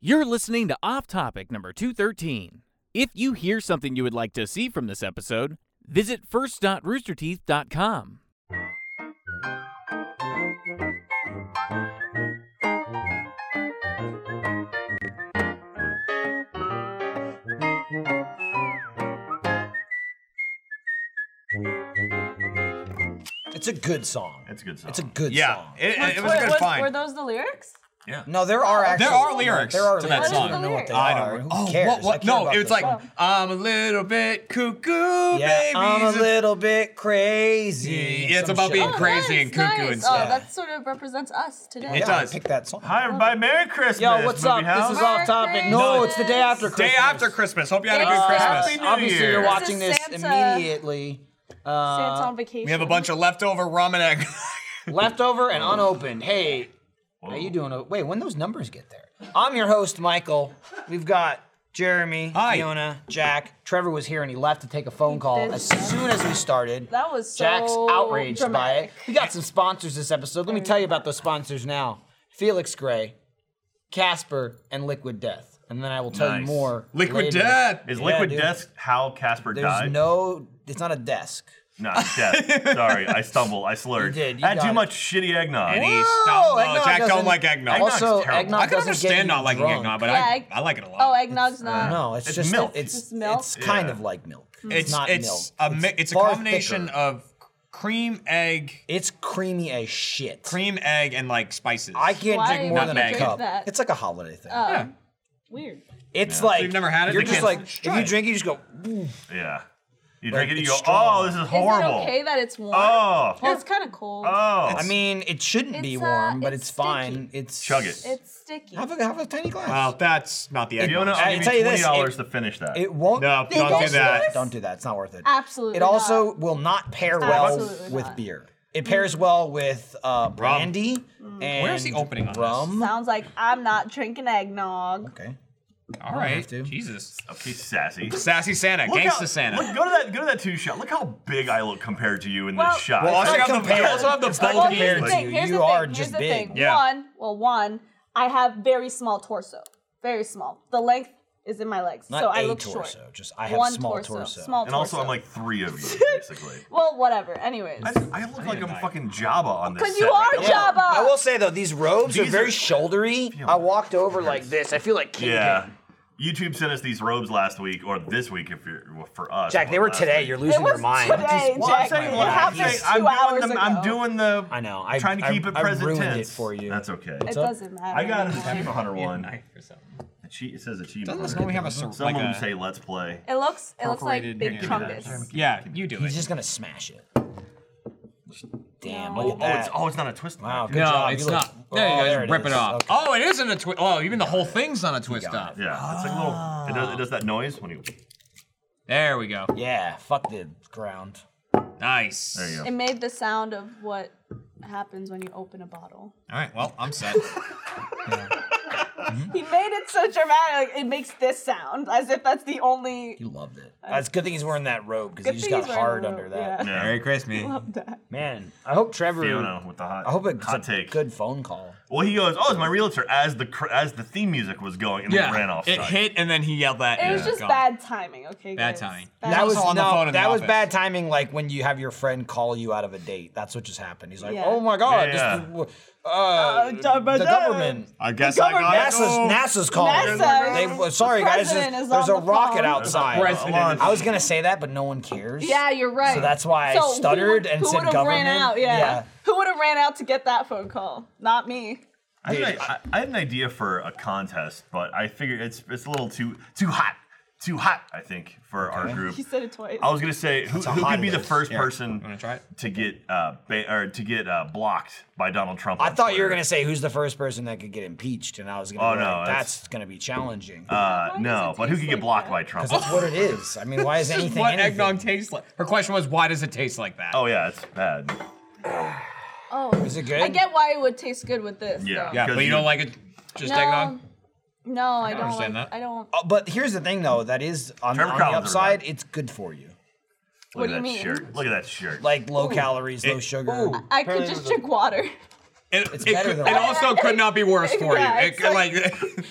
You're listening to Off Topic number 213. If you hear something you would like to see from this episode, visit first.roosterteeth.com. It's a good song. It's a good song. It's a good yeah, song. It, it- it was a good find. Were those the lyrics? yeah. No, there are actually are lyrics There are to that lyrics. song. I don't know what they I are. don't. Who oh, cares? what? I what care no, about it was this like song. I'm a little bit cuckoo, yeah, baby. I'm a little bit crazy. Yeah, it's Some about shit being like that. crazy and cuckoo Oh, nice. and Oh, stuff. that sort of represents us today. It Yeah, I does. picked that song. Hi, everybody. Merry Christmas. Yo, what's up? movie House. This is Merry off topic. No, it's the day after Christmas. Christmas. Day after Christmas. Hope you had a Yes. good Happy Christmas. New Obviously, Year. you're watching This this is Santa. immediately. Santa's on vacation. We have a bunch of leftover rum and egg. Leftover and unopened. Hey, how you doing? o- Wait, when those numbers get there? I'm your host, Michael. We've got Jeremy, Hi. Fiona, Jack. Trevor was here and he left to take a phone did call as soon as we started. That was so Jack's outraged by it. dramatic. We got some sponsors this episode. Let me tell you about those sponsors now. Felix Gray, Casper, and Liquid Death. And then I will tell you Nice. more. Liquid later. Death. Is Liquid dude. Death how Casper There's died? no. It's not a desk. No, it's death. Sorry, I stumbled. I slurred. You did, you I had got too it. much shitty eggnog. And he stumbled. eggnog Jack don't doesn't- like eggnog. Eggnog's Also, terrible. eggnog I can doesn't get understand you not liking drunk. eggnog, but Yeah, I, egg- I like it a lot. Oh, eggnog's Uh, not. No, it's, uh, It's just milk. It's, Just milk? Hmm. It's kind Yeah. of like milk. It's, it's not it's milk. a mi- it's a far combination thicker. of c- cream, egg, It's creamy as shit. cream, egg, and like spices. I can't Why drink more would than you a drink cup. that? Oh. It's like a holiday thing. yeah. Weird. it's like you've never had it? You're They just can't- like if try you it. drink it, you just go. Yeah. You Like, drink it, you it's go, strong. oh, this is horrible. Is it okay that it's warm? Oh. Well, it's kind of cold. Oh. I mean, it shouldn't be It's, uh, warm, but it's it's fine. sticky. It's Chug it. It's sticky. Have a have a tiny glass. Well, that's not the egg. Fiona, I I'll give tell you you $20 this, it- to finish that. Oh, It won't. No, it don't do also- that. Don't do that. It's not worth it. Absolutely. It also not. will not pair Absolutely well with not. Mm. beer. It pairs well with uh, brandy and Where's the opening on this? rum. sounds like I'm not drinking eggnog. Okay. All right, have to. Jesus. okay, sassy. Sassy Santa, how- gangsta Santa. Look, go to that. Go to that two shot. Look how big I look compared to you in Well- this shot. Well, also not have the, compared. you also have the It's not bulky. compared. here's the Like, thing. you- Here's you the thing. are Here's just the big. thing. Yeah. One, well, one, I have very small torso, very small. The length is in my legs, Not so a I look torso. short. Just I have One small torso, torso. small and also, torso. I'm like three of you, basically. Well, whatever. Anyways, I, I look like I'm fucking Jabba on this. because set you are right now. Jabba. I will say though, these robes are These very are- shouldery. I walked over like this. I feel like King Yeah. King. YouTube sent us these robes last week, or this week if you're well, for us. Jack, they but were last today. week. You're it losing your was mind. today, Well, Jack. I'm saying it what I'm happened saying. two I'm hours doing the. ago. I'm doing the. I know. I trying to keep I, it present I ruined tense. it for you. That's okay. It up? doesn't matter. I got anymore. Achievement Hunter one. Knife or something. Achie- It says achievement. Doesn't this Hunter. normally have a sur- Some like of them a- say let's play. It looks. It looks like Perforated big yeah. chungus. Yeah, you do He's it. just gonna smash it. Damn! No. Look at Oh, it's that. oh, it's not a twist. Wow, lock. good job. You look- Oh, there it is. Okay. Oh, it isn't a twist. Oh, even the whole thing's on a twist got up. Yeah, it's like a little. It does, it does that noise when you. There we go. Yeah, fuck the ground. Nice. There you go. It made the sound of what happens when you open a bottle. All right. Well, I'm set. He made it so dramatic. It makes this sound as if that's the only. He loved it. That's a good thing he's wearing that robe because Good he just thing got he's hard wearing a robe, under that. yeah. Yeah. Christmas. Love that. Man, I hope Trevor. Fiona with the hot. I hope it's hot a take. good phone call. Well, he goes, "Oh, it's my realtor." As the cr- as the theme music was going, and Yeah. then ran off. It hit, and then he yelled that. It and was just gone. bad timing, okay? Bad guys? timing. Bad That was also on the no, phone in the that was office. bad timing. Like when you have your friend call you out of a date. That's what just happened. He's like, Yeah. "Oh my god, this Yeah. is, uh, the government, I guess The I got government- it. NASA's NASA's calling. NASA. They, well, sorry The guys, president there's, is there's a on the rocket phone. outside. President. Alonzo. I was gonna say that, but no one cares. Yeah, you're right. So that's why I So who stuttered would- and who said would have Ran government? out, yeah. Yeah. Who would have ran out to get that phone call? Not me. I, had an- I, I had an idea for a contest, but I figured it's it's a little too too hot, too hot. I think for our group. He said it twice. Oh. I was gonna say who, a who hot could be the list. first Here, person wanna try it? to get uh ba- or to get uh, blocked by Donald Trump. I on thought you were Twitter. gonna say who's the first person that could get impeached, and I was gonna. Oh, be no, like, that's- that's, gonna be challenging. Uh, Why does no, it but who taste could like get blocked that? by Trump? 'Cause that's what it is. I mean, why is This is anything what anything? eggnog tastes like. Her question was, why does it taste like that? Oh yeah, it's bad. oh, Is it good? I get why it would taste good with this. Yeah. though. yeah, 'Cause but you you- don't like it. Just No, eggnog. no, I, don't understand like- that. I don't. Uh, but here's the thing, though. That is on, Trevor on the Collins, upside. everybody. It's good for you. Look do at you that mean? shirt. Look at that shirt. Like low calories, low It- sugar. I could just drink water. It, It's it better could- than it that. also could not be worse for you. Yeah, It it's could, like- like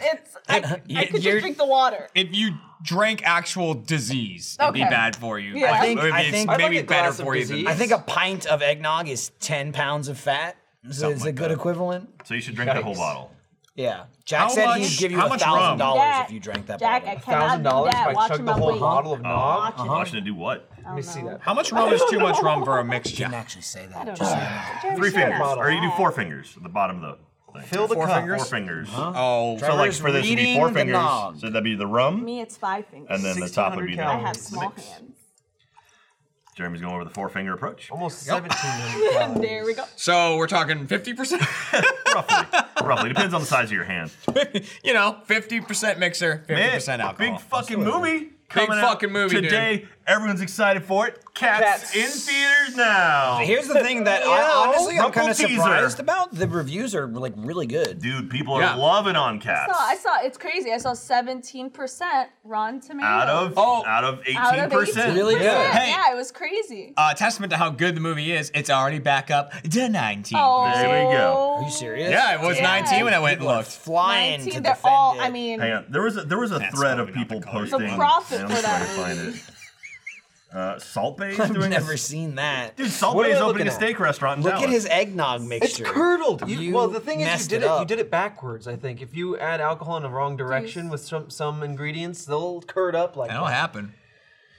It's I, I could You're- just drink the water. If you drank actual disease, it'd be Okay. bad for you. Yeah. I think- Maybe I it's think- I'd maybe like a better glass of for you disease. than I think a pint of eggnog is 10 pounds of fat. Is is a good equivalent. So you should drink that whole Yikes. bottle. Yeah. Jack How said much- he'd give you how a much thousand rum? dollars Jack- if you drank that Jack, I bottle. cannot Thousand do dollars that. if I Watch chug him the up, whole please. bottle of nog. Watch him up. Washington, do what? Let me see that. How much rum is too much rum for a Didn't mixture? actually say that. Just saying. Jeremy, Three shut fingers, up. or you do four fingers at the bottom of the thing. Fill the four cup. fingers. Four fingers. Oh, So like Trevor's for this, it'd be reading four the fingers. nog. So that'd be the rum, Me, it's five fingers. and then the top would be 1600 the. I calories. have the small mix. hands. Jeremy's going with a four finger approach. Oh. Almost 1700 calories. There we go. so we're talking 50%? roughly, roughly depends on the size of your hand. you know, 50% mixer, 50% Man, alcohol. Big fucking movie. Coming out fucking movie, dude. today. Everyone's excited for it. Cats, Cats. in theaters now. Here's the thing that I, honestly I'm Rumble kind of teaser. surprised about. The reviews are like really good. Dude, people are Yeah. loving on cats. So I saw it's crazy. I saw 17% Rotten Tomatoes. out of Oh. out of Out eighteen of percent. 18%. Really good. Hey. Yeah, it was crazy. uh, testament to how good the movie is, it's already back up to 19. oh, There we go. Are you serious? Yeah, it was Yeah. 19 when I went and People are looked. flying 19, to they're defend all, it. I mean, Hang on, there was a, there was a That's thread of probably not people the color. The posting. profit I'm for trying that to find movie. it. Uh, Salt Bay's I've doing never a, seen that. Dude, Salt What Bay am is I opening a looking at? steak restaurant. In Look at Dallas. his eggnog mixture. It's curdled. You, You well, the thing is, messed you did it it. up. you did it backwards. I think if you add alcohol in the wrong direction Jeez. with some some ingredients, they'll curd up like. That'll that. happen.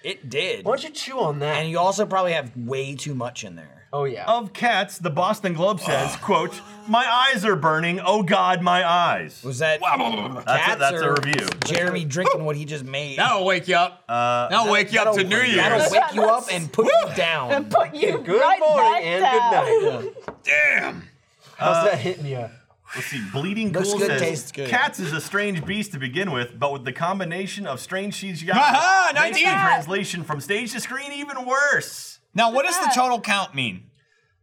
It did. Why don't you chew on that? And you also probably have way too much in there. oh yeah. Of cats, the Boston Globe says, "quote My eyes are burning. Oh God, my eyes." Was that That's a, cats that's a or review. Jeremy drinking what he just made. That'll wake you up. Uh, That'll wake you up to That'll- New Year's. That'll wake you up and put you down. and put you good right back morning and down. good night. Damn. How's that hitting you? Let's see. Bleeding Looks Cool good, says, tastes good. "Cats is a strange beast to begin with, but with the combination of strange she's got, Aha, makes 19. the translation from stage to screen even worse." Now, what does the total count mean?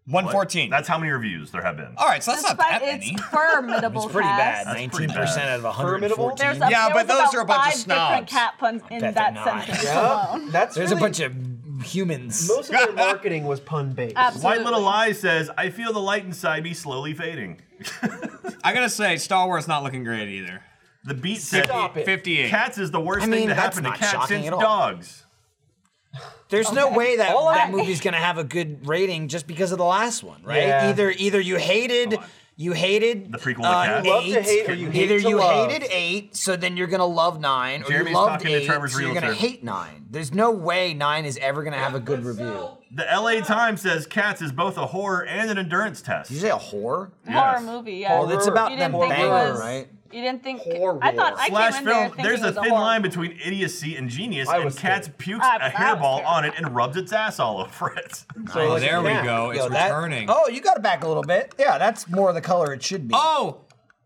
114. That's how many reviews there have been. All right, so that's not Despite that its many. formidable It's pretty cast. bad. That's Nineteen pretty percent bad. out of Formidable? 114. There's There's a, Yeah, there but was those about are a bunch of five different snobs. cat puns in bet that they're not. sentence Yeah, alone. that's a really- bunch of humans. Most of their marketing was pun based. Absolutely. White Little Lies says, I feel the light inside me slowly fading. I gotta say, Star Wars not looking great either. The beat said, Stop it. 58. Cats is the worst I mean, thing to that's happen to not cats shocking since at all. dogs. There's no way that All that I- movie's gonna have a good rating just because of the last one, right? Yeah. Either either you hated. You hated The prequel to uh, eight. Cats. You love to hate or you hate Either to you love. hated eight, so then you're gonna love nine, or Jeremy's you loved talking to eight, Trevor's so you're realtor. gonna hate nine. There's no way nine is ever gonna have a good review. The LA Times says, Cats is both a horror and an endurance test. Did you say a whore? Horror Yes. movie, yeah. Well, it's about you didn't them think it banger, was, right? You didn't think Horror. I thought I Slash came in there film, thinking there's it a was thin horror line movie. between idiocy and genius, I and was Cats scared. pukes I- a I was hairball scared. on it and rubs its ass all over it. So, like, there yeah. we go. It's Yo, that- returning. Oh, you got it back a little bit. Yeah, that's more the color it should be. Oh,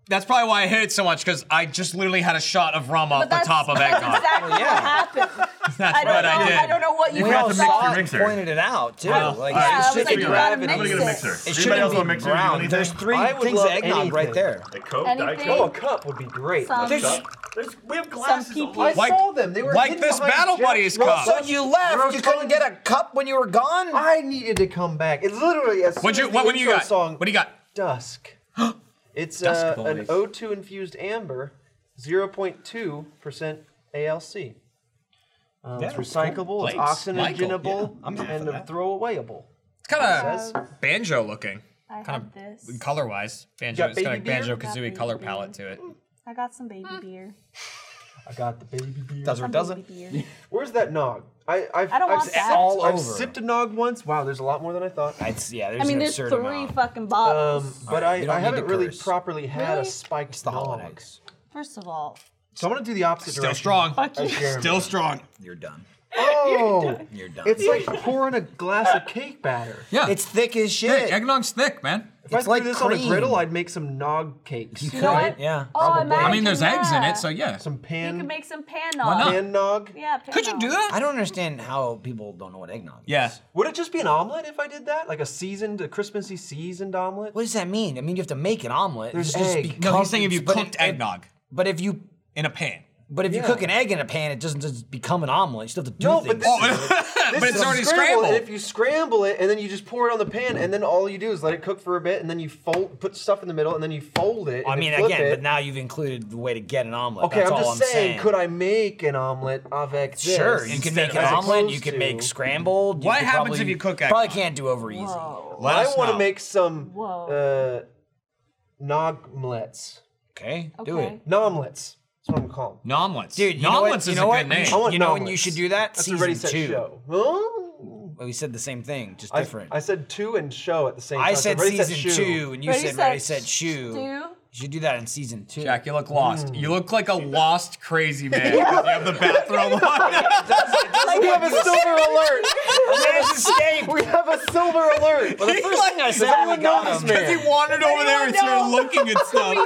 that's probably why I hate it so much because I just literally had a shot of rum off But the that's- top of that's eggnog. exactly yeah. what happened. That's I don't what know. I did. I don't know what you we have all felt to saw mix about your it and mixer. pointed it out too. Wow. Like, Yeah, it I was should like, be you right. gotta I'm gonna mix get a it. mixer. It It Anybody shouldn't else be want a mixer? You want brown. anything? There's three I would things of love eggnog anything. right there. The Coke, Anything? Diet Oh, Coke. a cup would be great. Some- There's, Some we have glasses. pee-pee. all over. I saw them. They were Like hidden this behind Battle Jack Buddies Russell. cup. So you left. You couldn't get a cup when you were gone. I needed to come back. It's literally as soon What'd you, as what the what do you intro got? Song, What do you got? Dusk. It's Dusk uh, an Boys. O2 infused amber, 0.2 percent ALC. Uh, Yeah, it's recyclable. It's Blake's. oxygenable Michael, yeah, I'm down and for that. throwawayable. It's kind Says- of banjo looking, I Kinda- had this. color wise. Banjo, got it's got a baby beer? banjo kazooie Got color baby palette to it. I got some baby beer. I got the baby beer. Does or Some doesn't. baby beer. Where's that nog? I I've, I don't have want that. Sipped, All I've over. sipped a nog once. Wow, there's a lot more than I thought. It's, yeah, there's I mean, an there's absurd three amount. fucking Um, bottles. but you I, don't I need haven't to really curse. properly had Really? a spiked It's the nog. holidays. First of all, So I'm gonna do the opposite Still direction. strong. fuck you. Still strong. You're done. Oh, You're done. it's like pouring a glass of cake batter. Yeah. It's thick as shit. thick. Eggnog's thick, man. If I It's threw like this on a cream. griddle, I'd make some nog cakes. You You know Right, what? yeah, Oh, probably. imagine I mean, there's eggs in that. it, so yeah. some You pan could make some pan not? nog. pan nog. Yeah, pan Could you nog. do that? I don't understand how people don't know what eggnog is. Yeah. Would it just be an omelet if I did that? Like a seasoned, a Christmassy seasoned omelet? What does that mean? I mean, you have to make an omelet. There's It's just egg. be No, he's saying if you cooked- but cooked it- eggnog But if you in a pan. But if you Yeah. cook an egg in a pan, it doesn't just become an omelet. You still have to do No, but things. this, but it's already and scrambled. If you scramble it and then you just pour it on the pan, and then all you do is let it cook for a bit, and then you fold, put stuff in the middle, and then you fold it. I and mean, then flip again, it. but now you've included the way to get an omelet. Okay, That's I'm all just I'm saying, could I make an omelet avec this? Sure, you can make an as omelet. You opposed can to- make scrambled. you What could happens probably- if you cook egg Probably omelet? can't do over easy. Let I us want know. to make some Whoa. uh, nogmlets. Okay, uh, do Okay. it. Nomlets. That's what I'm calling. No omelets. Dude, you know what- omelets you is know a what? good name. I want You know when you nomlets. should do that? That's a ready Season set two. show. Huh? Well, we said the same thing, just I- different. I, said two and show at the same time. I so said ready, set, season shoe. two, and you Ready, said set, ready, set, shoe. You Stew? should do that in season two. Jack, you look lost. Mm. You look like a lost crazy man. You have the bathroom on. We have a silver alert. Man's escape. We have a silver alert. Well, the first thing I said, anyone we know got this him. man? He wandered over there and started know? looking at We stuff. own.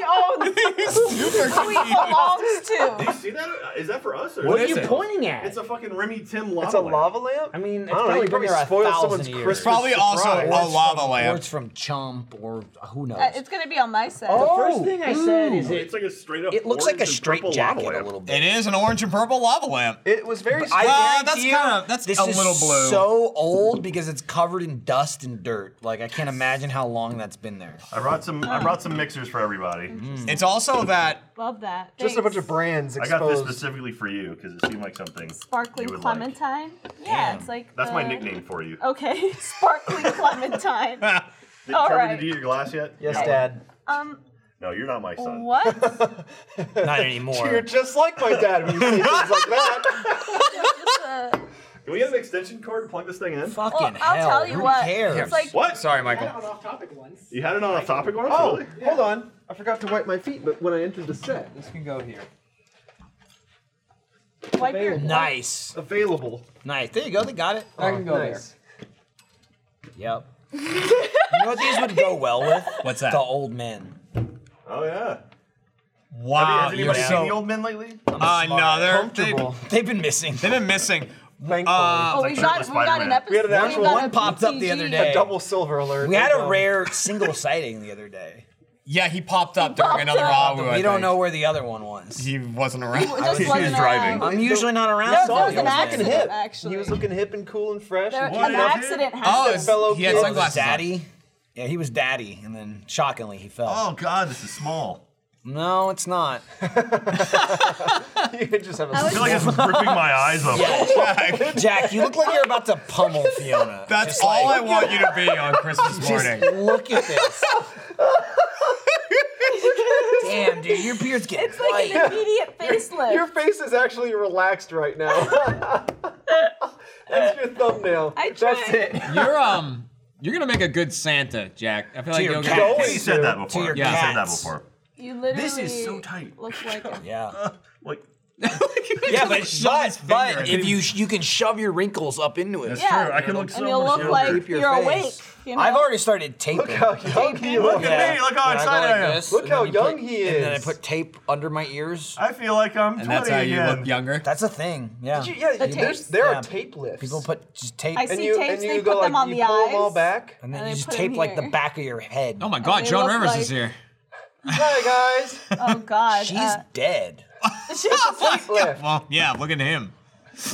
He's super We confused. belongs to. Uh, See that? Is that for us? Or What are is you it? pointing at? It's a fucking Remy Tim lava. It's a lamp. lava lamp. I mean, it's I don't know. probably You been probably there a spoiled thousand someone's years. Christmas. Probably also surprise. a lava Or lamp. it's from Chump, or who knows. Uh, it's gonna be on my set. Oh. the first thing I said is It's like a straight up. It looks like a orange and straight purple jacket lava a lamp. little bit. It is an orange and purple lava lamp. It was very. I Well, guarantee that's you, kinda- that's this a is little blue. So old because it's covered in dust and dirt. Like I can't imagine how long that's been there. I brought some. I brought some mixers for everybody. It's also that Love that. just a bunch of Thanks. brands I exposed. got this specifically for you because it seemed like something sparkling you Uh, would like. clementine. Yeah, it's like That's the- my nickname for you. Okay, sparkling clementine. Did all Trevor, right. did you do your glass yet? Yes, No. Dad. Um, No, you're not my son. what? Not You're anymore. just like my dad when you say things like that. Can we get an extension cord? to Plug this thing in. Fucking Well, I'll hell. tell you who what, Cares? it's like- What? Sorry, Michael. You had it on a topic one. Oh, Really? hold on. I forgot to wipe my feet, but when I entered the set, this can go here. Wipe your Nice, available. nice. There you go. They got it. Oh, I can go Yep. you know what these would go well with? What's that? The old men. Oh yeah. Wow. Has anybody you're seen so- the old men lately? Uh, no, they're, they've, Comfortable. They've been missing. they've been missing. Thankfully, Uh, Oh, we got shirtless we got an Spider-Man. episode. We had an actual- got One a popped up the PTG. other day. a double silver alert. We had There you a go. rare single sighting the other day. Yeah, he popped up popped during another up. Awu. I We don't think. know where the other one was. He wasn't around. It just He was wasn't driving. around. I'm usually not around. No, so there was it an wasn't- accident hip. actually. He was looking hip and cool and fresh. There- What? an accident Oh, happened. it's, fellow he had kid. He was sunglasses. on. daddy. Yeah, he was daddy, and then shockingly he fell. Oh god, this is small. No, it's not. you just have a I I was feel like this is ripping my eyes open. Jack, you look like you're about to pummel Fiona. That's all I want you to be on Christmas morning. Just look at this. Damn, dude, your beard's getting It's like white. an immediate Your facelift. face is actually relaxed right now. That's your thumbnail. I That's tried. it. You're um, you're gonna make a good Santa, Jack. I feel like your you'll cat. get. Always He said do. that To before. your He said that cats. before. You literally This is so tight. Look like a Yeah, Like yeah, Like, but shove his but, finger but in. if you you can shove your wrinkles up into it. that's Yeah. true. I can look so and you'll much look younger. like Keep your you're awake. face. You know? I've already started taping. Look how young he Look looks. Look at me! Look how And I go excited like I am. this, Look and then how you young put- he And then I is. put tape under my ears. I feel like I'm 20 And that's how you again. look younger. That's a thing. Yeah. Did you- yeah, The you- there's, tapes? there Yeah. are tape lifts. People put just tape, I and see and you tapes, and you they go put like them on you the pull them all eyes. back. then and you they just put 'em tape like the here. back of your head. Oh my And God, they Joan look Rivers like- is here. Hi guys. Oh God. She's uh, dead. Tape lift. Well, yeah, look at him.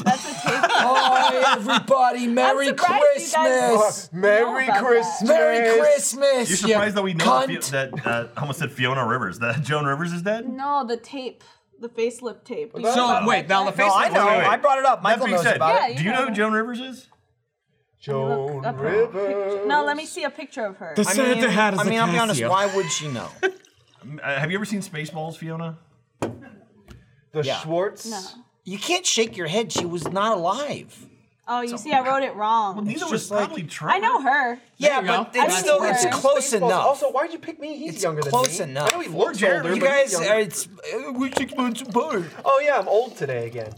that's a tape. Hi everybody, Merry I'm surprised you guys- Christmas. Merry about that. Christmas. Merry Christmas. You're surprised you that we know cunt. that, Fi- that uh, I almost said Fiona Rivers. That Joan Rivers is dead. No, the tape, the facelipt tape. Do you know So about wait, that, now the Jack? face. No, I know. Wait, wait. I brought it up. That Michael being knows said, about Yeah, it. you do you know. know who Joan Rivers is? Joan up. Rivers. No, let me see a picture of her. I mean, I mean, I'll be honest. Why would she know? Uh, have you ever seen Spaceballs, Fiona? The Yeah. Schwartz. No. You can't shake your head. She was not alive. Oh, you see, I wrote it wrong. Neither was just like- probably Trevor. I know her. Yeah, you but go. it's I still think it's we're- close Spaceballs. enough. Also, why would you pick me? He's It's younger close than me. enough. I know he looks Jared, older, you but guys he's younger. are. It's uh, we're six months apart. Oh yeah, I'm old today again.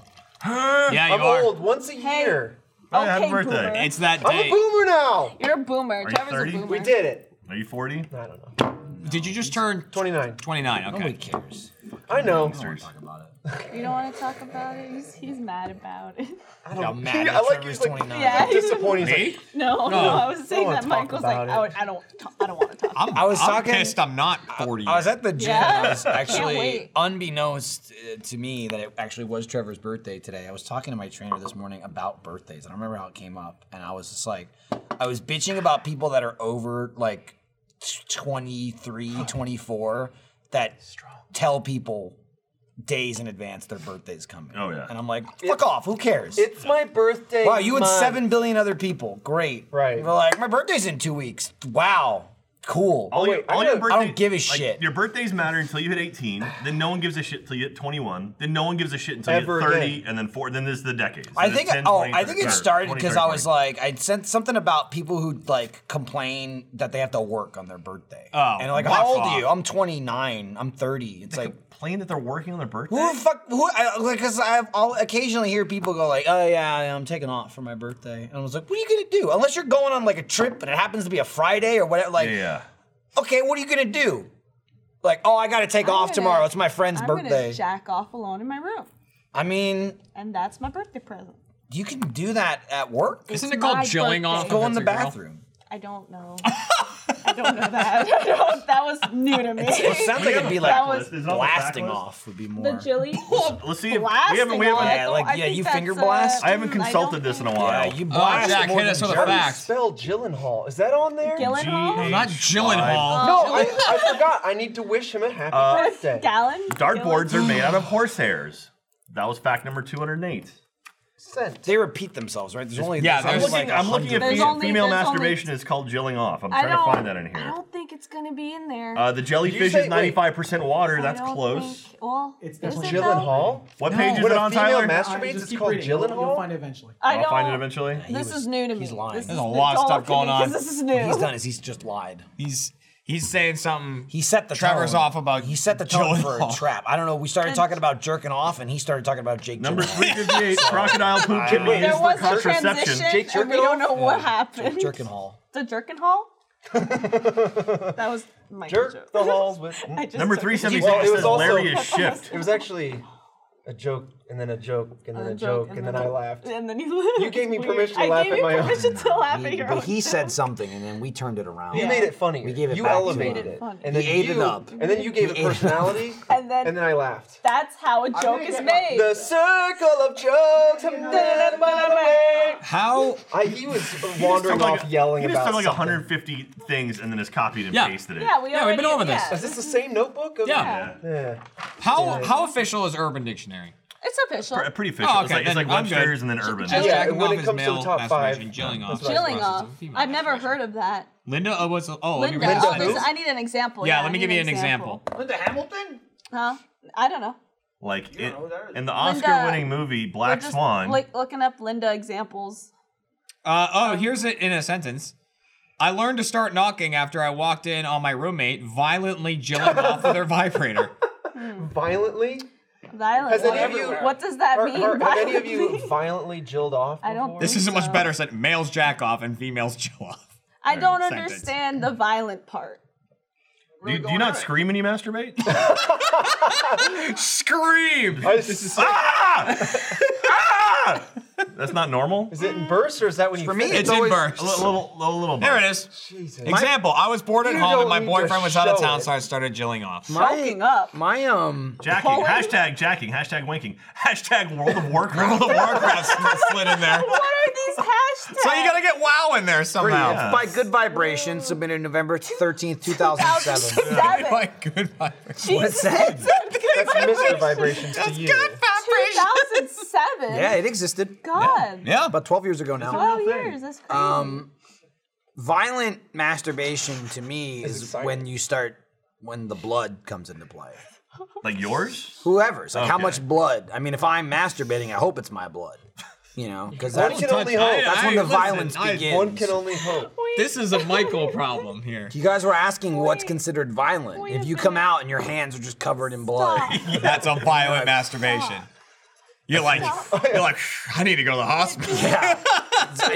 Yeah, I'm you are. old once a year. Oh, happy Okay, birthday. boomer. It's that I'm a day. boomer now. You're a boomer. you Trevor's 30? a boomer. We did it. Are you 40? I don't know. Did you just turn 29. 29? Nobody Okay. cares. I know. Talk about it. You don't want to talk about it. He's, he's mad about it. I don't know. mad I at like Trevor's he's like 29. Yeah. he's- disappointing. He's like, No, no, I was saying wanna that talk Michael's like, about it. I, would, I don't, ta- I don't want to talk. I'm, I was I'm talking- pissed I'm not 40 I was at the gym. Yeah. I was Can't actually, wait. unbeknownst uh, to me, that it actually was Trevor's birthday today. I was talking to my trainer this morning about birthdays. I don't remember how it came up, and I was just like, I was bitching about people that are over like t- 23, 24 that tell people days in advance their birthday's coming. Oh, yeah. and I'm like, fuck off. Who cares? it's my birthday. Wow, you and month. seven billion other people. Great. Right. We're like, my birthday's in two weeks. Wow. Cool. All, Wait, your, all I your don't- birthday, oh, I don't give a like, shit. Your birthdays matter until you hit 18. Then no one gives a shit until you hit 21. Then no one gives a shit until Ever you hit 30, again. and then four. Then there's the decades. I Then think. it's 10, oh, 20, I think 30, it started 20, because 30, I was like, I sent something about people who like complain that they have to work on their birthday. Oh, and like, fuck how old off. are you? I'm 29. I'm 30. It's like. complaining that they're working on their birthday. Who the fuck? Who? I, like, cause I've, I'll occasionally hear people go like, "Oh yeah, yeah, I'm taking off for my birthday," and I was like, "What are you gonna do? Unless you're going on like a trip and it happens to be a Friday or whatever." Like, Yeah. okay, what are you gonna do? Like, oh, I gotta take I'm off gonna- tomorrow. It's my friend's I'm birthday. gonna jack off alone in my room, I mean, and that's my birthday present. you can do that at work. Just Isn't it called my jilling birthday. off? go if in it's the a girl? bathroom. I don't know. I don't know that. I don't, that was new to me. It sounds like it'd be That like was- Is it on the blasting backlist? off would be the more. Jilly. Let's see if we Blasting haven't. We haven't. off. Yeah, like, I yeah, think you finger that's, uh, blast? I haven't I don't consulted this in a think- while. Yeah, you Oh, blast Jack, more hit us than with a How jerk. do you fact. spell Gyllenhaal? Is that on there? Gillen Hall. G- Not Gyllenhaal. no, I, I forgot. I need to wish him a happy Uh, birthday. Gallon. Dartboards are Gillen- made out of horsehairs. That was fact number 208. Cent. They repeat themselves, right? There's only Yeah, there's I'm there's only, looking, like I'm looking at 100. There's fe- only- female there's only- masturbation is called jilling off. I'm I trying to don't- find that in I here. don't think it's gonna be in there. Uh, the jellyfish say- is wait. 95% water. That's I don't close. Think, well, it's Gyllenhaal. What page is When it a on, female Tyler? All right, masturbates, just it's keep called reading. You'll, you'll find Gyllenhaal. it eventually. I I'll don't- find it eventually. This was- is new to me. he's lying. This There's is a lot of all stuff to going me, 'cause on. This is new. he's done is he's just lied. He's he's saying something. He set the Trevor's tone. off about he set the tone for a Gyllenhaal. trap. I don't know. We started talking about jerking off, and he started talking about Jake. Number Gyllenhaal. 358, crocodile poop can be Wait, used There He's for was a contraception. transition, Jake and we don't know what happened. jerking hall. The Jerkin Hall? that was my Jerk joke. the halls with. I just Number took it. 376 Well, it was says also- Larry is shift. It was actually a joke, and then a joke, and then a, joke, and then I laughed. And then he You gave me Weird. permission to I laugh gave at you my own. permission to laugh at He, your but own. he said something, and then we turned it around. You made it funny. We gave it you back to elevated him. it, Funny. and then He ate it you- up. and then you gave it ate it up. personality, And then- and then I laughed. That's how a joke is made. The circle of jokes. How? I, he was He wandering just took off like a- yelling he just about took like something. 150 things and then just copied and Yeah. pasted it. yeah, we Yeah, already, we've been over this. yeah. Is this the same notebook? Of- Yeah. Yeah. Yeah. How? How official is Urban Dictionary? It's official. Pre- Pretty official. Oh, It's okay, like, it's then like I'm good. Webster's and then Urban. Yeah, Jacking when off it is comes to the male top masturbation, five, Jilling off. Chilling is off. female I've never masturbation. heard of that. Linda uh, was. Oh, let me Linda, read oh, this. this, I need an example. Yeah, I let me need give you an example. Linda Hamilton. Huh? I don't know. Like it, know that is- in the Linda- Oscar-winning movie We're Black just Swan, Like looking up Linda examples. Uh, oh, here's it in a sentence. I learned to start knocking after I walked in on my roommate violently jilling off with her vibrator. Violently? Violent. Has any What- of you- what does that Or, mean? or have any of you violently? violently jilled off? I don't before? think This isn't much so. better. Said males jack off and females jill off. I don't sentence. understand the violent part. do, you- do you not scream when you masturbate? Scream! I- is, ah! ah! That's not normal. A it in bursts or is that when you For me, finish? It's It's in always- bursts. little, little, little, little There bump. it is. Jesus. Example: I was bored at You home don't and my need to boyfriend was out of show town, it. so I started jilling off. Fucking up. My um. Jacking. Pulling- Hashtag jacking. Hashtag winking. Hashtag World of Warcraft. World of Warcraft sl- slid in there, What are these hashtags? so you gotta get WoW in there somehow. Yeah. By Good Vibration, submitted November 13th, 2007. 2007. Like good vibrations. Jesus, that? it's a good That's Mr. Vibrations to you. vibration. 2007. yeah, it existed. God. Yeah. About 12 years ago now. 12 years. That's crazy. Violent masturbation to me That's is exciting. when you start when the blood comes into play. Like yours? Whoever's like, how Okay. much blood? I mean, if I'm masturbating, I hope it's my blood. You know, because One that's, can only hope. I- that's when the listen, violence I- begins. One can only hope. This is a Michael problem here. you guys were asking what's considered violent. Wait If a you come minute. out and your hands are just covered in blood, That's a violent masturbation. You're like, you're like, I need to go to the hospital. yeah.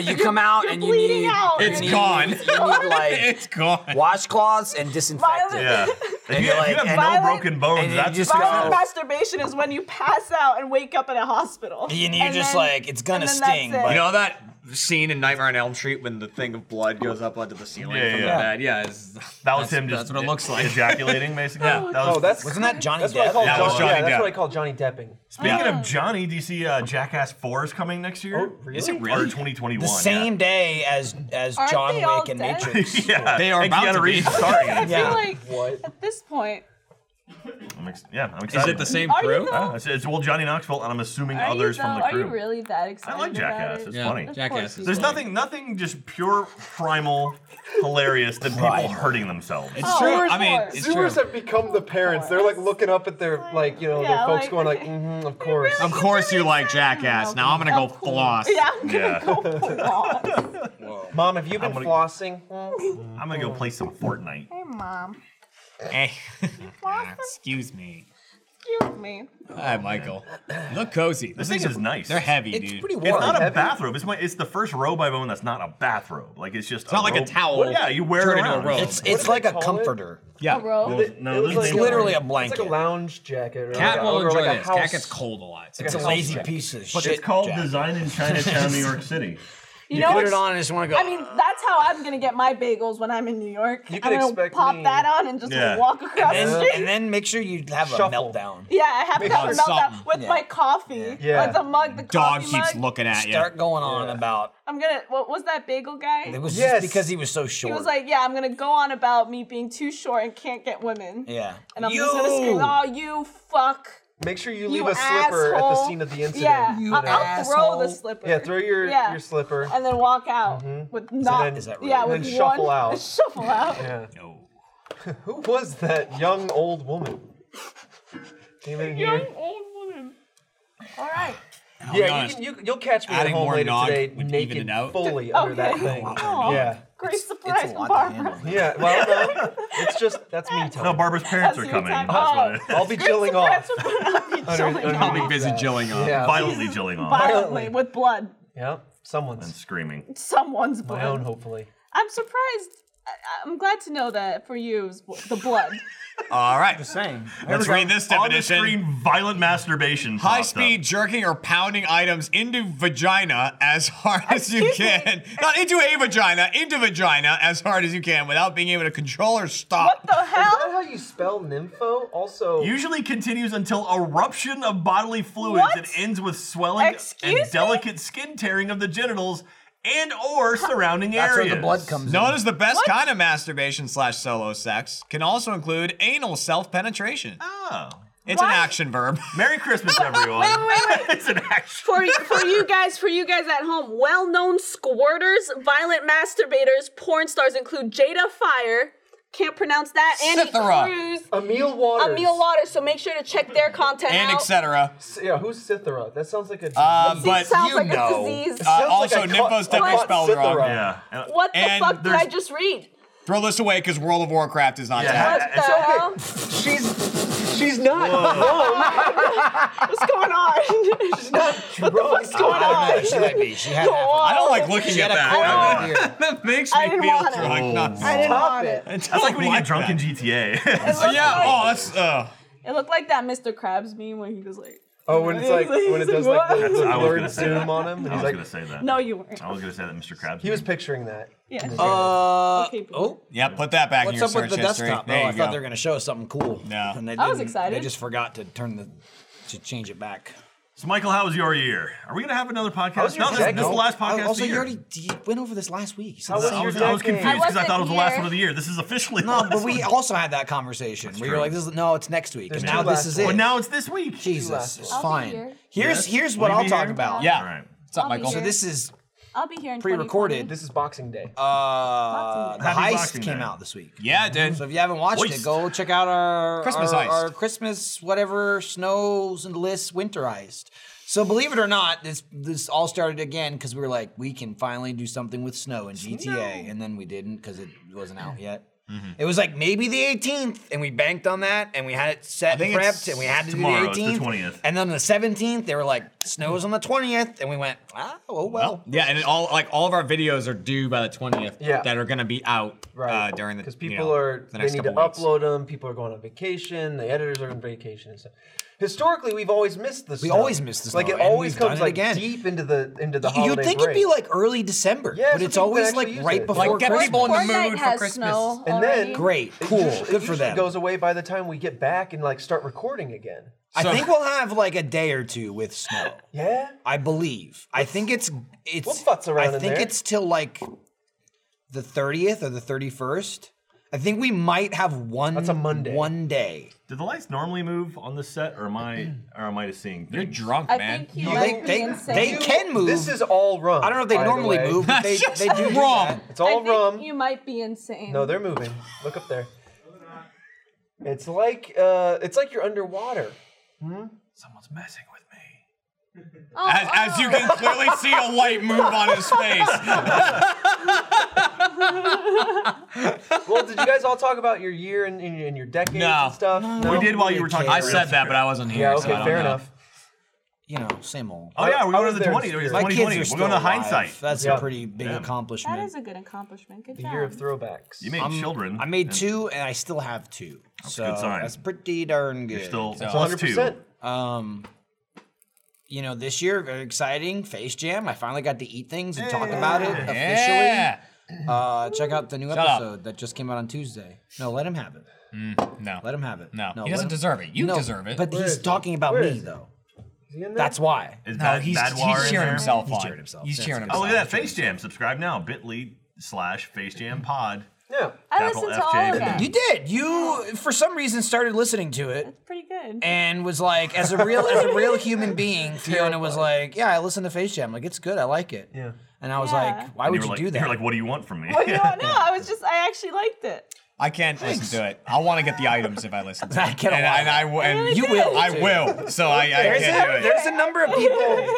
you come out You're and you bleeding need out. It's You're gone. you need like It's gone. washcloths and disinfectant. Violent. Yeah. If you, you're if you like, have and- no Violent- broken bones, and you that's just just go- Violent masturbation is when you pass out and wake up in a hospital. And you're just like, it's gonna and then that's sting, it. but- You know that scene in Nightmare on Elm Street when the thing of blood goes up onto the ceiling Yeah, from yeah. the bed? Yeah, it's, that was him. that's Just what it looks like. Ejaculating, basically. yeah. That was, Oh, that's Wasn't that Johnny that's what I Depp? call That was Johnny, Johnny yeah, that's Depp. what I call Johnny Depping. Speaking of Johnny, do you see uh, Jackass Four is coming next year? Oh, really? Is it really? Or 2021. the same day as as Aren't John they all Wick and dead? Matrix. Yeah. yeah. They are and about Keanu to be. Reeves is starring in I it. feel Yeah. like What? at this point, I'm ex- yeah, I'm Is excited. it the same Are you crew? though? Yeah, it's, it's well Johnny Knoxville, and I'm assuming are you others though, from the are crew. you really that excited? about Jackass. it? It's Yeah. funny. Of Jackass course is you There's are. nothing, nothing just pure primal, hilarious than people Primal. hurting themselers. It's true. Oh, I mean, Lord. it's true. Sewers have become the parents. They're like looking up at their like you know Yeah, their folks like- going like, mm of course. Of really- course you like Jackass. Now I'm gonna go Of course. floss. Yeah, I'm gonna Yeah. go floss. Mom, have you been gonna- flossing? Mm. I'm gonna go play some Fortnite. hey, mom. Eh. Floss Excuse me. Excuse me. Hi, Michael. You look cozy. This thing is nice. They're heavy, It's dude. pretty warm. It's not a Heavy. bathrobe. It's my. It's the first robe I've owned that's not a bathrobe. Like it's just. It's not like a towel Yeah, you wear turned it into a around. robe. It's What it's do they like a call it? comforter. yeah. A robe. It- No, it was this like is It's literally a It's like blanket. a lounge jacket. Or Cat like will a, enjoy or like a this. house. Cat gets cold a lot. It's Like It's a house lazy jacket. piece of But shit. it's called Jack. Design in Chinatown, New York City. You, You know put what? it on and just want to go. I mean, that's how I'm gonna get my bagels when I'm in New York. You I'm could gonna expect pop me- that on and just Yeah. walk across and the then, street. and then make sure you have a Shuffle. meltdown. yeah, I have to Maybe melt that something. with Yeah. my coffee. Yeah. With the mug, the Dog coffee keeps mug. looking at you. Start going on about I'm gonna. What was that bagel guy? it was Yes. just because he was so short. He was like, "Yeah, I'm gonna go on about me being too short and can't get women." yeah, And I'm you! just gonna scream, "Oh, you fuck! Make sure you You leave a slipper at the asshole. scene of the incident. Yeah, You I'll, I'll throw asshole. the slipper. Yeah, throw your Yeah. your slipper. Mm-hmm. and then walk out with not. then- Is that Yeah, right? with And then shuffle one, out. Shuffle out. Yeah. No. Who was that young old woman? Came in Young here. old woman. All right. Yeah, on. you, can, you you'll catch me Adding at home more later nog today, would even naked, it out. fully under that Okay. thing. Aw, Yeah. Great surprise, it's a lot to Barbara. handle. Yeah. Well, no, it's just that's me No, time. Barbara's parents are That's your coming. time. That's what it is. I'll be Great chilling surprise, off. Barbara. I'll be Under- chilling underneath. I'll be off. busy chilling up. Yeah. Violently jilling off Violently, with blood. Yeah. and Someone's. screaming. Someone's My own, blood. hopefully. I'm surprised. I- I'm glad to know that for you, is the blood. All right. Same. Let's read this On the definition. screen, violent masturbation. High popped up. speed jerking or pounding items into vagina as hard as you Excuse me. can. Not into a vagina, into vagina as hard as you can without being able to control or what stop. the Is hell? that how you spell nympho? Also, Usually continues until eruption of bodily fluids What? and ends with swelling Excuse me? and delicate skin tearing of the genitals and or surrounding That's where areas. the blood comes. Known in. as the best kind of masturbation slash solo sex, can also include anal self penetration. Oh. It's an Uh, What? action verb. Merry Christmas, everyone. Wait, wait, wait. it's an action. for for you guys, for you guys at home, well-known squirters, violent masturbators, porn stars include Jada Fire. Can't pronounce that. Annie Cythera. Cruz, Emil Waters. Emil Waters. So make sure to check their content and out. etc. Yeah, who's Cythera? That sounds like a. Uh, It but sounds you like know. a disease. Uh, Sounds also, like a Nympho's cut- definitely cut spelled wrong. Cythera. Yeah. and- what the and fuck did there's- I just read? Throw this away because World of Warcraft is not Yeah. that. What it's the okay. hell? she's she's not wrong. What's going on? She's not drunk. What's going I don't on? know. She might be. She had. Go half a- on. I don't like looking She had at a that. corner right here. that makes I me didn't feel want it. drunk. Oh. Not I didn't Stop want it. it. That's like when you get drunk in GTA. It looked Yeah. like- Oh, that's uh. It looked like that Mr. Krabs meme when he was like, Oh, when it's like when it does like the, That's- the I was blurred gonna say that. zoom on him, and I he's was like, gonna say that. "No, you weren't." I was gonna say that Mr. Krabs. he was picturing that. Yeah. Uh, Okay, people. oh, Yeah, put that back in what's your up with search the history. desktop? Oh, There I you thought go. they were gonna show us something cool. No. and they I didn't- was They excited. just forgot to turn the to change it back. So Michael, how was your year? Are we gonna have another was podcast? your No, this, this is decade? the last podcast. Oh, Also, of the you year. already you went over this last week. So How this- was I was, your I was decade? confused because I, I thought it was the last wasn't one of the year. This is officially the no, last but we one. also had that conversation where you're true. like, "This is no, it's next week," and There's now two this last is ones. it. But now it's this week. Jesus, it's I'll be fine. here. Here's here's what Will you I'll be talk here? about. Yeah. All right. What's up, I'll be Michael? So here. this is I'll be here in Pre-recorded. 2020. This is Boxing Day. uh, the Happy heist Boxing came Day. out this week. Yeah, dude. So if you haven't watched Hoist. it, go check out our Christmas our, Heist. our Christmas whatever snows and lists winterized. So believe it or not, this this all started again because we were like, we can finally do something with snow in GTA, and then we didn't because it wasn't out yet. It was like maybe the 18th, and we banked on that, and we had it set and think it's prepped, and we had to tomorrow, do it's the the 18th. 20th. And then on the 17th, they were like, snows on the 20th, and we went, ah, oh well. yeah, and it all like all of our videos are due by the twentieth. Yeah. that are gonna be out uh, Right. during the because you people know, are the they next need to couple weeks. upload them. People are going on vacation. The editors are on vacation and stuff. Historically, we've always missed this. We always miss the Like snow, it and always we've done comes it like again. deep into the into the You'd holiday think break. it'd be like early December, Yeah, but so it's people always actually like use right it. before Like, get Christmas. people in the Fortnite mood for has Christmas. snow And already. then Great, It cool, usually- it good for usually them. Goes away by the time we get back and like start recording again. I So- think we'll have like a day or two with snow. Yeah. I believe. I think it's it's. We'll futz around I in think there. it's till like the thirtieth or the thirty-first. I think we might have one. That's a Monday. One day. Do the lights normally move on the set, or am I, or am I just seeing? You're things? drunk, I man. think you They- might they- be insane. they You- can move. This is all rum. I don't know if they by the normally way. move, but they, That's they just do. do wrong. that. It's all I think rum. You might be insane. No, they're moving. Look up there. It's like uh, it's like you're underwater. Someone's messing with me. Oh, As, as oh. you can clearly see a light move on his face. Well, did you guys all talk about your year and, and, your- and your decades No. and stuff? No. We did while you were talking. I about said that, real- but I wasn't here. Yeah. so Okay. I don't Fair know. enough. You know, same old. Oh yeah, we're I going was to the there in twenty. It's spirit. My twenty kids twenty. are We're still going to alive. hindsight. That's Yeah. a pretty big Damn. accomplishment. That is a good accomplishment. Good The job. year of throwbacks. you made children. I made two, and I still have two. so good sign. that's pretty darn good. You're still So- plus two. 100%. Um, you know, this year very exciting. Face Jam. I finally got to eat things and talk about it officially. Yeah. Uh, check out the new up. Mm, episode that just came out on Tuesday. No, let him have it. No. Let him have it. No, he let doesn't deserve it. You deserve it. But Where he's is it? talking about Where me is it? though. Is he in there? That's why. Is no, that he's, bad he's wire in cheering there? himself He's on. cheering himself. He's That's cheering what Oh, himself. look at that Face Jam. Subscribe now. Bitly slash Face Jam Pod. Yeah. I Capital listened to FJ. all of that. You did. You for some reason started listening to it. Pretty good. and was like, as a real as a real human being, Fiona was like, "Yeah, I listen to Face Jam. Like, it's good. I like it." Yeah. And I was Yeah. like, "Why And would were you like, do that?" You're like, what do you want from me? But Oh, you know what? No, I was just, I actually liked it. I can't listen to it. I want to get the items if I listen to it. I get a and, lot. and I w- and You will. I will. So I, I There's can't a, do it. there's a number of people.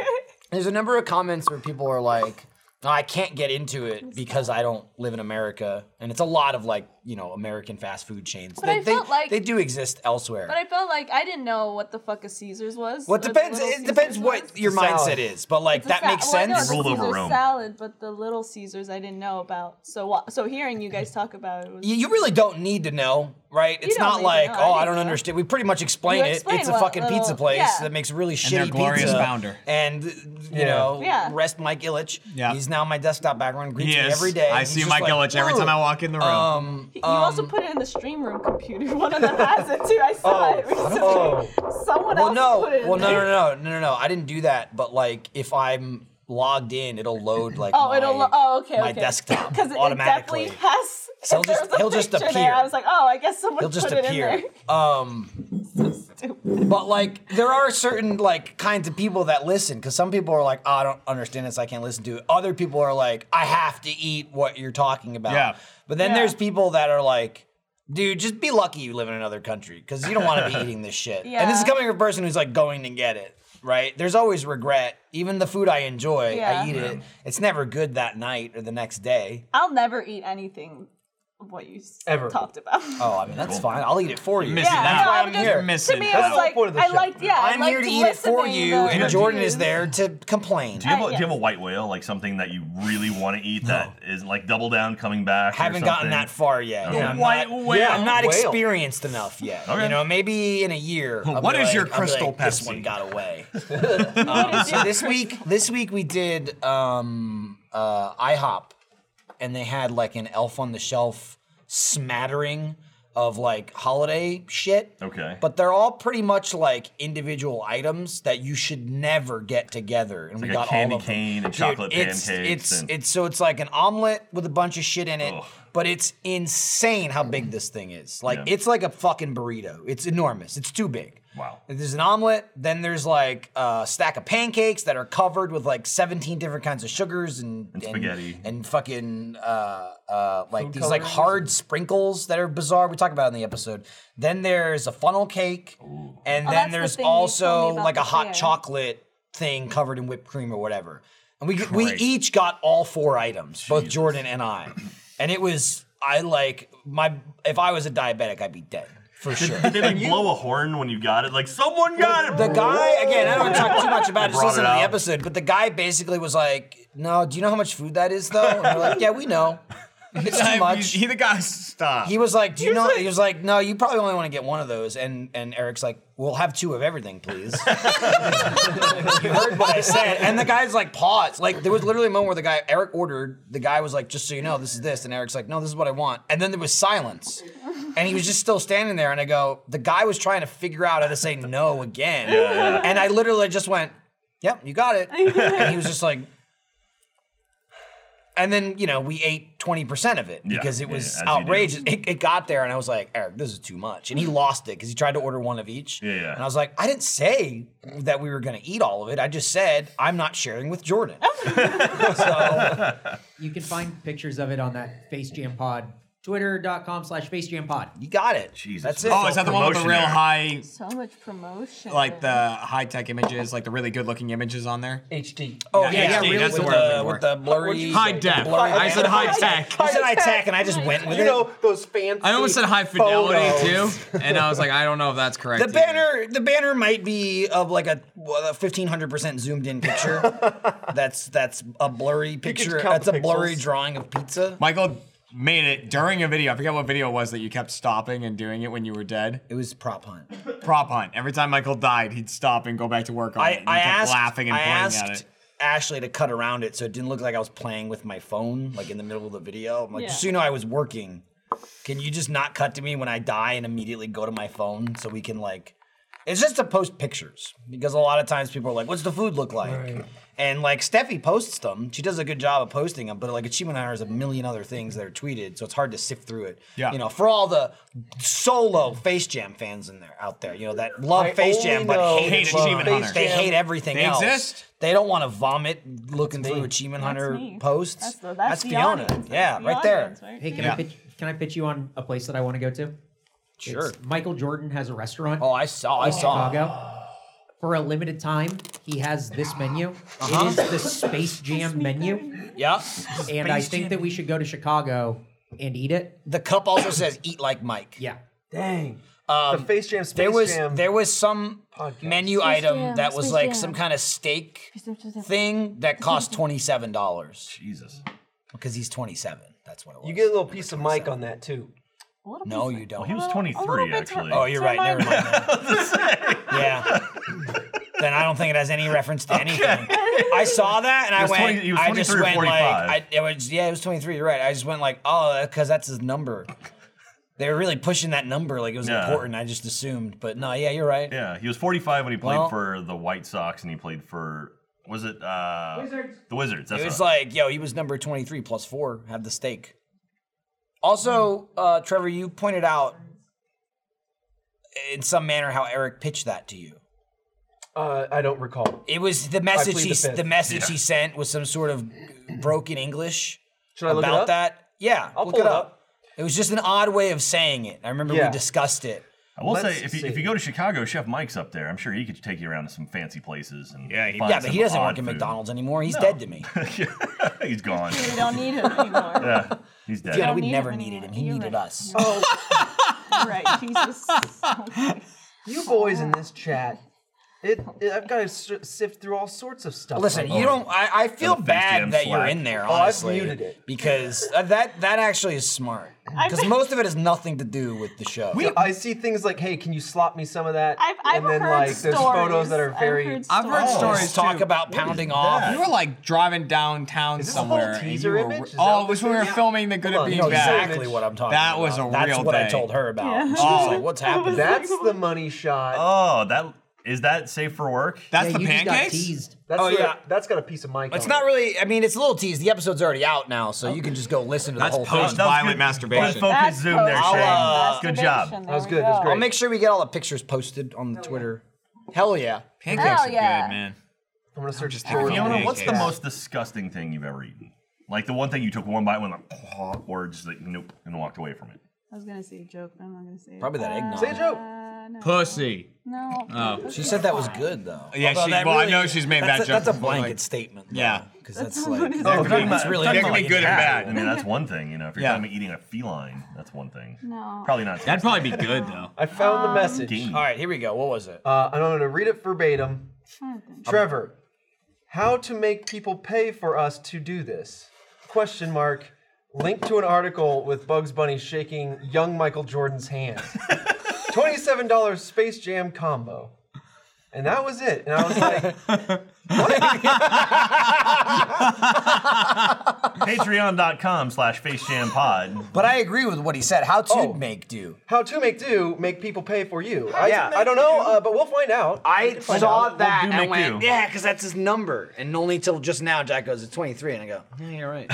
There's a number of comments where people are like, "No, "I can't get into it because I don't live in America," and it's a lot of like, you know, American fast food chains. But they, I felt they, like- they do exist elsewhere. But I felt like I didn't know what the fuck a Caesar's was. well, it or the depends. Little It depends Caesars was. what your It's a mindset salad. is, but like It's a that sa- makes well, I know sense. the Ruled over Caesar Rome. salad, but the Little Caesars I didn't know about. So wha- so hearing you guys talk about it was you, you really don't need to know, right? It's don't not need to like, know. I oh, I didn't don't know. understand. We pretty much explain, You it. explain It's a what fucking little- pizza place yeah. that makes really shitty their glorious pizza. founder. And you Yeah. know, Yeah. rest Mike Illich. Yeah. He's now my desktop background. Greets me every day. I He's see just Mike like, Illich every time I walk in the room. You also um, put it in the stream room computer. One of them has it too. I saw it recently. Oh. Someone Well, else no, put it in well, no, there. no, no, no, no, no. I didn't do that. But like, if I'm logged in, it'll load like Oh, my, it'll. Lo- oh, okay. my okay. desktop because it, it automatically. definitely has. So he'll there just- was a he'll just picture appear. There. I was like, oh, I guess someone He'll just put appear. it in Um, there. Stupid. But like, there are certain like kinds of people that listen because some people are like, "Oh, I don't understand this. I can't listen to it. Other people are like, I have to eat what you're talking about. Yeah. But then Yeah. there's people that are like, dude, just be lucky you live in another country because you don't want to be eating this shit. And this is Yeah. coming from a person who's like going to get it. Right? There's always regret. Even the food I enjoy, Yeah. I eat it. It's never good that night or the next day. I'll never eat anything of what you s- Ever. talked about. Oh, I mean, that's fine. I'll eat it for you. Miss Yeah, it now. That's why no, I'm just- here. Missing To me, I out. That's was the like, whole point of the I show. liked, yeah, I I'm here liked to eat it for listening, you, though. and Yeah. Jordan is there to complain. Do you, have a, Uh, do you have yes. a white whale, like something that you really want to eat that is like double down, coming back? or haven't gotten something? that far yet. Okay. And I'm White not, whale. yeah, I'm not Whale. experienced enough yet. Okay. You know, maybe in a year. I'll be What is like- your I'll be crystal like, This Pepsi?" one got away. Um, so this week, this week we did um, uh, IHOP, and they had like an Elf on the Shelf smattering of like holiday shit. Okay. But they're all pretty much like individual items that you should never get together. And we like a got candy all of them. cane and Dude, chocolate it's, pancakes It's and- it's so it's like an omelet with a bunch of shit in it. Ugh. But it's insane how big this thing is. Like Yeah. it's like a fucking burrito. It's enormous. It's too big. Wow. There's an omelet. Then there's like a stack of pancakes that are covered with like 17 different kinds of sugars and, and spaghetti. and, fucking uh, uh, like these like coloring. hard sprinkles that are bizarre. We talked about it in the episode. Then there's a funnel cake, and Oh, then that's the there's thing you told also me about like a the hot fair. chocolate thing covered in whipped cream or whatever. And we we each got all four items, both Jordan and I, and it was I like my. If I was a diabetic, I'd be dead for sure. Did they blow a horn when you got it? Like someone got it. The guy again. I don't talk too much about it. Just Brought listen it to the out. episode. But the guy basically was like, "No, do you know how much food that is, though?" And we're like, "Yeah, we know. It's too much." He, the guy. Stop. He was like, "Do you know?" He was like, "No, you probably only want to get one of those." And and Eric's like, "We'll have two of everything, please." you heard what I said. And the guy's like, "Pause." Like there was literally a moment where the guy Eric ordered. The guy was like, "Just so you know, this is this," and Eric's like, "No, this is what I want." And then there was silence, and he was just still standing there. And I go, "The guy was trying to figure out how to say no again." And I literally just went, "Yep, you got it." and he was just like. And then, you know, we ate 20% of it Yeah, because it yeah, was as you do. outrageous. It, it got there, and I was like, Eric, this is too much. And he lost it because he tried to order one of each. Yeah, yeah. And I was like, I didn't say that we were going to eat all of it. I just said, I'm not sharing with Jordan. Oh. so, You can find pictures of it on that Face Jam Pod, twitter.com slash Face Jam Pod. you got it. Jesus. That's it. Oh, is that the one with the real high, Promotion there. So much promotion. like the high tech images, like the really good looking images on there? HD. Oh, yeah, Yeah, yeah, HD, really, that's the with, word I'm the, looking for. with the blurry. High def. blurry I said background. high tech. You said high tech, and I just went with You it. know those fancy. I almost said high fidelity photos. too, and I was like, I don't know if that's correct. The banner, the banner might be of like a fifteen hundred percent zoomed in picture. that's that's a blurry picture. count That's the a blurry pixels. drawing of pizza. Michael made it during a video. I forget what video it was that you kept stopping and doing it when you were dead. It was prop hunt. Prop hunt. Every time Michael died, he'd stop and go back to work on it. I, and he I kept asked, laughing and I pointing at asked it. Ashley to cut around it so it didn't look like I was playing with my phone, like in the middle of the video. I'm like, Yeah. just so you know, I was working. Can you just not cut to me when I die and immediately go to my phone so we can like? It's just to post pictures because a lot of times people are like, "What's the food look like?" And like Steffi posts them, she does a good job of posting them. But like Achievement Hunter has a million other things that are tweeted, so it's hard to sift through it. Yeah. You know, for all the solo Face Jam fans in there out there, you know that love I Face only Jam but know hate, Hate Achievement Achievement Hunter. Hunter. They hate everything They else. exist. They don't want to vomit looking through Achievement Hunter me. posts. That's, the, that's, the Fiona. audience. That's yeah, the right there. audience, right? Hey, can, Yeah. I pitch, can I pitch you on a place that I want to go to? Sure. It's- Michael Jordan has a restaurant. Oh, I saw. I in saw. Chicago. For a limited time, he has this menu. Uh-huh. It is the Space Jam menu, Yeah. and I think that we should go to Chicago and eat it. The cup also says "Eat like Mike." Yeah. Dang. Um, the Face Jam Space There was Jam. there was some podcast. menu Space item Jam, that was Space like Jam. some kind of steak Space Jam. thing that cost twenty seven dollars Jesus. because he's twenty seven. That's what it was. You get a little piece of mic on that too. A little No, piece- you don't. He was a little 23 bit to- actually. Oh, you're to remind right. Never mind. yeah. Then I don't think it has any reference to anything. I saw that and I was went. 20 he was I just 23 or went 45. like, I, it was, yeah, it was 23. You're right. I just went like, oh, because that's his number. They were really pushing that number like it was Yeah. important. I just assumed, but no, yeah, you're right. Yeah, he was 45 when he played Well- for the White Sox, and he played for was it uh, Wizards? The Wizards. That's It was what- like, yo, he was number 23 plus four. Have the steak. Also, uh, Trevor, you pointed out in some manner how Eric pitched that to you. Uh, I don't recall. It was the message plead he the the, fifth. message he sent was some sort of broken English Should I look about it up? that. Yeah, I'll look pull it it up. up. It was just an odd way of saying it. I remember Yeah. we discussed it. I will say let's if you, see. if you go to Chicago, Chef Mike's up there. I'm sure he could take you around to some fancy places and yeah, he, yeah, but he doesn't work at McDonald's anymore. He's dead to me. he's gone. We don't need him anymore. yeah, he's dead. Yeah, don't we need never him needed him. anymore. He You're needed right. us. Oh, You're right. Jesus. You boys in this chat. It, it- I've got to sift through all sorts of stuff. Listen, you don't. I, I feel the face bad jam that you're slack. in there. Oh, I've Honestly, muted it. because uh, that that actually is smart. Because I've- most of it has nothing to do with the show. We, oh, I see things like, hey, can you slop me some of that? I've, I've and then heard like stories. there's photos that are I've very. heard I've heard stories. stories Let's talk too. about pounding off. You were like driving downtown Is this a whole somewhere. and teaser you were, image? Is that Oh, it what was this when we were is? Yeah. filming the Good Hold at on, Being You know Bad. exactly what I'm talking That about. was a That's real what I thing. told her about. Yeah. She was Oh. like, what's happening? That's the money shot. Oh, that is that safe for work? That's Yeah, the you just got pancakes. teased. That's Oh, what- yeah. That's got a piece of mic. It's on not it. really. I mean, it's a little teased. The episode's already out now, so you can just go listen to the That's whole post- thing. That was Violent good- good masturbation. Focus That's zoom there, post- Shane. I'll, good Masturbation. job. There was we good, it was go. great. I'll make sure we get all the pictures posted on Oh, the Twitter. Hell yeah! Pancakes Hell are yeah. good, man. I'm gonna search just Jordan. thinking Fiona, Pancakes. what's the most disgusting thing you've ever eaten? Like the one thing you took one bite, went like, or just like nope, and walked away from it. I was gonna say a joke, but I'm not gonna say it. Probably that eggnog. Say a joke. Uh, no. Pussy. No. Oh. pussy She is said that was fine. good though. Yeah, Although she- that well, I know she's made that's that a, joke That's a before, like- blanket statement. though, Yeah. because That's that's, not like what it oh, is. it's really not It's that can be like good an and animal. bad. I mean, that's one thing. You know, if you're Yeah. talking about eating a feline, that's one thing. No. Probably not. That'd probably be good though. I found Um, the message. game. All right, here we go. What was it? Uh, and I'm going to read it verbatim. Trevor, how to make people pay for us to do this? Question mark. Link to an article with Bugs Bunny shaking young Michael Jordan's hand. $27 Space Jam combo. And that was it. And I was like, Patreon.com slash FaceJamPod. But I agree with what he said. How to Oh. make do? how to make do, make people pay for you. I, Yeah. I don't know, uh, but we'll find out. I saw that do and make went, do. yeah, because that's his number. And only till just now, Jack goes, it's 23. And I go, yeah, you're right.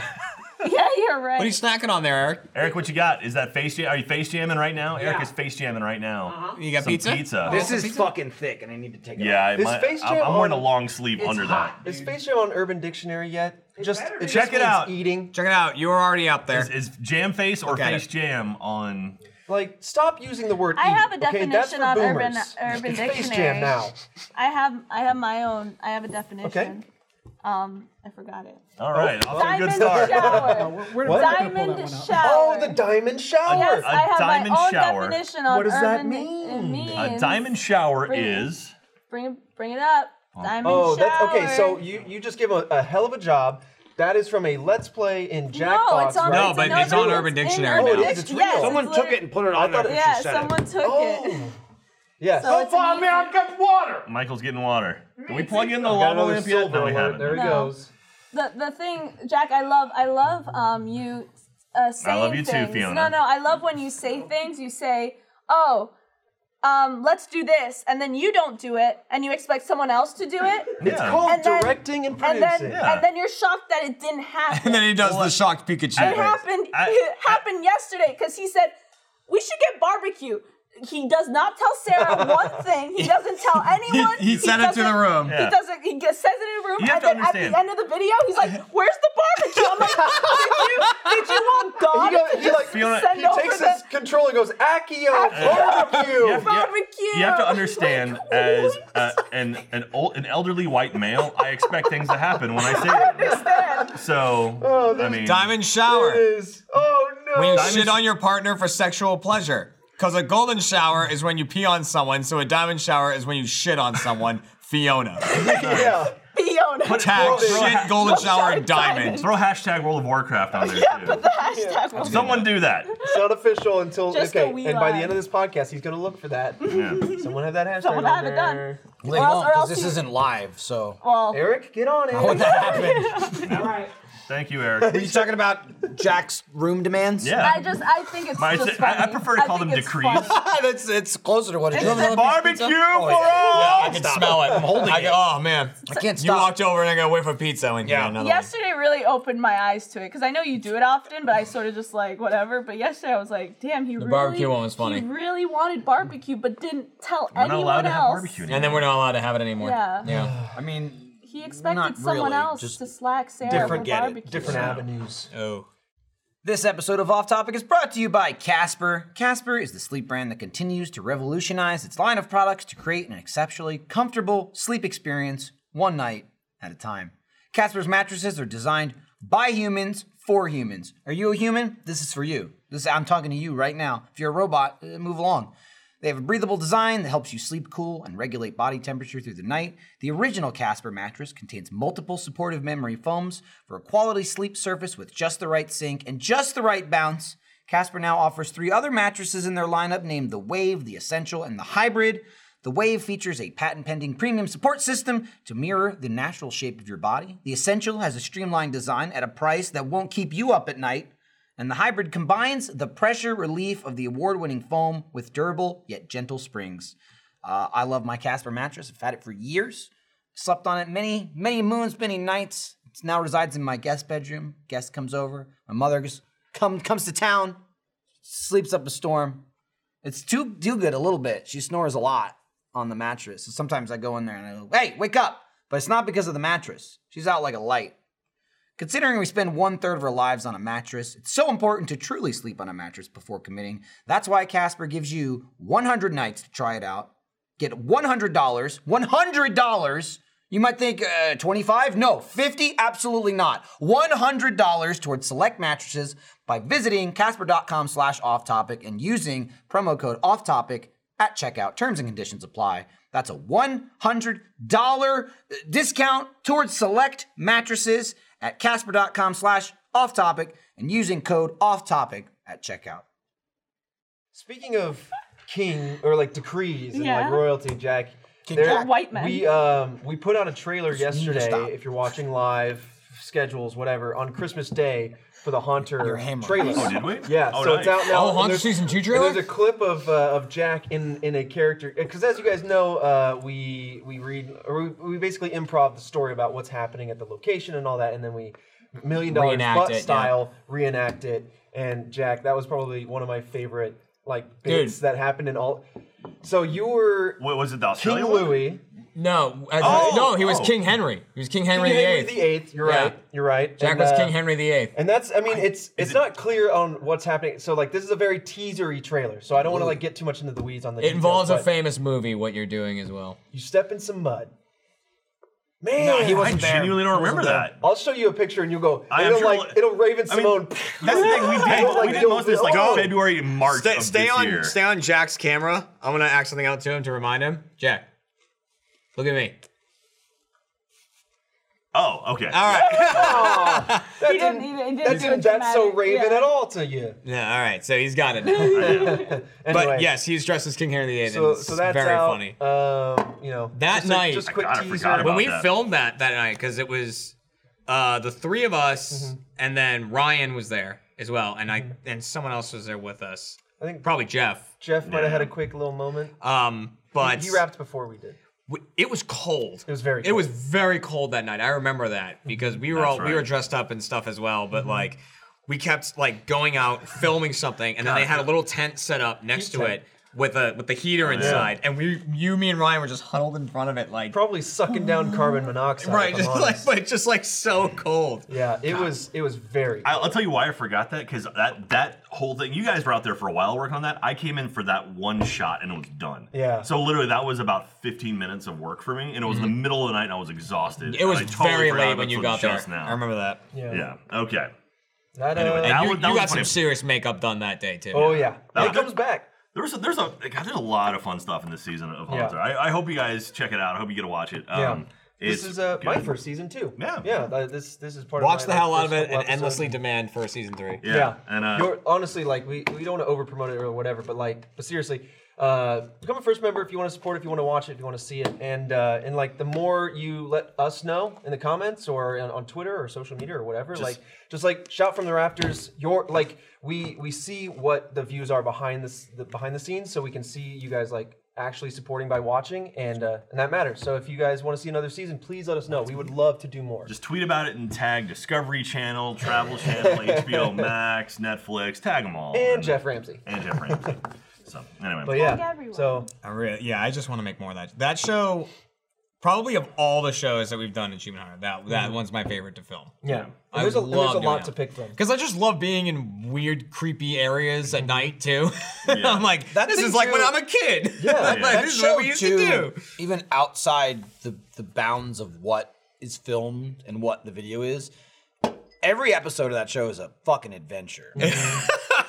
Yeah, you're right. What are you snacking on there, Eric? Eric, what you got? Is that face jam? Are you face jamming right now? Eric is face jamming right now. You got Some pizza? Pizza. Oh. this is fucking thick and I need to take it yeah, I Is might- Face I'm- Jam I'm wearing a on- long sleeve It's under hot. that. Is Space Jam on Urban Dictionary yet? Just it Check just it means out. Eating. Check it out. You were already up there. Is, is jam face or Look at face it. jam on? Like, stop using the word. I eat, have a okay? That's definition for on Urban- boomers. Urban It's Space Dictionary. Jam now. I have I have my own. I have a definition. Um, I forgot it. All right, off to a good Diamond start. shower. Oh, We're Oh, What? not gonna pull Diamond that one up. shower. Oh, the diamond shower. Yes, A I have diamond my own shower. definition on What does that urban- it mean? A means- diamond shower Bring it. is. Bring it- bring it up. Diamond Oh, shower. that's okay. So you you just give a, a hell of a job. That is from a Let's Play in Jackbox. no, it's on. right? No, but it's no, on Urban in Dictionary Urban now. Oh, it is, it's Dic- real. yes, Someone it's took lit- it and put it on thought there. it- and she Yeah, said it. someone took it. Oh, yes. So it's an easy- got water. Michael's getting water. Did we plug in the Got lava another lamp yet? silver No, we alert. There haven't. he No. goes. the the thing, Jack. I love I love um you uh, saying love you too, things. Fiona. No, no, I love when you say things. You say, oh. Um, let's do this, and then you don't do it, and you expect someone else to do it, It's Yeah. called And then- directing and and then producing. Yeah. and then you're shocked that it didn't happen. and then he does the shocked Pikachu. it face. happened I- it happened yesterday because he said we should get barbecue. He does not tell Sarah one thing. He doesn't tell anyone. he said it to doesn't- the room. He Yeah. doesn't. He gets, says it in a room, You have and to then at understand. the end of the video, he's like, "Where's the barbecue?" I'm like, "Oh, "Did you, did you want God He go- to he just like- Fiona- send he over takes the his control and goes Accio barbecue. You have- you have- Barbecue. You have to understand, Like, as what? uh, an an old, an elderly white male, I expect things to happen when I say it. understand?" Oh, So, I mean, Diamond There it shower. is. Oh no. When you Diamond- shit on your partner for sexual pleasure. Because a golden shower is when you pee on someone, so a diamond shower is when you shit on someone. Fiona. yeah. Fiona. Tag Bro, bro, shit, golden shower, and diamond. diamond. throw hashtag World of Warcraft on there too. But the hashtag was Someone do that. It's not official until Just okay. a wee And by the lie. end of this podcast, he's gonna look for that. Yeah. Someone have that hashtag. Someone on have it done. there. They Or else- won't or because else this you- Oh. isn't live. So well. Eric, get on it. when that happened, Thank you, Eric. Are you talking about Jack's room demands? Yeah. I just I think it's My- just I- I funny. prefer to call think them it's decrees. funny. That's it's closer to what it It's is. the- Barbecue for Oh, all. I can smell it. I'm holding it. Oh man. I can't You stop. walked over and I got a whiff of pizza and yeah. another Yesterday really opened my eyes to it because I know you do it often, but I sort of just like whatever. But yesterday I was like, damn, he the really barbecue one was funny. He really wanted barbecue, but didn't tell We're not anyone allowed to have else. barbecue And anymore. then we're not allowed to have it anymore. Yeah. Yeah. I mean, He expected Not someone really, else just to slack Sarah different- for get it, barbecue. Different avenues. Oh. This episode of Off Topic is brought to you by Casper. Casper is the sleep brand that continues to revolutionize its line of products to create an exceptionally comfortable sleep experience one night at a time. Casper's mattresses are designed by humans for humans. Are you a human? This is for you. This I'm talking to you right now. If you're a robot, uh, move along. They have a breathable design that helps you sleep cool and regulate body temperature through the night. The original Casper mattress contains multiple supportive memory foams for a quality sleep surface with just the right sink and just the right bounce. Casper now offers three other mattresses in their lineup named the Wave, the Essential, and the Hybrid. The Wave features a patent pending premium support system to mirror the natural shape of your body. The Essential has a streamlined design at a price that won't keep you up at night. And the hybrid combines the pressure relief of the award winning foam with durable yet gentle springs. Uh, I love my Casper mattress. I've had it for years. Slept on it many, many moons, many nights. It now resides in my guest bedroom. Guest comes over. My mother goes, come, comes to town, sleeps up a storm. It's too, too good a little bit. She snores a lot on the mattress. So sometimes I go in there and I go, hey, wake up. But it's not because of the mattress. She's out like a light. Considering we spend one third of our lives on a mattress, it's so important to truly sleep on a mattress before committing. That's why Casper gives you 100 nights to try it out. Get $100, $100. You might think uh, 25? No, 50? Absolutely not. $100 towards select mattresses by visiting casper.com slash off topic and using promo code off topic at checkout. Terms and conditions apply. That's a $100 discount towards select mattresses at casper.com slash off topic and using code off topic at checkout. Speaking of king or like decrees and Yeah. like royalty, Jack. King there- Jack. White men. We um we put out a trailer need to stop. yesterday. If you're watching live schedules, whatever, on Christmas Day for the Haunter Your hammer. trailer. Oh, did we? Yeah, Oh, so nice. it's out now. Oh, and Haunted there's- Season 2 and trailer? There's a clip of uh, of Jack in in a character because, as you guys know, uh, we we read or we, we basically improv the story about what's happening at the location and all that, and then we million dollar Reenact butt it, yeah. style reenact it. And Jack, that was probably one of my favorite like bits that happened in all. So you were What was it? The King Australian one? Louis, No, as- Oh, no, he was oh. King Henry. He was King Henry King Henry VIII. the Eighth. You're Yeah. right. You're right. Jack and, was uh, King Henry VIII. And that's, I mean, it's it's it- not clear on what's happening. So like, this is a very teasery trailer. So I don't want to like get too much into the weeds on the. It involves a details, but famous movie. What you're doing as well. You step in some mud. Man, No, he I wasn't there. genuinely don't remember that. I'll show you a picture and you'll go. I am it'll sure like we'll- it'll Raven I mean, Simone. That's the thing. We It'll, did, we did go- most of this like oh. February, March Stay, of stay this on, year. stay on Jack's camera. I'm gonna act something out to him to remind him. Jack, look at me. Oh, okay. All right. That He didn't didn't- even- he didn't that do didn't- it that's so dramatic, Raven yeah. at all to you. yeah. All right. So he's got it. Now. Yeah. Anyway, But yes, he's dressed as King Henry VIII. and so it's so that's very out, funny. Um, you know, That just a- night- just I a quick kinda teaser. forgot about when we that. filmed that that night because it was uh, the three of us and then Ryan was there as well and I and someone else was there with us I think probably Jeff Jeff might Yeah. have had a quick little moment. um but he wrapped before we did. w- it was cold It was very it was cold. very cold that night I remember that because we were That's all we were right. dressed up and stuff as well Mm-hmm. but like we kept like going out filming something and then they had a little tent set up next to tent. it with a with the heater inside and we you me and Ryan were just huddled in front of it like Probably sucking down carbon monoxide. right if I'm just like honest. but just like so cold Yeah, it was it was very. I- I'll tell you why I forgot that because that that whole thing. You guys were out there for a while working on that. I came in for that one shot and it was done. Yeah. So literally that was about 15 minutes of work for me, and it was the middle of the night and I was exhausted. Mm-hmm. It was and I totally very forgot late about when you this one got there. just Now. I remember that. Yeah. Okay. That, uh, Anyway, that you was- that you was got some funny. serious makeup done that day too. oh yeah, That- it comes back. There was a, there's a God, there's a lot of fun stuff in this season of Yeah. Haunter. I, I hope you guys check it out. I hope you get to watch it. Yeah. Um, This it's is uh, my good. first season too. Yeah. yeah. th- This this is part Watch of the my, hell like, out of first it couple and endlessly episodes. demand for season three. Yeah. And uh, You're- honestly, like we, we don't want to over promote it or whatever, but like, but seriously, uh, become a first member if you want to support, it, if you want to watch it, if you want to see it, and uh, and like the more you let us know in the comments or on, on Twitter or social media or whatever, like just like shout from the rafters. Your like we we see what the views are behind this the, behind the scenes, so we can see you guys like actually supporting by watching and uh, and that matters so if you guys want to see another season please let us know we would love to do more Just tweet about it and tag Discovery Channel, Travel Channel, HBO Max, Netflix. Tag them all. and jeff ramsey And Jeff Ramsey. so anyway, but yeah so I really, yeah, I just want to make more of that. That show, probably of all the shows that we've done in Achievement Hunter, that that one's my favorite to film. yeah I And there's a, love and there's a doing lot that. to pick from Because I just love being in weird, creepy areas at night too. I'm like, That this thing, is like when too- I'm a kid. Yeah. Like, That this is what we used to do. even outside the the bounds of what is filmed and what the video is, every episode of that show is a fucking adventure.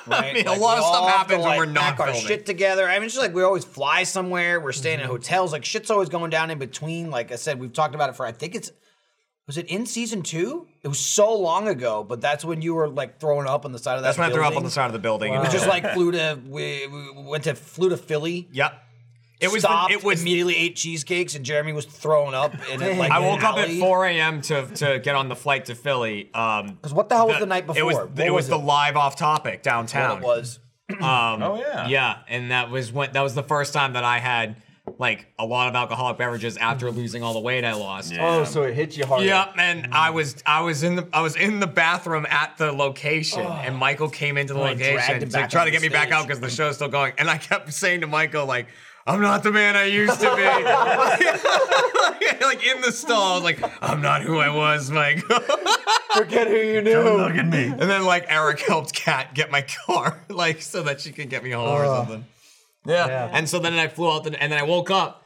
I mean, Like, a lot we of all stuff have to, happens when like, we're not pack our filming. Mm-hmm. shit together. I mean, it's just like we always fly somewhere. We're staying in hotels. Like shit's always going down in between. Like I said, we've talked about it for I think it's was it in season two? It was so long ago, but that's when you were like throwing up on the side of that. That's when I threw up on building. the side of the building. We just like flew to we, we went to flew to Philly. Yep. It was. stopped, it was. immediately ate cheesecakes and Jeremy was thrown up in it, like I woke up at alley. 4 a.m. to to get on the flight to Philly. Um, 'Cause what the hell was the night It was, before? What it was was, the it? live off topic downtown. It was Um, Oh, yeah. Yeah, and that was when that was the first time that I had like a lot of alcoholic beverages after losing all the weight I lost. Yeah. Oh, so it hit you hard. Yep, and I was I was in the I was in the bathroom at the location, and Michael came into the Oh. Like, dragged location him to back try on the to get me back stage. out because the show's still going. And I kept saying to Michael like, I'm not the man I used to be. like in the stall, I was like, I'm not who I was, Mike. Forget who you knew. Don't look at me. And then like Eric helped Kat get my car, like so that she could get me home or Oh. something. Yeah. Yeah. And so then I flew out, the, and then I woke up,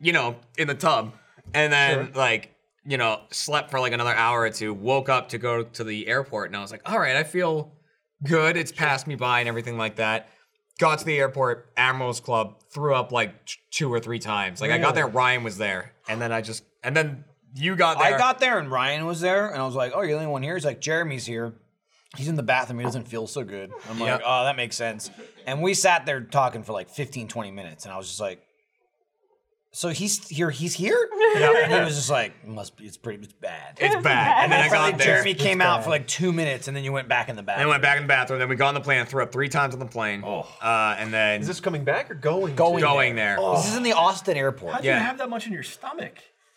you know, in the tub, and then like you know slept for like another hour or two. Woke up to go to the airport, and I was like, all right, I feel good. It's passed me by and everything like that. Got to the airport, Admirals Club, threw up like t- two or three times. Like I got there, Ryan was there, and then I just and then you got there. I got there and Ryan was there, and I was like, "Oh, you're the only one here." He's like, "Jeremy's here. He's in the bathroom. He doesn't feel so good." I'm like, Yeah. "Oh, that makes sense." And we sat there talking for like 15, 20 minutes, and I was just like, "So he's here. He's here." And he was just like, "Must be. It's pretty. It's bad." it's bad. And then I Finally, got there. Jeremy came out for like two minutes, and then you went back in the And bathroom. I went back in the bathroom. Then we got on the plane. threw up three times on the plane. Oh. Uh, and then Is this coming back or going? Going, Oh. going there. This is in the Austin airport. How do Yeah. you have that much in your stomach?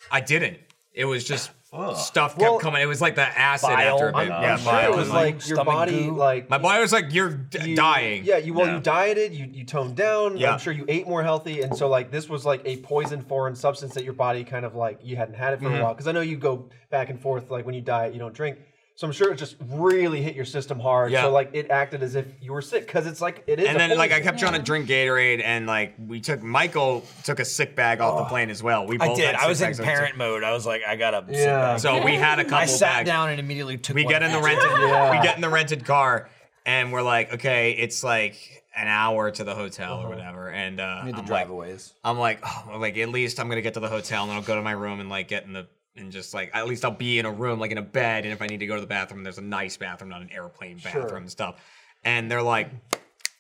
I didn't. It was just Ugh. stuff kept Well, coming. It was like the acid after a bile. bit. I'm yeah, I'm sure it bile. was and, like, like, your stomach body goo. like My body was like, "You're d- you- dying." Yeah, you well, Yeah. you dieted, you you toned down. Yeah. I'm sure you ate more healthy, and so like this was like a poison foreign substance that your body kind of like you hadn't had it for Mm-hmm. a while. Because I know you go back and forth like when you diet, you don't drink. So I'm sure it just really hit your system hard. Yeah. So like it acted as if you were sick because it's like it is. And a then like I poison. kept trying to drink Gatorade, and like we took Michael took a sick bag off the plane as well. We both I did. had I was sick in bags. parent mode. I was like, "I gotta." sit Yeah. back. So we had a couple. I sat bags. down and immediately took. We one get in the back. rented. Yeah. We get in the rented car, and we're like, okay, it's like an hour to the hotel Uh-huh. or whatever. And uh, We had I'm the like, driveaways. I'm like, oh, well, like at least I'm gonna get to the hotel and then I'll go to my room and like get in the and just like at least I'll be in a room like in a bed and if I need to go to the bathroom, there's a nice bathroom, not an airplane bathroom and stuff. And they're like,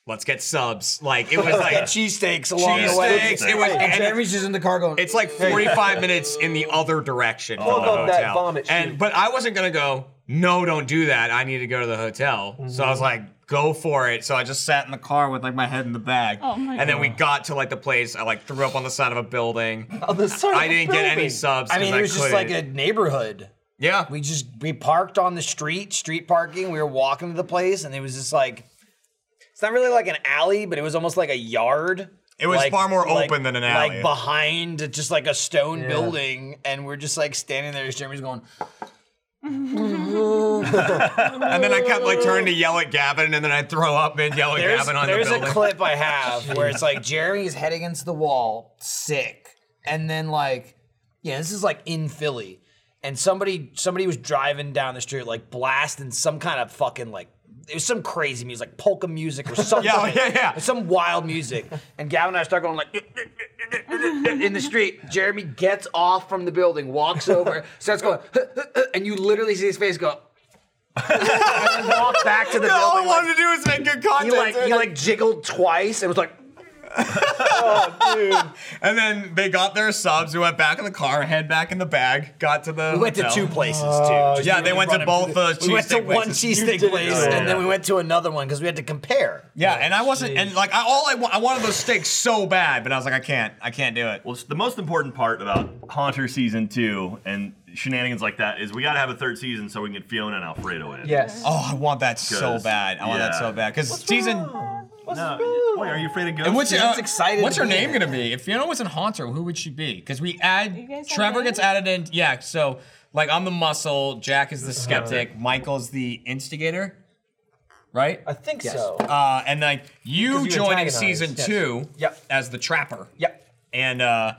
let's get subs. Like it was like cheesesteaks along the way. cheesesteaks. It was And and it- Jeremy's just in the car going. it's like 45 minutes in the other direction from Pulled the up that hotel. vomit and chute. but I wasn't gonna go. No, don't do that. I need to go to the hotel. So Mm-hmm. I was like, go for it. So I just sat in the car with like my head in the bag. Oh my and then we got to like the place. I like threw up on the side of a building. On the side of I the didn't get any building. subs. I 'cause mean, it was just like a couldn't. neighborhood. yeah. We just we parked on the street, street parking. We were walking to the place, and it was just like it's not really like an alley, but it was almost like a yard. It was Like- far more like- open than an alley. Like behind just like a stone building, and we're just like standing there. as Jeremy's going, and then I kept like turning to yell at Gavin, and then I'd throw up and yell at There's, Gavin on there's the a building. clip I have where it's like Jeremy's head against the wall, sick, and then like, yeah, this is like in Philly, and somebody somebody was driving down the street like blasting some kind of fucking like. It was some crazy music, like polka music or something. Yeah, yeah, yeah. Some wild music. And Gavin and I start going like, in the street. Jeremy gets off from the building, walks over, starts going, and you literally see his face go. and then walk back to the all I building. like- wanted to do was make good he content. like he like jiggled twice and was like, and then they got their subs. We went back in the car, head back in the bag, got to the. we went to hotel. two places too. Just Yeah, we they went to brought him both those We went to cheesesteak one Oh, places. cheesesteak place, and then we went to another one because we had to compare. Yeah, and I wasn't, and like I all I, wa- I wanted those steaks so bad, but I was like, I can't, I can't do it. Well, s- the most important part about Haunter season two and shenanigans like that is we got to have a third season so we can get Fiona and Alfredo in. it. Yes. Oh, I want that so 'Cause, bad. I want that yeah. so bad because season. No, wait, are you afraid of ghosts? And what's, uh, That's excited what's to her be name in it. gonna be? If Fiona wasn't Haunter, who would she be? Because we You add guys have Trevor names? gets added in. Yeah, so like I'm the muscle, Jack is the Uh-huh. skeptic, Michael's the instigator, right? I think so. Uh, and like you Because you joining antagonize, season yes. two Yep. as the trapper. Yep. And uh,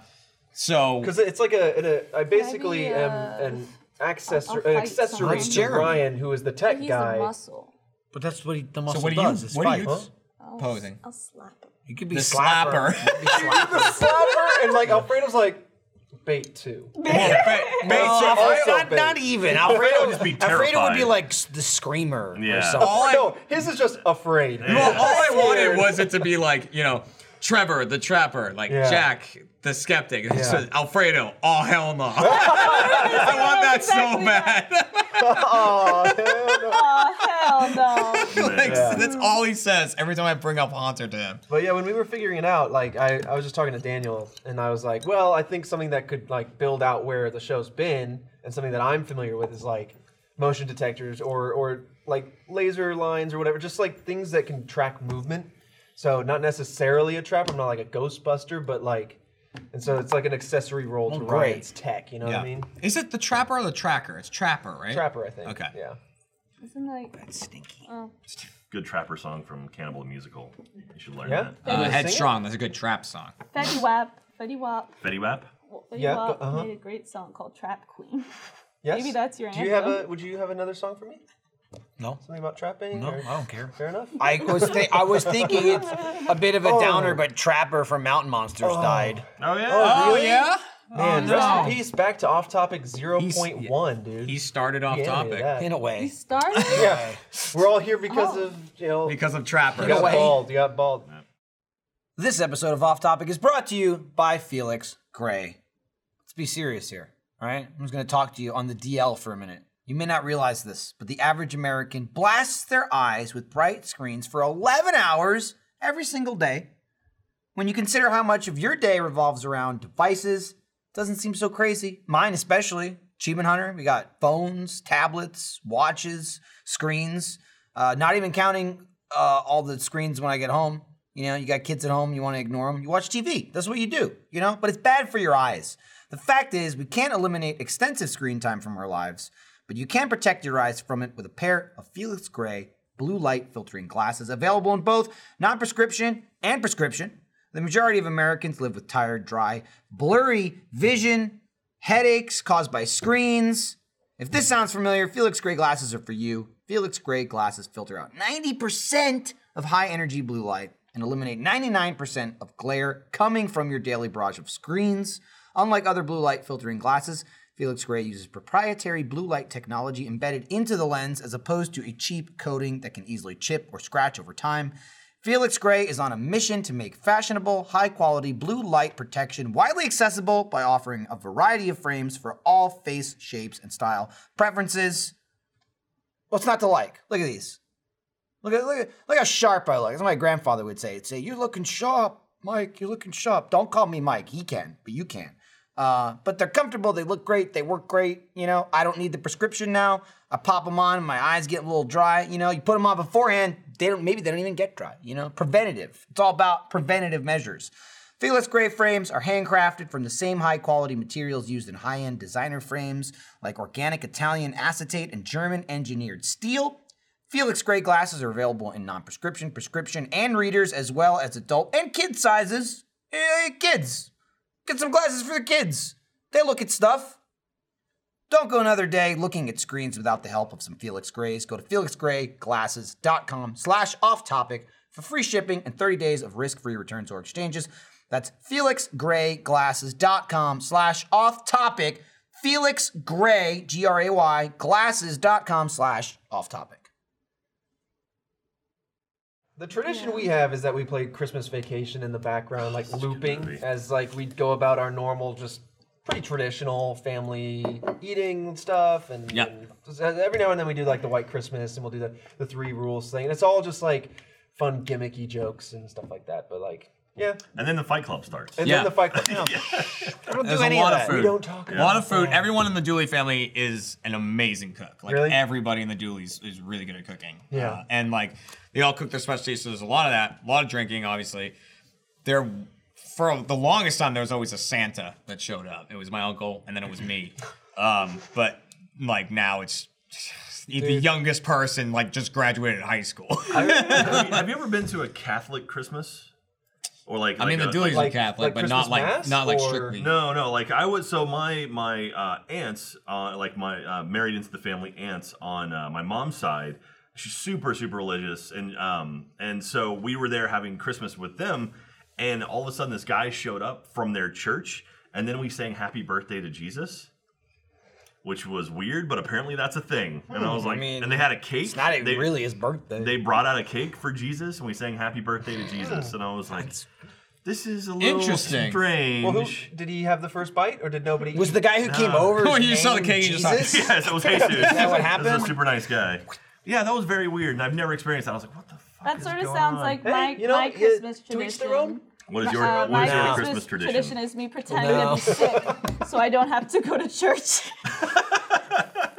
so Because it's like a, an- a I basically Maybe, am uh, an accessor, I'll an fight accessory someone. It's to Jeremy. Ryan, who is the tech He's guy. a muscle. But that's what he, the So muscle what do you does. is what do you fight. I'll, Posing. I'll slap him. You could be The slapper. slapper. You could be slapper. Slapper, and like Alfredo's like bait too. Well, ba- No, basically- Alfredo- also Oh, not, not bait. even. Alfredo would just be Alfredo would be terrified. like s- the screamer Yeah. or something. All I- no, his is just afraid. Well, all I wanted Scared. was it to be like, you know, Trevor the trapper, like Yeah. Jack the skeptic, and so Yeah. Alfredo, oh hell no. I want that so Exactly bad. Oh, hell no. Like, That's all he says every time I bring up Haunter to him. But yeah, when we were figuring it out, like I, I was just talking to Daniel, and I was like, well, I think something that could like build out where the show's been, and something that I'm familiar with is like motion detectors or or like laser lines or whatever, just like things that can track movement. So not necessarily a trap. I'm not like a Ghostbuster, but like, and so it's like an accessory role to great. Ryan's tech. You know what I mean? Is it the trapper or the tracker? It's trapper, right? Trapper, I think. Okay. Yeah. Isn't like stinky. Uh, Oh. Good trapper song from Cannibal the Musical. You should learn Yeah? that. Uh, gonna sing it? Headstrong. That's a good trap song. Fetty Wap. Fetty Wap. Fetty Wap. Fetty Yeah, Wap uh-huh. made a great song called Trap Queen. Yes. Maybe that's your Do you have anthem. a? Would you have another song for me? No. Something about trapping? No, or- I don't care. Fair enough. I was thi- I was thinking it's a bit of a downer, but Trapper from Mountain Monsters died. Oh yeah. Oh, really? yeah? Man, oh, rest no. in peace. Back to off topic 0.1, dude. He started off Yeah, topic that. In a way. Started? Yeah. We're all here because Oh. of you know. because of you Trapper. got way. bald. You got bald. This episode of Off Topic is brought to you by Felix Gray. Let's be serious here, all right? I'm just going to talk to you on the DL for a minute. You may not realize this, but the average American blasts their eyes with bright screens for 11 hours every single day. When you consider how much of your day revolves around devices, doesn't seem so crazy. Mine especially. Achievement Hunter, we got phones, tablets, watches, screens. Uh, not even counting uh, all the screens when I get home. You know, you got kids at home, you want to ignore them. You watch TV. That's what you do, you know? But it's bad for your eyes. The fact is, we can't eliminate extensive screen time from our lives, but you can protect your eyes from it with a pair of Felix Gray blue light filtering glasses available in both non prescription and prescription. The majority of Americans live with tired, dry, blurry vision, headaches caused by screens. If this sounds familiar, Felix Gray glasses are for you. Felix Gray glasses filter out 90% of high energy blue light and eliminate 99% of glare coming from your daily barrage of screens. Unlike other blue light filtering glasses, Felix Gray uses proprietary blue light technology embedded into the lens as opposed to a cheap coating that can easily chip or scratch over time. Felix Gray is on a mission to make fashionable, high quality blue light protection widely accessible by offering a variety of frames for all face shapes and style preferences. What's not to like? Look at these. Look at, look at look how sharp I look. That's what my grandfather would say. He'd say, You're looking sharp, Mike. You're looking sharp. Don't call me Mike. He can, but you can. Uh, but they're comfortable. They look great. They work great. You know, I don't need the prescription now. I pop them on. My eyes get a little dry. You know, you put them on beforehand. They don't. Maybe they don't even get dry. You know, preventative. It's all about preventative measures. Felix Gray frames are handcrafted from the same high quality materials used in high end designer frames like organic Italian acetate and German engineered steel. Felix Gray glasses are available in non prescription, prescription, and readers, as well as adult and kid sizes. Eh, kids, get some glasses for the kids. They look at stuff. Don't go another day looking at screens without the help of some Felix Grays. Go to felixgrayglasses.com slash off topic for free shipping and 30 days of risk-free returns or exchanges. That's felixgrayglasses.com slash off topic. Felix Gray, G-R-A-Y, glasses.com slash off topic. The tradition we have is that we play Christmas Vacation in the background, like looping, movie. as like we'd go about our normal, just pretty traditional family eating stuff, and, Yeah. and just- uh, every now and then we do like the White Christmas, and we'll do the the three rules thing, and it's all just like fun gimmicky jokes and stuff like that. But like, yeah, And then the Fight Club starts. and Yeah. then the fight. Club. I don't There's do a any lot of of that. food. We don't talk A lot about of food. Everyone in the Dooley family is an amazing cook. Like Really? everybody in the Dooleys is really good at cooking. Uh, Yeah. and like they all cook their specialties, so there's a lot of that, a lot of drinking, obviously. There for the longest time there was always a Santa that showed up. It was my uncle and then it was me. Um, but like now it's the youngest person like just graduated high school. have, you, have you ever been to a Catholic Christmas? Or like, I mean, the like a- Dooleys like- are Catholic, like but not Christmas like Mass, not like or- strictly. No, no. Like I would. So my my uh, aunts, uh, like my uh, married into the family aunts on uh, my mom's side. She's super super religious, and um and so we were there having Christmas with them, and all of a sudden this guy showed up from their church, and then we sang Happy Birthday to Jesus. Which was weird, but apparently that's a thing. And I was like, mean, and they had a cake. It's not they, even really his birthday. They brought out a cake for Jesus, and we sang Happy Birthday to Jesus. And I was like, this is a little Interesting. strange. Well, who did he have the first bite, or did nobody? was eat? the guy who came Nah. over? When his you saw the name king, you just like, Jesus? Yes, it was Jesus. Is that what This is happened? a super nice guy. Yeah, that was very weird, and I've never experienced that. I was like, what the fuck? That is sort of going sounds on? like Hey, my, you know, my it- Christmas to each tradition. their own. What is your Uh, what my is your Christmas, Christmas tradition? is me pretending I'm sick, so I don't have to go to church.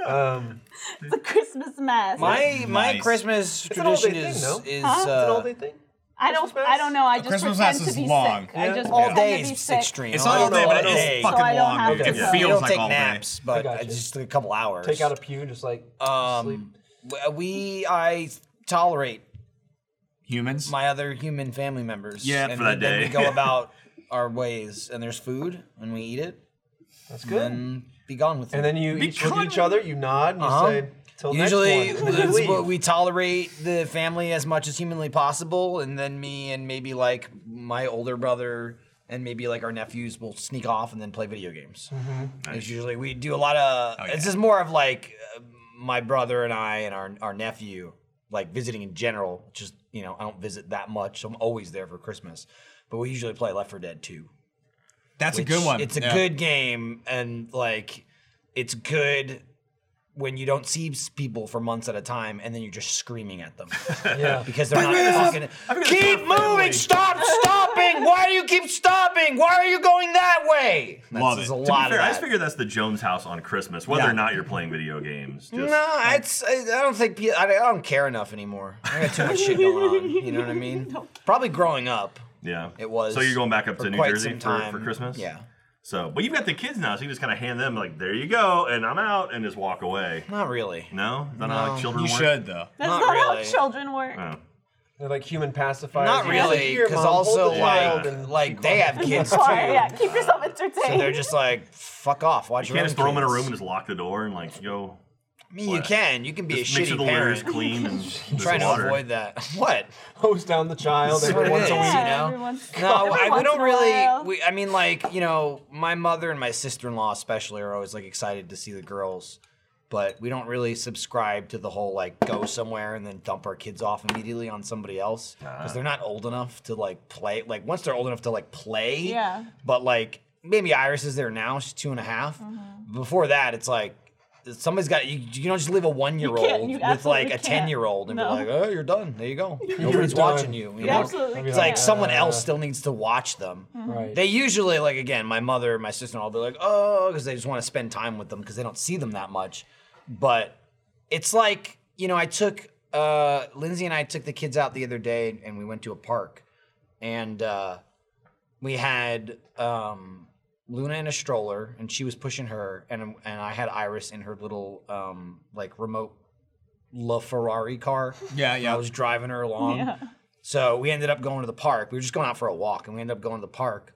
Um, it's a Christmas mass. My my Nice. Christmas an all-day tradition thing, is no? is it's an all uh, day thing. I don't. I don't know. I just Christmas pretend mass to is be long. sick. I just All pretend day to be is sick. extreme. I It's not don't all day, know, but I don't it is know. fucking So I don't long, have dude. to It go. You feels don't like take all naps, day. but I got uh, you. just a couple hours. Take out a pew and just like sleep. Um, w- we I tolerate Humans. my other human family members. Yeah, and for that then day. we go about our ways, and there's food, and we eat it, That's good. and be gone with it. and then you each look at each other. You nod and you Uh-huh. say, "Till Usually, next one." and then you it's leave. what we tolerate the family as much as humanly possible, and then me and maybe like my older brother and maybe like our nephews will sneak off and then play video games. Mm-hmm. It's usually we do a lot of. This is more of like uh, my brother and I and our our nephew like visiting in general. Just you know, I don't visit that much. I'm always there for Christmas, but we usually play Left 4 Dead 2. That's a Which good one. It's a Yeah. good game, and like, it's good when you don't see s- people for months at a time, and then you're just screaming at them yeah. because they're not fucking. Keep moving! Stop stopping! Why do you keep stopping? Why are you going that way? That's Love there's it. a To be To be lot fair, of I that. just figure that's the Jones house on Christmas, whether Yeah. or not you're playing video games. Just, no, it's. I I don't think. pe- I I don't care enough anymore. I got too much shit going on. You know what I mean? Probably growing up, Yeah. it was. So you're going back up for to New quite Jersey some for, for time. Christmas? Yeah. So, but you've got the kids now, so you just kind of hand them, like, there you go, and I'm out, and just walk away. Not really. No? Is that not how No. children You work? should though. That's Not not, really. how children work. Oh. They're like human pacifiers. Not You just like, really, "Here, because Mom, hold also the like child," and like they have kids too. Sorry, yeah, keep yourself entertained. So they're just like, fuck off. Watch You your can't just own throw them in a kids." room and just lock the door and, like, go. I mean, you What? can. You can be Just a make shitty sure the litter is parent. clean and there's Trying water. to avoid that. What? hose down the child This is what every it once a is. week. Yeah. you know? everyone's- No, every I, we once don't in a really. while. We, I mean, like you know, my mother and my sister in law especially are always like excited to see the girls, but we don't really subscribe to the whole like go somewhere and then dump our kids off immediately on somebody else because they're not old enough to like play. Like once they're old enough to like play, Yeah. But like maybe Iris is there now; she's two and a half. Mm-hmm. Before that, it's like. Somebody's got you. You don't just leave a one-year-old you with absolutely like a can't. ten-year-old and No. be like, "Oh, you're done. There you go. Nobody's watching done. you." you You know? absolutely It's It's like can't. someone else still needs to watch them. Right. They usually like again, my mother, and my sister, and I'll be like, oh, because they just want to spend time with them because they don't see them that much. But it's like you know, I took uh, Lindsay and I took the kids out the other day, and we went to a park, and uh, we had um, Luna in a stroller, and she was pushing her, and and I had Iris in her little um, like remote La Ferrari car. Yeah, I yeah. was driving her along. Yeah. So we ended up going to the park. We were just going out for a walk, and we ended up going to the park.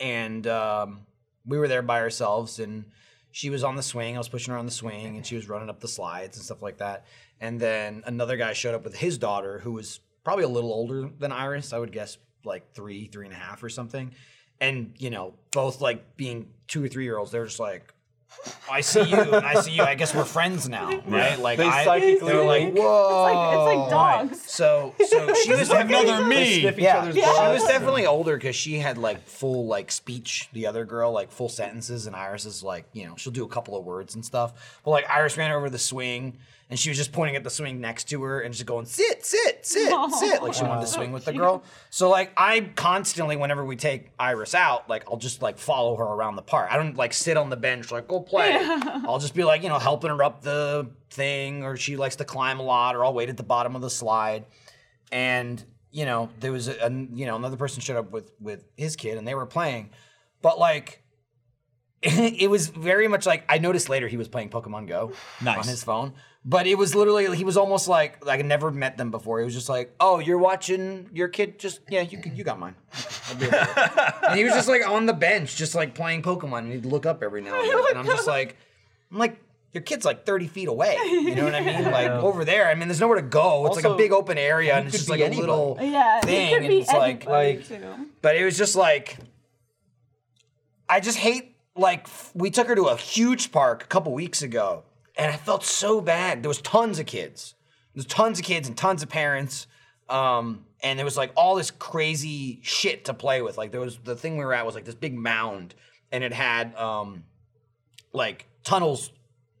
And um, we were there by ourselves, and she was on the swing. I was pushing her on the swing, and she was running up the slides and stuff like that. And then another guy showed up with his daughter, who was probably a little older than Iris. I would guess like three, three and a half, or something. And you know, both like being two or three year olds, they're just like, "I see you, and I see you. I guess we're friends now, right?" Like They I, psychically they're like, link. "Whoa!" It's Oh like dogs. So so she was Another They me. sniff each other's Yeah. she blood. was definitely older because she had like full like speech. The other girl like full sentences, and Iris is like you know she'll do a couple of words and stuff. But like Iris ran over the swing, and she was just pointing at the swing next to her and just going sit sit sit sit like she wanted to swing with the girl. So like I constantly whenever we take Iris out, like I'll just like follow her around the park. I don't like sit on the bench like go play. I'll just be like you know helping her up the thing, or she likes to climb a lot, or I'll wait at the bottom of the slide and you know there was a, an- you know another person showed up with with his kid and they were playing but like it was very much like i noticed later he was playing pokemon go on Nice. his phone but it was literally he was almost like like i never met them before he was just like oh you're watching your kid just yeah you could- you got mine I'll be over it." and he was just like on the bench just like playing pokemon and he'd look up every now and then and i'm just like i'm like your kid's like 30 feet away you know what i mean like over there i mean there's nowhere to go it's like a Also, big open area and you it's just could like be a little Yeah, thing it could and be it's like anybody, like- too. but it was just like I just hate like f- we took her to a huge park a couple weeks ago and I felt so bad. There was tons of kids. There's tons of kids and tons of parents. Um, and there was like all this crazy shit to play with. Like there was the thing we were at was like this big mound and it had um like tunnels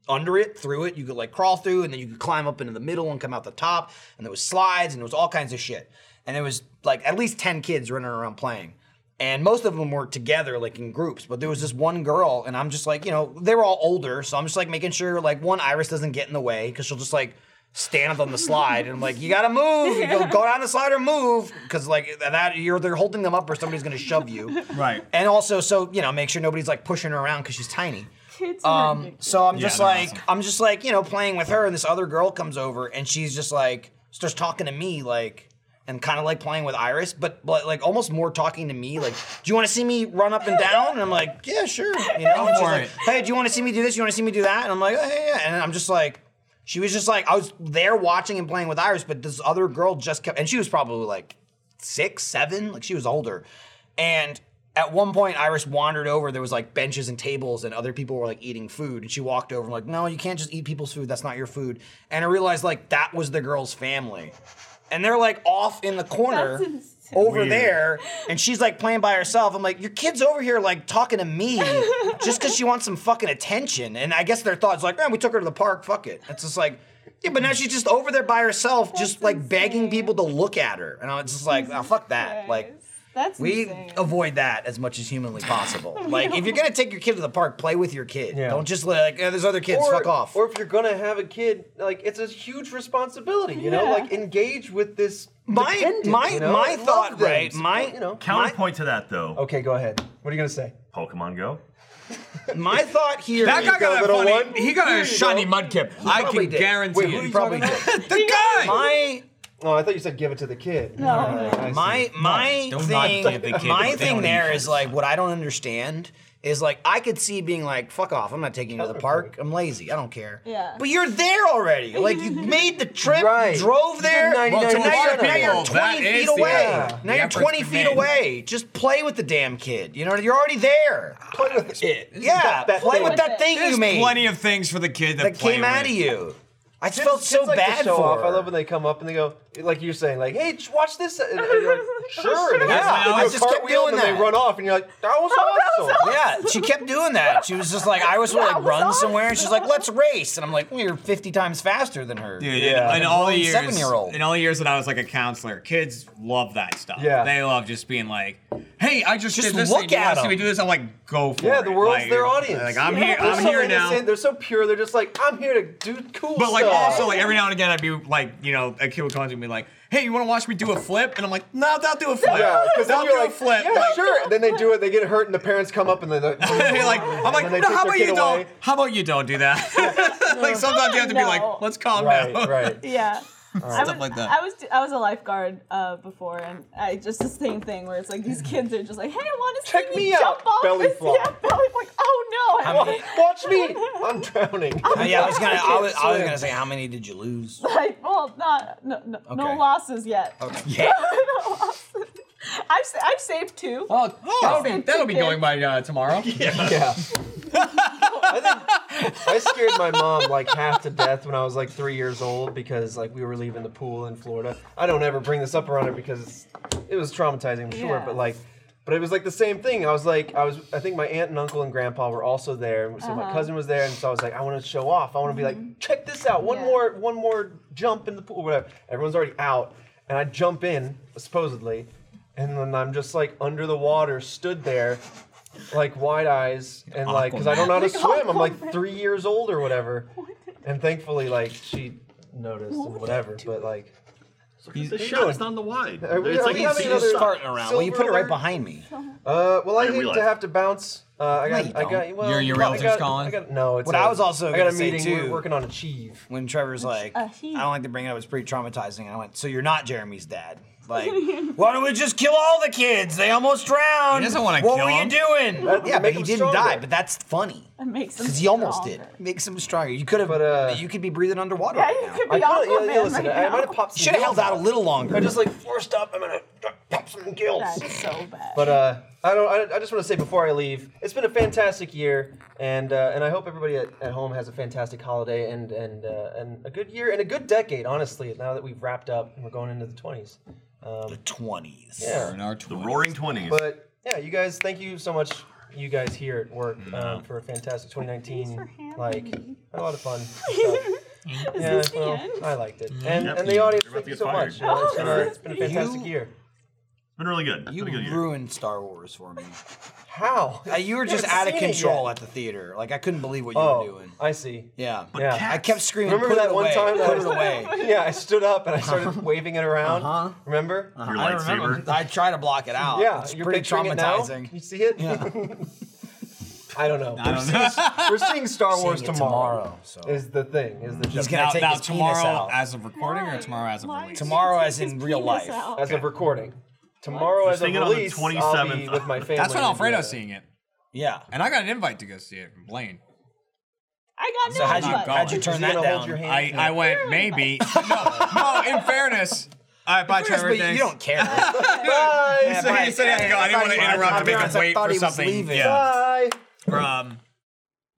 under it, through it. You could like crawl through, and then you could climb up into the middle and come out the top. And there was slides, and there was all kinds of shit. And there was like at least ten kids running around playing, and most of them were together, like in groups. But there was this one girl, and I'm just like, you know, they were all older, so I'm just like making sure like one Iris doesn't get in the way because she'll just like stand on the slide and I'm like, you gotta move, You go, go down the slide or move, because like that you're they're holding them up or somebody's gonna shove you. Right. And also, so you know, make sure nobody's like pushing her around because she's tiny. Kids are Um, so I'm Yeah, just they're like, awesome. I'm just like, you know, playing with her, and this other girl comes over, and she's just like, starts talking to me, like, and kind of like playing with Iris, but, but like almost more talking to me, like, do you want to see me run up and down? And I'm like, yeah, sure, you know. And she's for like, it. hey, do you want to see me do this? You want to see me do that? And I'm like, oh, yeah, yeah. And I'm just like, she was just like, I was there watching and playing with Iris, but this other girl just kept, and she was probably like six, seven, like she was older. And at one point, Iris wandered over. There was like benches and tables, and other people were like eating food. And she walked over and like, no, you can't just eat people's food. That's not your food. And I realized like that was the girl's family, and they're like off in the corner. That's insane. Over Weird. there, and she's like playing by herself. I'm like, your kid's over here like talking to me just because she wants some fucking attention. And I guess their thoughts like, man, we took her to the park. Fuck it. It's just like, yeah, but now she's just over there by herself, just like begging people to look at her. And I'm just like, oh, fuck that. Like, that's we insane. avoid that as much as humanly possible. like, if you're gonna take your kid to the park, play with your kid. Yeah. Don't just like oh, there's other kids. fuck off. Or if you're gonna have a kid, like it's a huge responsibility, you know. Yeah. Like engage with this. My- dependent, my- you know? my Love thought, them, right, support, my- you know. Counterpoint to that though, Okay, go ahead. What are you gonna say? Pokemon Go. My thought here. That guy got a little funny. one. He got a shiny mudkip. I probably can did. guarantee Wait, who are it. you talking about? the guy. my Oh, I thought you said give it to the kid. No, my my Don't knock the thing. kid My down thing there either. is like what I don't understand is like I could see being like fuck off. I'm not taking you to the park. I'm lazy. I don't care. Yeah. But you're there already. Like you made the trip. Right. Drove there. You did Well, 99% now, you're, of now it. you're 20 That feet is the- away. yeah. Now The you're effort's 20 been feet made. away. Just play with the damn kid. You know you're already there. Play with it. Yeah. that Play thing. with that thing There's you made plenty of things for the kid that, that play came with. out of you. I just Kids- felt so kids like to bad show for off. her. I love when they come up and they go, like you're saying, like, "Hey, just watch this," and, and you're like, "Sure." And they Yeah, go, I they do a just kept cartwheel, doing and then that. They run off, and you're like, Oh, "That was awesome." Yeah, she kept doing that. She was just like, I was like, was run awesome. somewhere, and she's like, let's race. And I'm like, well, you're 50 times faster than her. Dude, Yeah. in, in all the Grown years, seven-year-old. in all the years that I was like a counselor, kids love that stuff. Yeah. they love just being like, "Hey, I just, Just did this. look thing. You at wanna see 'em. me do this." I'm like, "Go for it!" Yeah, the world's Like, their audience. Like I'm Yeah. here, They're I'm so here now. innocent, They're so pure. They're just like, "I'm here to do cool But like stuff." also like every now and again I'd be like you know a kid would come up to me like hey you want to watch me do a flip and I'm like no don't do a flip yeah, because then don't you're do like, a flip "Yeah, like, sure." And then they do it. They get hurt, and the parents come up, and they're like, You're like I'm like And then they no take how their about kid you away. don't how about you don't do that like sometimes you have to be No. like let's calm "Right, down right." Yeah. I was, like that. I was I was a lifeguard uh, before, and I just the same thing where it's like these kids are just like, "Hey, I want to Check see me you out, jump off belly this, flop. yeah, belly flop. Oh no! I How want- many- Watch me! I'm drowning. Oh, yeah, I was gonna, I was, I was swim. gonna say, how many did you lose? I, well, not no no, no Okay. losses yet. Yeah. no losses. I've sa- I've saved two. Oh, that'll be, that'll be Kid. going by uh, tomorrow. Yeah. I, think I scared my mom like half to death when I was like three years old because like we were leaving the pool in Florida. I don't ever bring this up around her because it's, it was traumatizing, I'm sure, Yeah. but like. But it was like the same thing. I was like, I was, I think my aunt and uncle and grandpa were also there, so my cousin was there, and so I was like, I want to show off. I want to be like, check this out, one Yeah. more, one more jump in the pool, whatever. Everyone's already out, and I jump in supposedly, and then I'm just like under the water, stood there, like wide eyes and like because I don't know how to swim. I'm like three years old or whatever, and thankfully like she noticed and whatever. But like, The shot is not the wide. Are we- it's are like we you having see another- the start. Farting around. Well, you put it right behind me. uh, well, I, didn't hate realize. to have to bounce. Uh, I got, you I got. don't. Well, Your- your I realtor's got- calling? I got, no, it's. What I was also I got a gonna say, meeting. We're too- working on achieve. When Trevor's like, I uh, he- don't like to bring it up, it's pretty traumatizing. And I went, so you're not Jeremy's dad. Like, why don't we just kill all the kids? They almost drowned. He doesn't wanna What kill were you 'em. doing? That- yeah, but make he 'em didn't stronger. die. But that's funny. It makes them Because he almost did. stronger. Makes him stronger. You could have. But, uh, you could be breathing underwater. Yeah, right you now. could I be could Aquaman yeah, yeah, listen, right I, I now. might have popped. some Should have held gills out a out. little longer. I just like forced up. I'm gonna pop some gills. That's so bad. But uh, I don't. I, I just want to say before I leave, it's been a fantastic year, and uh, and I hope everybody at, at home has a fantastic holiday and and uh, and a good year and a good decade. Honestly, now that we've wrapped up and we're going into the twenties. the twenties. Yeah. The roaring twenties. But yeah, you guys, thank you so much, you guys here at work Mm-hmm. um, for a fantastic 2019. like, had a lot of fun. yeah, this the well, end? I liked it, and Mm-hmm. Yep. and the audience, You're about thank to you get so fired. much. You know, it's been, a, it's been a You- fantastic year. been really good. It's You been a good year. ruined Star Wars for me. How? Uh, You were just out haven't of seen it control at yet. the theater. Like I couldn't believe what you Oh, were doing. I see. Yeah. yeah. I kept screaming. Remember put that it one away, time that Put I it away. Yeah, I stood up and I started waving it around. Uh-huh. Remember? Your I don't remember. lightsaber. I try to block it out. Yeah, it's you're pretty picturing it now? traumatizing. You see it? I don't know. I don't know. We're seeing Star Wars Seeing it tomorrow. tomorrow, so. Is the thing? Is the He's joke. gonna now, take now his penis tomorrow out. as of recording or tomorrow as of release? Tomorrow, as in real life. as of recording tomorrow as a Seeing it on the release? I'll be 27th. with my family. That's when and Alfredo's do seeing it. Yeah. And I got an invite to go see it from Blaine. I got So no how'd you, invite. go? how'd you Is that. Is turn that he gonna down? hold your hand? I, I went, maybe. no, no, in fairness. All right, bye, Chris, Trevor. but you thanks. don't care. Bye. He said, he said he had to go. I didn't want to interrupt and make him wait for something. Yeah. Bye. From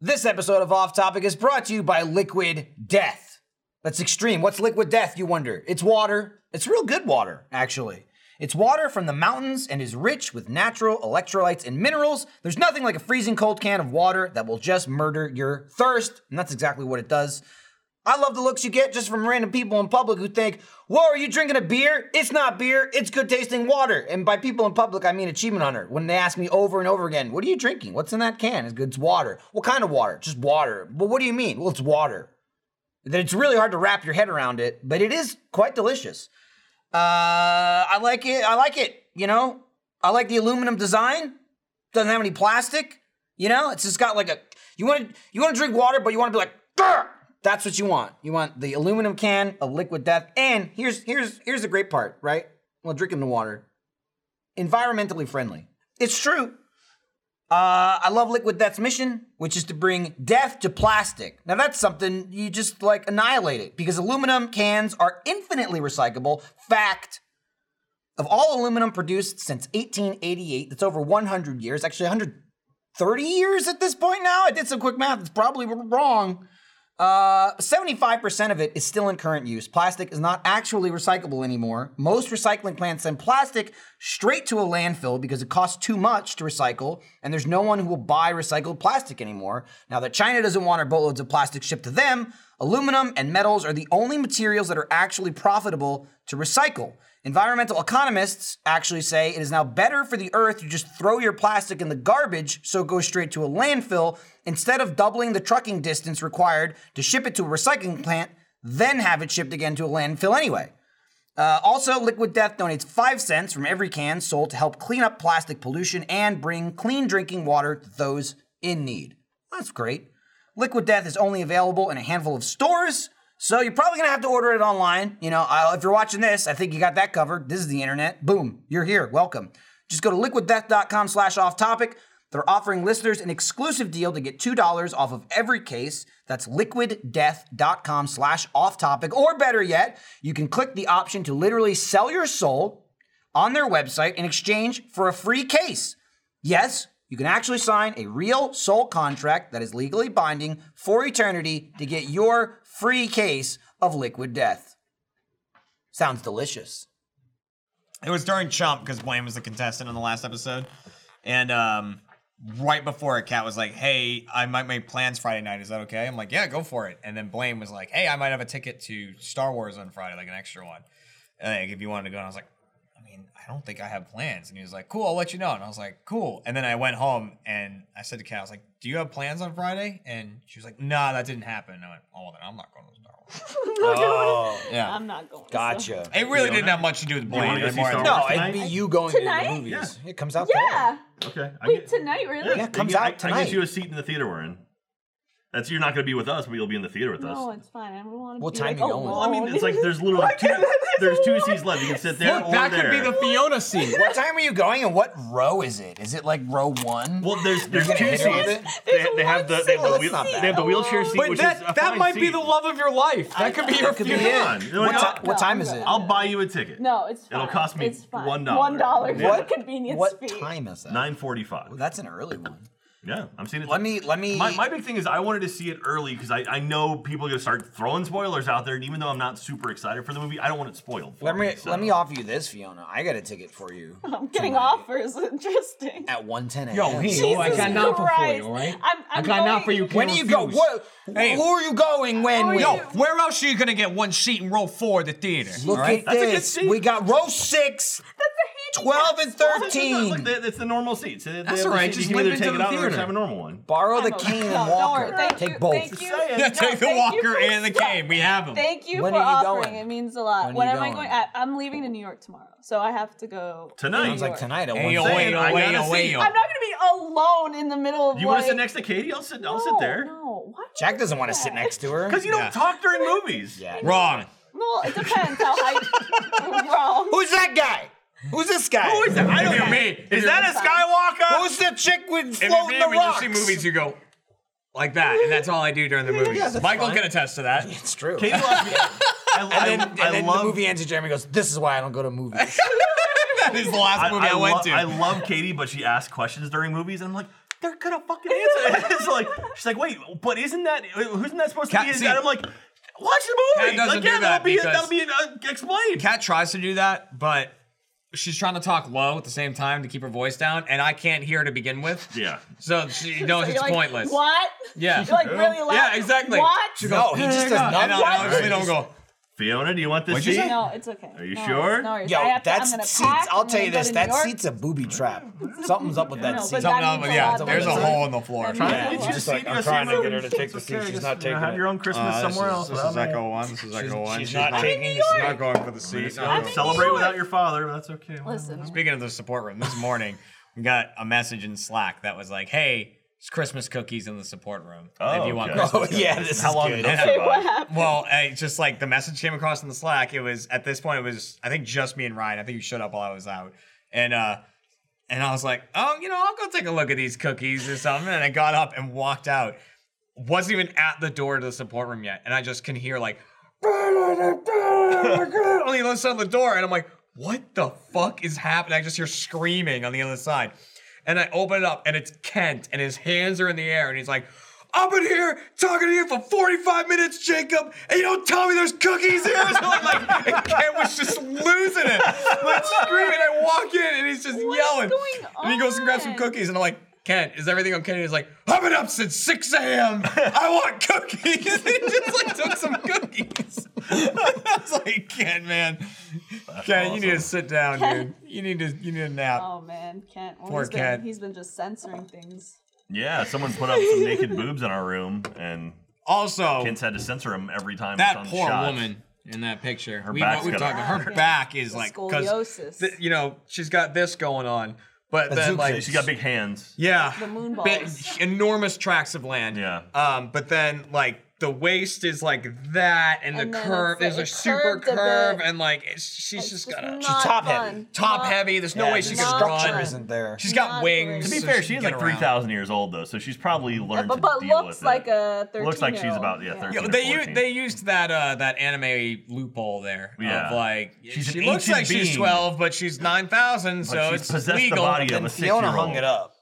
This episode of Off Topic is brought to you by Liquid Death. That's extreme. What's liquid death, you wonder? It's water. It's real good water, actually. It's water from the mountains and is rich with natural electrolytes and minerals. There's nothing like a freezing cold can of water that will just murder your thirst, and that's exactly what it does. I love the looks you get just from random people in public who think, Whoa, are you drinking a beer? It's not beer, it's good tasting water. And by people in public, I mean Achievement Hunter. When they ask me over and over again, What are you drinking? What's in that can? It's good, it's water. What kind of water? Just water. Well, what do you mean? Well, it's water. That It's really hard to wrap your head around it, but it is quite delicious. Uh, I like it. I like it. You know, I like the aluminum design. Doesn't have any plastic. You know, it's just got like a. You want to you want to drink water, but you want to be like. "Grr!" That's what you want. You want the aluminum can of liquid death. And here's here's here's the great part, right? Well, drinking the water, environmentally friendly. It's true. Uh, I love Liquid Death's mission, which is to bring death to plastic. Now that's something you just like annihilate it because aluminum cans are infinitely recyclable. Fact. Of all aluminum produced since 1888, that's over 100 years, actually 130 years at this point now. I did some quick math, it's probably wrong. Uh, 75% of it is still in current use. Plastic is not actually recyclable anymore. Most recycling plants send plastic straight to a landfill because it costs too much to recycle, and there's no one who will buy recycled plastic anymore. Now that China doesn't want our boatloads of plastic shipped to them, aluminum and metals are the only materials that are actually profitable to recycle. Environmental economists actually say it is now better for the earth to just throw your plastic in the garbage so it goes straight to a landfill instead of doubling the trucking distance required to ship it to a recycling plant, then have it shipped again to a landfill anyway. Uh, also, Liquid Death donates 5 cents from every can sold to help clean up plastic pollution and bring clean drinking water to those in need. That's great. Liquid Death is only available in a handful of stores, so you're probably gonna have to order it online. You know, I, if you're watching this, I think you got that covered. This is the internet. Boom, you're here. Welcome. Just go to liquiddeath.com slash off topic. They're offering listeners an exclusive deal to get $2 off of every case. That's liquiddeath.com slash off topic. Or better yet, you can click the option to literally sell your soul on their website in exchange for a free case. Yes, you can actually sign a real soul contract that is legally binding for eternity to get your free case of liquid death. Sounds delicious. it was during Chump because Blaine was the contestant on the last episode, and um, right before it, Kat was like, "Hey, I might make plans Friday night. Is that okay?" I'm like, "Yeah, go for it." And then Blaine was like, "Hey, I might have a ticket to Star Wars on Friday, like an extra one, and like, if you wanted to go." And I was like, "I mean, I don't think I have plans." And he was like, "Cool, I'll let you know." And I was like, "Cool." And then I went home and I said to Kat, "I was like, Do you have plans on Friday?" And she was like, "Nah, that didn't happen." And I went, "Oh, then I'm not going to Star Wars." Oh, Yeah. I'm not going. gotcha. It really didn't have much to do with wanna Blaine. go It see more had to Star do No, Wars it'd be tonight? you going to the Tonight? movies. It comes out Yeah. Okay. I Wait, get- tonight, really? Yeah, I it comes get- out I, I tonight. get you a seat in the theater we're in. That's you're not going to be with us, but you'll be in the theater with No, us. it's fine. I don't want to What be time like, you oh, going? Lord. Well, I mean, it's like there's literally two. There's two seats left. You can sit there Look, or that there. could be the Fiona scene. today. What time are you going and what row is it? Is it like row one? well, there's there's gonna two hit her with seats. it? There's They, they have the they have the, one wheel, seat they have the wheelchair alone. seat, But which is a that, that fine might seat. be the love of your life. That could be your could be Fiona. it. Come on. You know, What, I'll- ti- what time is it? I'll buy you a ticket. No, it's fine. It'll cost me It's fine. $1. One dollar Yeah. for a What- convenience what fee. time is that? Nine forty-five. That's an early one. Yeah, I'm seeing it. Let me let me My, my big thing is I wanted to see it early because I, I know people are gonna start throwing spoilers out there, and even though I'm not super excited for the movie, I don't want it spoiled. For let me so. let me offer you this, Fiona. I got a ticket for you I'm getting offers. Interesting. at 1:10 a.m. Yo, hey, Jesus oh, I got an offer for Christ. you, all right? I'm- I I'm got an offer going- you can't When do you go? refuse. What? Hey. Who are you going? When? when? Yo, where else are you gonna get one seat and roll four at the theater? look all right? at That's a good this. seat. We got row six. That's a 12 and It's, like 13. the, it's the normal seats. They- they That's have all a right, seat. just you can limp either into take it the out or just theater. have a normal one. Borrow the cane and No, don't worry. walker. Thank Take you. both. Thank you. Yeah, No, take the thank you walker for- and the cane. We have them. Thank you When for are you offering. going? It means a lot. When When, are you am I going? going? I, I'm leaving to New York tomorrow, so I have to go. Tonight. to New Sounds like York. tonight at Hey, yo, 1:30. hey, yo, I hey, gotta yo, hey, see. yo. I'm not gonna be alone in the middle of. You like, want to sit next to Katie? I'll sit. I'll sit No, there. No, why? would Jack you doesn't do want to that? sit next to her. Because you don't Yeah. talk during movies. Yeah. Wrong. Well, it depends how high. wrong. Who's that guy? Who's this guy? Who is that? I don't you're know. me, if Is you're- that a Skywalker? Who's the chick with If you're floating me, the when you rocks? see movies, you go like that, and that's all I do during the movies. that's Michael fine. can attest to that. It's true. Katie loves me. I, I, and then, and I then love the movie ends, and Jeremy goes, "This is why I don't go to movies." That is the last movie I, lo- went to. I love Katie, but she asks questions during movies, and I'm like, they're gonna fucking answer. it." it's like she's like, wait, but isn't that who's not that supposed to Cat- be? in see- that? I'm like, watch the movie. Cat doesn't Like, do yeah, that that'll be because- that'll be uh, explained. Kat tries to do that, but she's trying to talk low at the same time to keep her voice down, and I can't hear to begin with. yeah, So she knows So it's you're like, pointless. What? Yeah. You're like really loud. Yeah, exactly. What? no, he just does And I, I not. honestly don't go. Fiona, do you want this What'd you seat? say? No, it's okay. Are you sure? No, worries. Yo, I have to, that's I'm gonna seats. pack, I'll I'm tell gonna you go this. to New That York. seat's a booby trap. Something's up with that No, seat. but Something that else, means a yeah, lot to there's a me. hole in the floor. That Trying means to- a Get lot. you a Just seat, like, you I'm gotta see trying to if get her to it's take the seat. okay. She's not You taking Have it. your own Christmas Uh, somewhere else. This without is me. Echo One. This is Echo One. she's not taking- She's not going for the seat. Um, Celebrate without your father, but that's okay. Listen, Speaking of the support room, this morning we got a message in Slack that was like, "Hey, it's Christmas cookies in the support room. if Oh, you want okay. Christmas Oh yeah, this is long good. does Hey, survive? Well, I, just like the message came across in the Slack, it was at this point it was I think just me and Ryan. I think you showed up while I was out, and uh, and I was like, oh, you know, I'll go take a look at these cookies or something. And I got up and walked out. Wasn't even at the door to the support room yet, and I just can hear like on the other side of the door, and I'm like, what the fuck is happening? I just hear screaming on the other side. And I open it up, and it's Kent, and his hands are in the air, and he's like, I've been here talking to you for 45 minutes, Jacob, and you don't tell me there's cookies here. So I'm like, and Kent was just losing it. Like screaming. I walk in and he's just What is yelling. going And he goes and grabs some on? cookies, and I'm like, Kent, is everything okay? And he's like, I've been up since 6 a.m. I want cookies. and he just like took some cookies. I was like, Kent, man. Kent, you need to sit down, dude. Kent. You need to you need a nap. oh man, Kent. Well, Poor he's been- Kent. He's been just censoring things. Yeah, someone put up some naked boobs in our room, and Also, kids had to censor them every time. that it's on poor shot. woman in that picture. Her back's we, have got talked a- about her back is The like 'cause scoliosis. th- you know she's got this going on, but then zooxis. like She got big hands. yeah, The moon big- balls. enormous tracts of land. Yeah. Um, but then like the waist is like that, and, And the then curve it's, is a like, super curved a bit. curve, and like it's- she's just got a not She's top fun. heavy. top Not- heavy. There's no Yeah, way the she could structure run. isn't there. She's got Not wings. great. To be so she fair, she can is get like around. three thousand years old though, so she's probably learned But, to but deal looks with like it. a thirteen. Looks like she's about yeah, Yeah, thirteen. or they u- 14. they used that uh that anime loophole there Yeah. of like She's she an looks ancient like she's being. twelve but she's nine thousand so she's it's possessed legal. the body of And Fiona a six-year-old. hung it up.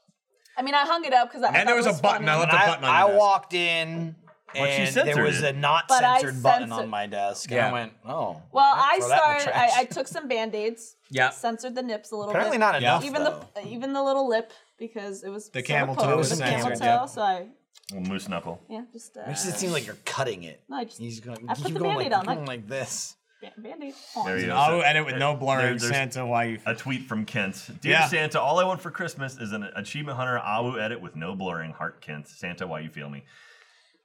I mean, I hung it up because I. and thought there it was a button. I funny. left a I, button on I your desk. walked in. But she And censored there was it. a not But I censored button censored- on my desk, and Yeah. I went, "Oh." Well, I throw that in the started. I, I trash. took some band aids. Yeah. Censored the nips a little apparently bit. not enough. Even though. the even the little lip because it was The still camel toe posed. was It a camel censored, toe. yeah. So I Well, moose knuckle. yeah just uh, Makes it seem like you're cutting it. No, I just- He's going, I put keep the going like, Band-Aid you're on, I- going like this. band aid. There you go. I'll So edit with no blurring. there's Santa, why you? A tweet from Kent. Dear Yeah. Santa, all I want for Christmas is an Achievement Hunter Awu edit with no blurring. Heart Kent. Santa, why you feel me?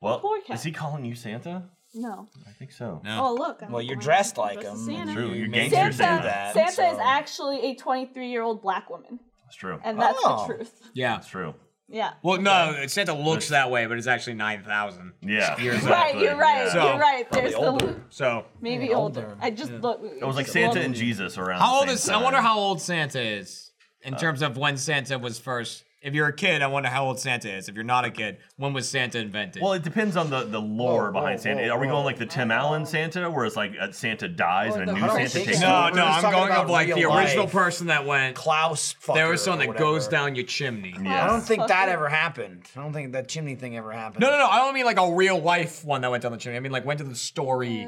Well, Poor Kent. is he calling you Santa? No. I think so. Oh look. I'm Well, you're wearing- dressed I'm like dressed as him. Santa. True, you're made gangster me do Santa. that, Santa is so- actually a 23 year old black woman, That's true. and that's Oh. the truth. Yeah. That's true. Yeah. Well, no, Santa looks that way, but it's actually nine thousand. Yeah. Years old. Right, exactly. you're right. Yeah. So- you're right. There's the older. So maybe Yeah, older. older. I just look. It was like Santa and Jesus around. how old the same is? I time. wonder how old Santa is in terms of when Santa was first. If you're a kid, I wonder how old Santa is. If you're not a kid, when was Santa invented? Well, it depends on the, the lore Oh, behind Santa. Are we going like the Tim Allen Santa, where it's like uh, Santa dies and a new I don't Santa think takes so. no, over? no, just I'm talking going about up like the real original life. person that went. Klaus. There was fucker someone or that goes whatever. down your chimney. Yeah. I don't think Fuck that it. ever happened. I don't think that chimney thing ever happened. No, no, no. I don't mean like a real life one that went down the chimney. I mean like when did the story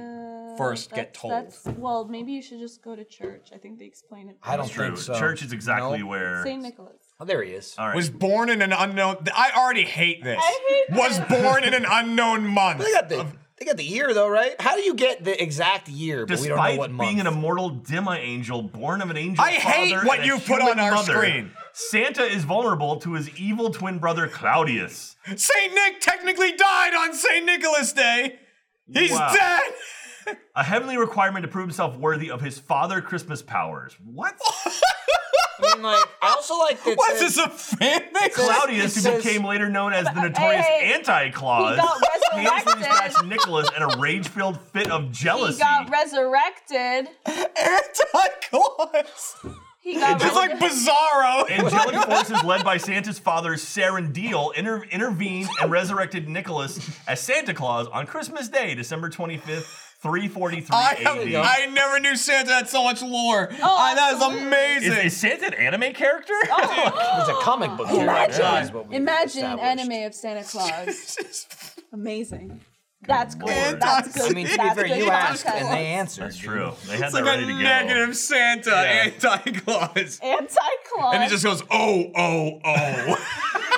first get told? Uh, That's, well, maybe you should just go to church. I think they explain it. I don't That's true. think so. Church is exactly Nope. where. St. Nicholas. Oh, there he is. All right. Was born in an unknown. I already hate this. I hate was born in an unknown month. Look at that. They got the year though, right? How do you get the exact year? But we don't know Despite what month. being an immortal demi-angel born of an angel I hate father what and a you put human on our mother, screen. Santa is vulnerable to his evil twin brother Claudius. Saint Nick technically died on Saint Nicholas Day. He's Wow. dead. A heavenly requirement to prove himself worthy of his father Christmas powers. What? I mean, like, I also like that. What's says- this a fanfic? Claudius, it who says- became later known as the notorious hey, Anti-Claus, he got painfully resurrected. dispatched Nicholas in a rage-filled fit of He jealousy. got resurrected. Anti-Claus. He got It's like resurrected. Bizarro. Angelic forces led by Santa's father, Sarandiel, inter- intervened and resurrected Nicholas as Santa Claus on Christmas Day, December 25th, 343 I, AD. I never knew Santa had so much lore. Oh, I- that is absolutely. amazing. is, is Santa an anime character? Oh. There's a comic book. here. Imagine, That's what we imagine an established. anime of Santa Claus. Amazing. That's cool. lord. That's good. I mean, to be That's fair, good you asked content. and they answered. That's true. They had it's like that ready a to go. negative Santa anti-Claus. Anti-Claus. And he just goes, oh, oh,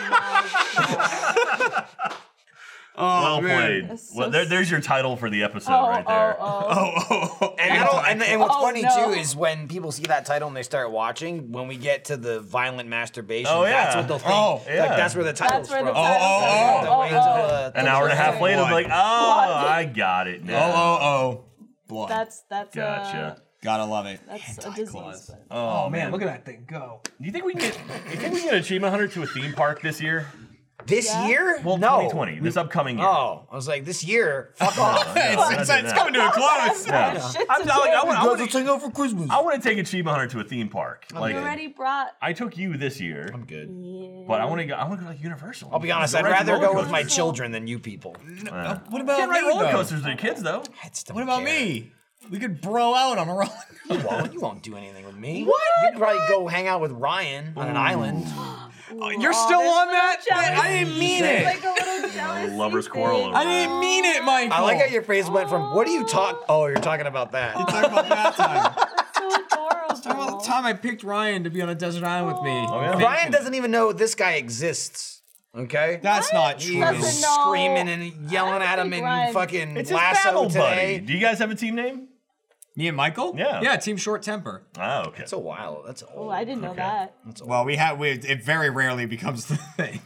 oh. oh, Well man. played. so Well, there, there's your title for the episode oh, right there. oh, oh. Oh, oh, oh. And, I don't, and, and what's Oh, funny no. too is when people see that title and they start watching. When we get to the violent masturbation, Oh, that's yeah. what they'll think. Oh, like, yeah. that's where the title's That's where from. the oh. title oh, comes The from. way to the- An hour and a half later, I'm like, oh, I got it Oh, now. oh, oh. Blood. That's that's Gotcha. Gotta love it. a that's a disease. but- Oh, man. Look at that thing go. Do you think we can get, do you think we can get Achievement Hunter to a theme park this year? This Yeah. year? Well, no. 2020, this upcoming year. Oh, I was like, this year. Fuck No, off. no, It's, we're not it's, doing it's that. coming to a close. Yeah. Shit to I'm, I, like, I, do. want, I, want to, take over Christmas. I want to take Achievement Hunter to a theme park. like You already brought. I took you this year, I'm good. but I want to go. I want to go like Universal. I'll be honest. I'd rather go with my children than you people. What about Can't ride me, roller though? coasters with your kids though. I just don't What about care. me? We could bro out on a roller You won't. You won't do anything with me. What? You'd probably go hang out with Ryan on an island. You're still on that? jealous. I didn't mean It's it. like a little jealousy Lover's thing. quarrel over I didn't mean it, Michael. I like how your phrase went from "What are you talk?" Oh, you're talking about that. Talk about that time. So Talk about adorable. the time I picked Ryan to be on a desert island with Oh, me. yeah? Ryan doesn't even know this guy exists. Okay. That's not He true. was Doesn't know. screaming and yelling I at him and think Ryan- fucking It's his lasso battle today. buddy. Do you guys have a team name? Me and Michael? Yeah. Yeah, Team Short Temper. Oh, okay. That's a while. That's Oh, old. I didn't know that. Well, we have we, it very rarely becomes the thing.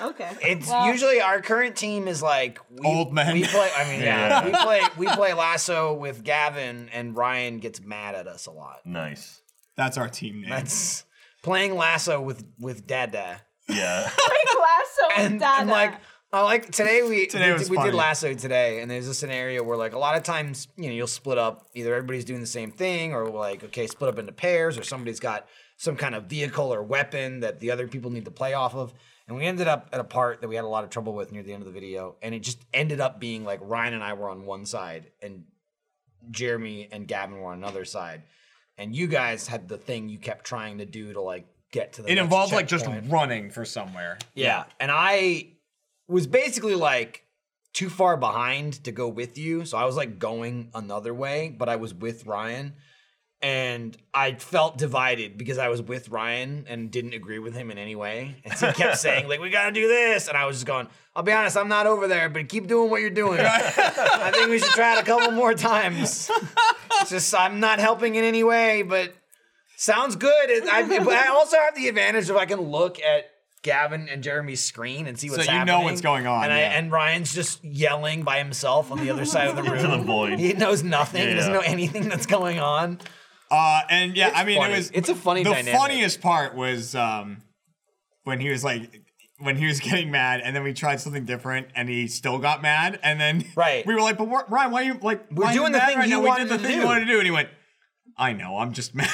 Okay. It's Well, usually our current team is like we, Old men. We play. I mean, yeah, Yeah. we play. We play lasso with Gavin, and Ryan gets mad at us a lot. nice. That's our team name. That's playing lasso with with Dada, Yeah. Big lasso and, and Dada. and like. I like today we Today we, was did, we did funny. lasso today, and there's a scenario where like a lot of times you know you'll split up either everybody's doing the same thing or we're like okay split up into pairs or somebody's got some kind of vehicle or weapon that the other people need to play off of, and we ended up at a part that we had a lot of trouble with near the end of the video, and it just ended up being like Ryan and I were on one side and Jeremy and Gavin were on another side, and you guys had the thing you kept trying to do to like get to the it next involves like just checkpoint. running for somewhere. Yeah. And I was basically like too far behind to go with you. So I was like going another way, but I was with Ryan. And I felt divided because I was with Ryan and didn't agree with him in any way. And so he kept saying, like, we gotta do this. And I was just going, I'll be honest, I'm not over there, but keep doing what you're doing. I think we should try it a couple more times. It's just, I'm not helping in any way, but sounds good. It- I, but I also have the advantage of I can look at Gavin and Jeremy's screen and see what's you know happening. what's going on, And, I, yeah. and Ryan's just yelling by himself on the other side of the to the room. void. He knows nothing. He doesn't Yeah. know anything that's going on. Uh, and yeah, It's I mean, funny. it was. It's a funny The dynamic. funniest part was um, when he was like, when he was getting mad, and then we tried something different, and he still got mad, and then Right. we were like, "But wha- Ryan, why are you like? We're doing the mad thing right you now. We wanted did the to thing you do." wanted to do," and he went, "I know, I'm just mad."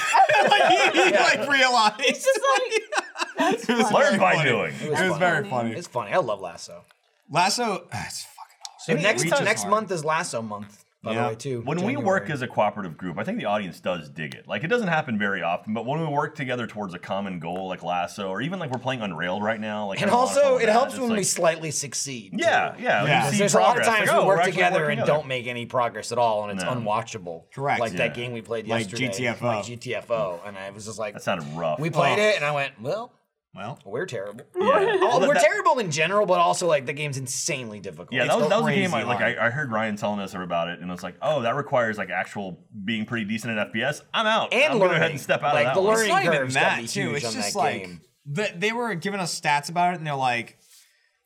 like he, he like realized. just like it was Learn very by funny. doing. It was, very funny. It's funny. I love Lasso. Lasso, ah, it's fucking awesome. So next reaches next hard. month is Lasso month, by Yeah. the way, too. When we work as a cooperative group, I think the audience does dig it. Like it doesn't happen very often, but when we work together towards a common goal, like Lasso, or even like we're playing Unrailed right now, like and I have a lot of fun also with it that. helps It's when like- we slightly succeed. too. Yeah, yeah. when Yeah. you see There's a lot of progress, times like, oh, we we're work actually together working and don't make any progress at all, and it's No. unwatchable. Correct. Like that Yeah. game we played Like yesterday, GTFO. like GTFO, and I was just like, That sounded rough. we played it, and I went, well, Well, We're terrible. Yeah. Oh, That- we're that- terrible in general, but also like the game's insanely difficult. Yeah, It's that was, that was a game I crazy like. hard. I, I heard Ryan telling us about it, and I was like, "Oh, that requires like actual being pretty decent at FPS." I'm out. And I'm gonna go ahead learning. and step out Like, of that the one. learning- it's not even curve's gotta that be too. huge It's on just that like game. the, they were giving us stats about it, and they're like,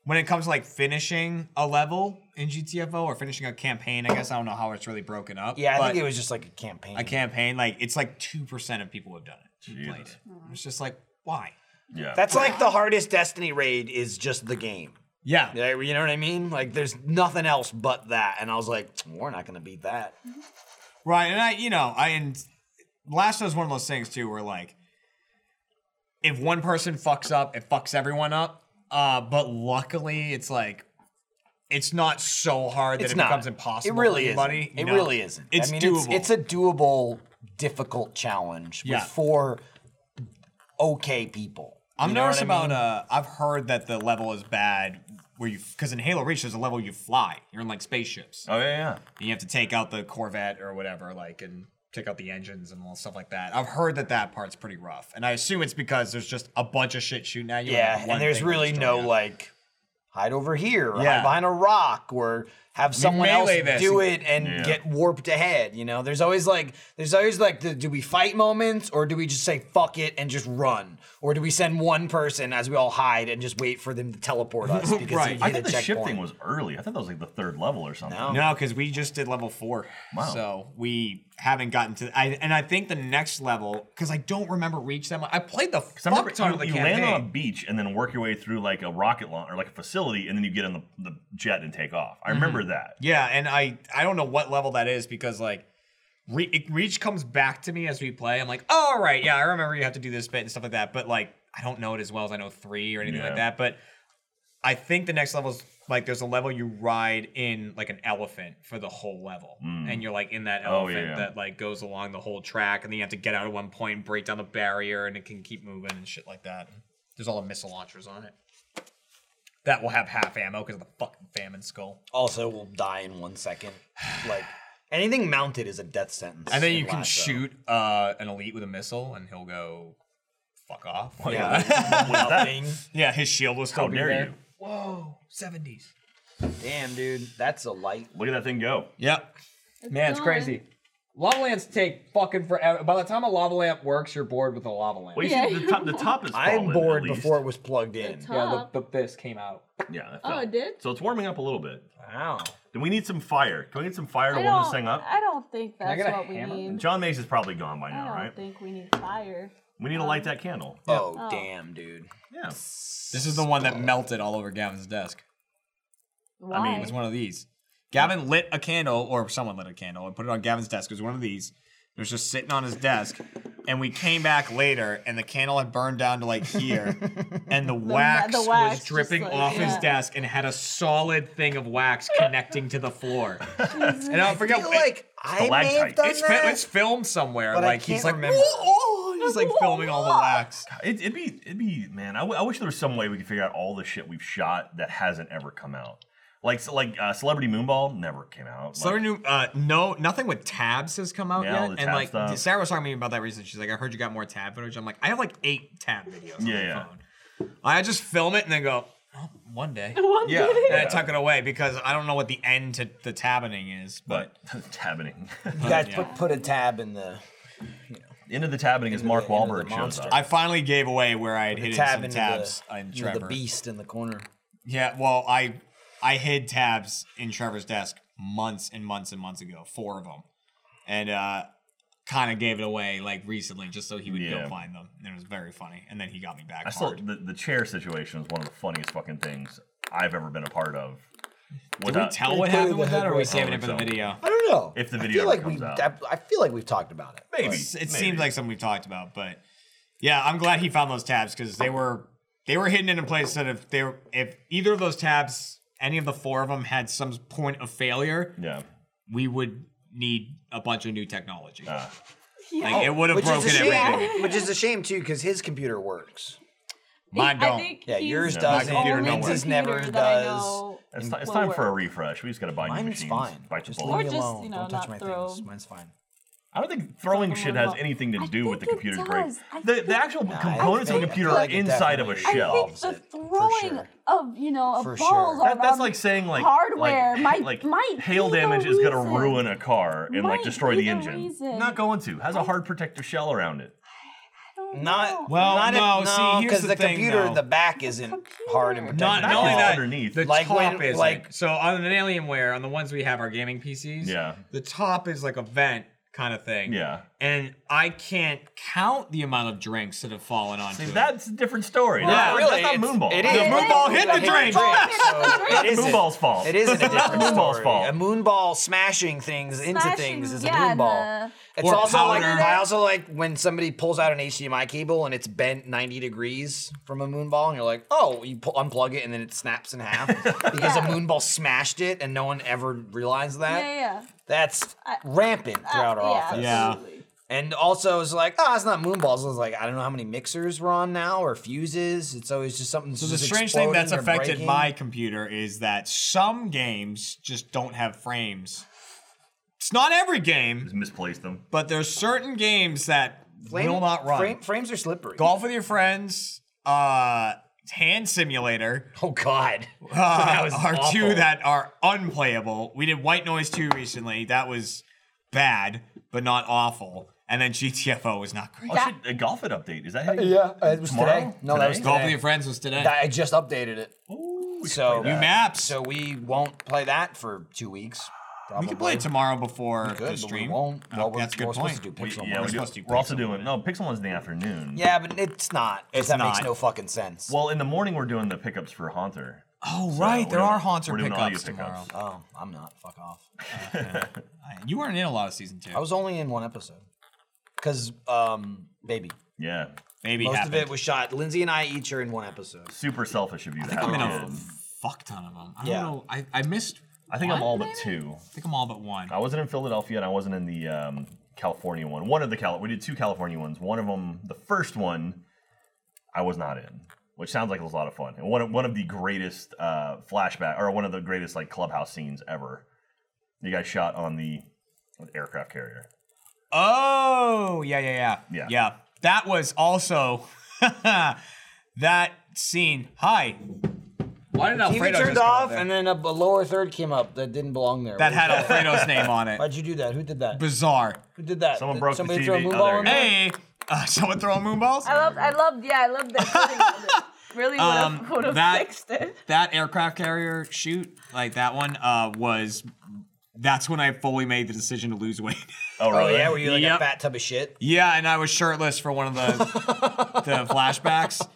when it comes to like finishing a level in GTFO or finishing a campaign, I guess I don't know how it's really broken up. yeah, I but think it was just like a campaign. a campaign. Like it's like two percent of people have done it. who played Jesus. it. It's just like why? Yeah. That's like the hardest Destiny raid is just the game. Yeah, Yeah, You know what I mean? Like there's nothing else but that. And I was like, we're not gonna beat that. Right, and I, you know, I and last was one of those things too, where like, if one person fucks up, it fucks everyone up. Uh, but luckily, it's like, it's not so hard that It's it not. becomes impossible. It really for anybody, isn't. you It know? really isn't. It's I mean, doable. It's, it's a doable, difficult challenge with Yeah. four okay people. I'm You know nervous what I about. mean? Uh, I've heard that the level is bad where you because in Halo Reach there's a level you fly. You're in like spaceships. oh yeah, and you have to take out the Corvette or whatever, like, and take out the engines and all stuff like that. I've heard that that part's pretty rough, and I assume it's because there's just a bunch of shit shooting at you. Yeah, that and one there's thing that's really shooting no at you. like hide over here or Yeah. hide behind a rock or have someone else melee this. do it and Yeah. get warped ahead. You know, there's always like there's always like the do we fight moments or do we just say fuck it and just run or do we send one person as we all hide and just wait for them to teleport us because they Right. hit I a think the ship checkpoint. thing was early. I thought that was like the third level or something. No. No, because we just did level four. Wow. So we haven't gotten to. I and I think the next level because I don't remember Reach that much. I played the I remember fuck ton you, of the you campaign. land on a beach and then work your way through like a rocket launch or like a facility, and then you get on the, the jet and take off. I remember that. Yeah, and I I don't know what level that is because like Re- it- Reach comes back to me as we play. I'm like, oh, all right, yeah, I remember you have to do this bit and stuff like that. But like, I don't know it as well as I know three or anything Yeah. like that. But I think the next level is like there's a level you ride in like an elephant for the whole level, and you're like in that Hmm. Oh, elephant yeah. that like goes along the whole track, and then you have to get out at one point, and break down the barrier, and it can keep moving and shit like that. There's all the missile launchers on it. That will have half ammo because of the fucking famine skull. also will die in one second. Like anything mounted is a death sentence. And then in you can Lasso. shoot uh, an elite with a missile, and he'll go fuck off. Yeah. Without being- yeah, his shield will still How be dare there. you? Whoa, seventies. Damn, dude, that's a light. Look at that thing go. Yep. Man, it's gone. crazy. Lava lamps take fucking forever. By the time a lava lamp works, you're bored with a lava lamp. Well, you Yeah. see, the top, the top is. fallen, I'm at bored least. before it was plugged in. yeah, the, the, this came out. Yeah. that Oh, fell. it did? So it's warming up a little bit. Wow. Do we need some fire? Can we get some fire to I warm this don't, thing up? I don't think I that's get a what we hammer? need. John Mace is probably gone by I now, don't right? think we need fire. We need to light that candle. Oh, damn, dude. Yeah. This is the one that melted all over Gavin's desk. Why? It was one of these. Gavin lit a candle, or someone lit a candle, and put it on Gavin's desk. It was one of these. It was just sitting on his desk. And we came back later, and the candle had burned down to like here, and the, wax, wax was just dripping like- off his yeah. desk and had a solid thing of wax connecting to the floor. and I'll forget. I feel like I may have stalactite. done it's, fi- that. it's filmed somewhere. but I like he's can't like, remember. "Whoa," he's like filming all the wax. It, it'd be, it'd be, man. I, w- I wish there was some way we could figure out all the shit we've shot that hasn't ever come out. Like, so, like uh, Celebrity Moonball never came out. So like, new, uh, no, nothing with tabs has come out Yeah, all yet. the And tab like stuff. Sarah was talking to me about that recently. She's like, I heard you got more tab footage. I'm like, I have like eight tab videos on Yeah, yeah. my phone. I just film it and then go, oh, one day. yeah, And I tuck it away because I don't know what the end to the tabbing is. But but tabbing. you guys put, put a tab in the End of the tabbing is Into Mark the- into the Wahlberg shows monster. up. I finally gave away where I had the hidden tab some into tabs the, in you know, Trevor. the beast in the corner. Yeah, well, I I hid tabs in Trevor's desk months and months and months ago, four of them, and uh, kind of gave it away like recently just so he would Yeah. go find them. And it was very funny. And then he got me back I still, hard. the, the chair situation is one of the funniest fucking things I've ever been a part of. Did we Without- tell what They happened put with the that, or are we hood saving on it for the itself. video? I don't know. If the I video feel ever like comes we, out. I, I feel like we've talked about it. Maybe. It maybe. seems like something we've talked about, but yeah, I'm glad he found those tabs because they were they were hidden in a place that if they were, if either of those tabs, any of the four of them had some point of failure, Yeah. we would need a bunch of new technology. Ah. Like it would have Which is a broken everything. shame. Which is a shame too, because his computer works. Mine I don't. think Yeah, he's yours the doesn't. My computer only don't work. His never computer that I does. know- It's, ti- it's will time for a work. refresh. We just got to buy new Mine's machines. fine. Bite the Just bullet. leave me Or just, alone. you know, Don't touch not my throw- things. Mine's fine. I don't think throwing shit has anything to do with the computer's brain. The, the actual components of a think- computer I are think it inside of a definitely shell. I think the throwing of you know of For balls sure. around That, that's like saying like Um, hardware like, might like might hail be the damage is gonna reason. ruin a car and Might like destroy be the the engine. reason. Not going to. Has a hard protective shell around it. Not Well, not no, If, see, here's because the the, thing, computer though. the back isn't hard and protected. Not, at not only all. that, underneath. the Like top when- is like- like, so on an Alienware on the ones we have our gaming PCs. Yeah. the top is like a vent kind of thing. Yeah. and I can't count the amount of drinks that have fallen onto See, it. that's a different story. Yeah, that's, really, that's not it's- moonball. it the is. moonball hit the Hit the drink. drink. It It isn't. Moonball's fault. It isn't a different Moonball's story. fault. A moonball smashing things into things is a yeah, moonball. the- It's Or also like powder. I also like when somebody pulls out an HDMI cable and it's bent 90 degrees from a moonball, and you're like, oh, you pull, unplug it and then it snaps in half because a moonball smashed it and no one ever realized that. Yeah, yeah. That's rampant throughout our yeah, office. yeah. And also, it's like, oh, it's not moonballs. It's like, I don't know how many mixers were on now or fuses. It's always just something. So the strange thing that's affected my computer is that some games just don't have frames. It's not every game, Just misplaced them. but there's certain games that will not run. Frame, frames are slippery. Golf with your friends, uh, hand simulator Oh God, uh, are two that are unplayable. We did White Noise 2 recently. That was bad, but not awful. And then GTFO was not great. Oh shit! A golf it update. Is that hitting? Yeah, Uh, it was Tomorrow? today. No, that was today. Today? Golf with your friends was today. I just updated it, Ooh, we should So- play New that. maps. so we won't play that for two weeks. we Probably. can play it tomorrow before Good, the but stream. we won't. Uh, well, we're, that's a good we're point. supposed to do We, pixel. yeah, We're we do, supposed to do we're also Pixel doing One. no Pixel One's in the afternoon. yeah, but it's not. It's that makes not. no fucking sense. Well, in the morning we're doing the pickups for Haunter. Oh right, we're there doing- are haunter we're doing audio pickups tomorrow. pickups. oh, I'm not. Fuck off. You weren't in a lot of season two. I was only in one episode. Cause um, baby, Yeah. Maybe most happened. of it was shot. Lindsay and I each are in one episode. Super selfish of you to have I'm in a a kid. fuck ton of them. I don't Yeah. know. I, I missed. I think I'm one, all but maybe? two. I think I'm all but one. I wasn't in Philadelphia and I wasn't in the um, California one. One of the Cal, we did two California ones. One of them, the first one, I was not in, which sounds like it was a lot of fun. And one of, one of the greatest uh, flashback or one of the greatest like clubhouse scenes ever. You guys shot on the aircraft carrier. Oh yeah, yeah, yeah, Yeah. yeah. That was also that scene. Hi, Why did TV Alfredo turned just go off, there? and then a, a lower third came up that didn't belong there. that What- had Alfredo's name on it. Why'd you do that? Who did that? Bizarre. Who did that? Someone Did broke the somebody TV. throw a Oh, moonball in there you go. there? Hey, uh, someone throwing moonballs. I loved, I loved, yeah, I loved that. coding of it. Really would have, Um, would have that- fixed it. that aircraft carrier shoot, like that one, uh, was that's when I fully made the decision to lose weight. Oh, Oh really? yeah, were you like Yep. a fat tub of shit? yeah, and I was shirtless for one of the the flashbacks,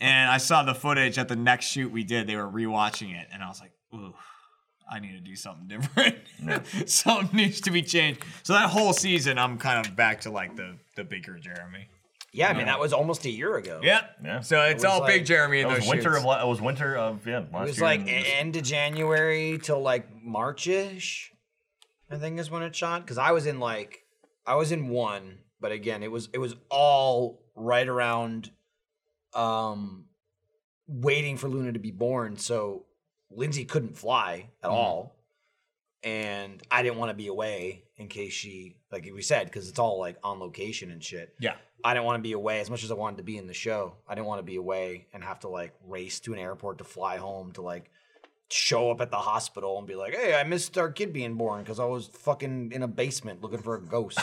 and I saw the footage at the next shoot we did. They were rewatching it, and I was like, ooh. I need to do something different. something needs to be changed. So that whole season, I'm kind of back to like the the bigger Jeremy. Yeah, I mean that was almost a year ago. Yep. Yeah. So it's It was all like- big Jeremy in It those was winter shoots. of la- it was winter of yeah It last was year. like and e- eh. this- end of January till like Marchish, I think is when it shot. Because I was in like, I was in one, but again, it was it was all right around, um, waiting for Luna to be born. So Lindsay couldn't fly at all, and I didn't want to be away in case she, like we said, because it's all like on location and shit. yeah. I didn't want to be away as much as I wanted to be in the show. I didn't want to be away and have to like race to an airport to fly home to like show up at the hospital and be like, "Hey, I missed our kid being born because I was fucking in a basement looking for a ghost."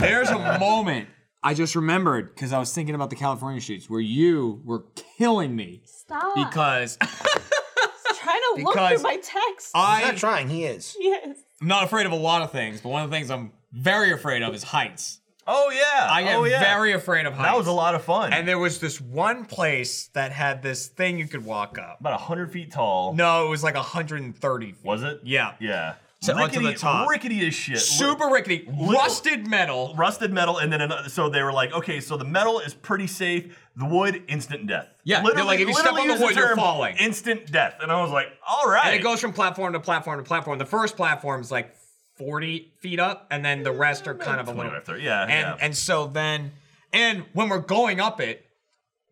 There's a moment I just remembered because I was thinking about the California shoots where you were killing me Stop. because Trying to look Because- through my text. He's not I, trying. He is. yes. am not afraid of a lot of things, but one of the things I'm very afraid of is heights. oh yeah, I get oh yeah. very afraid of heights. that was a lot of fun. And there was this one place that had this thing you could walk up. about hundred feet tall. No, it was like 130 feet. was it? Yeah. yeah. To- onto the rickety, top. rickety as shit. Super rickety, rusted metal. rusted metal, and then another. So they were like, okay, so the metal is pretty safe. The wood, instant death. Yeah, they're like, if you step literally on the use wood, you're term falling. Instant death, and I was like, all right. And it goes from platform to platform to platform. The first platform's like 40 feet up, and then the rest are kind of a little. 25, 30, yeah, and yeah. and so then, and when we're going up it,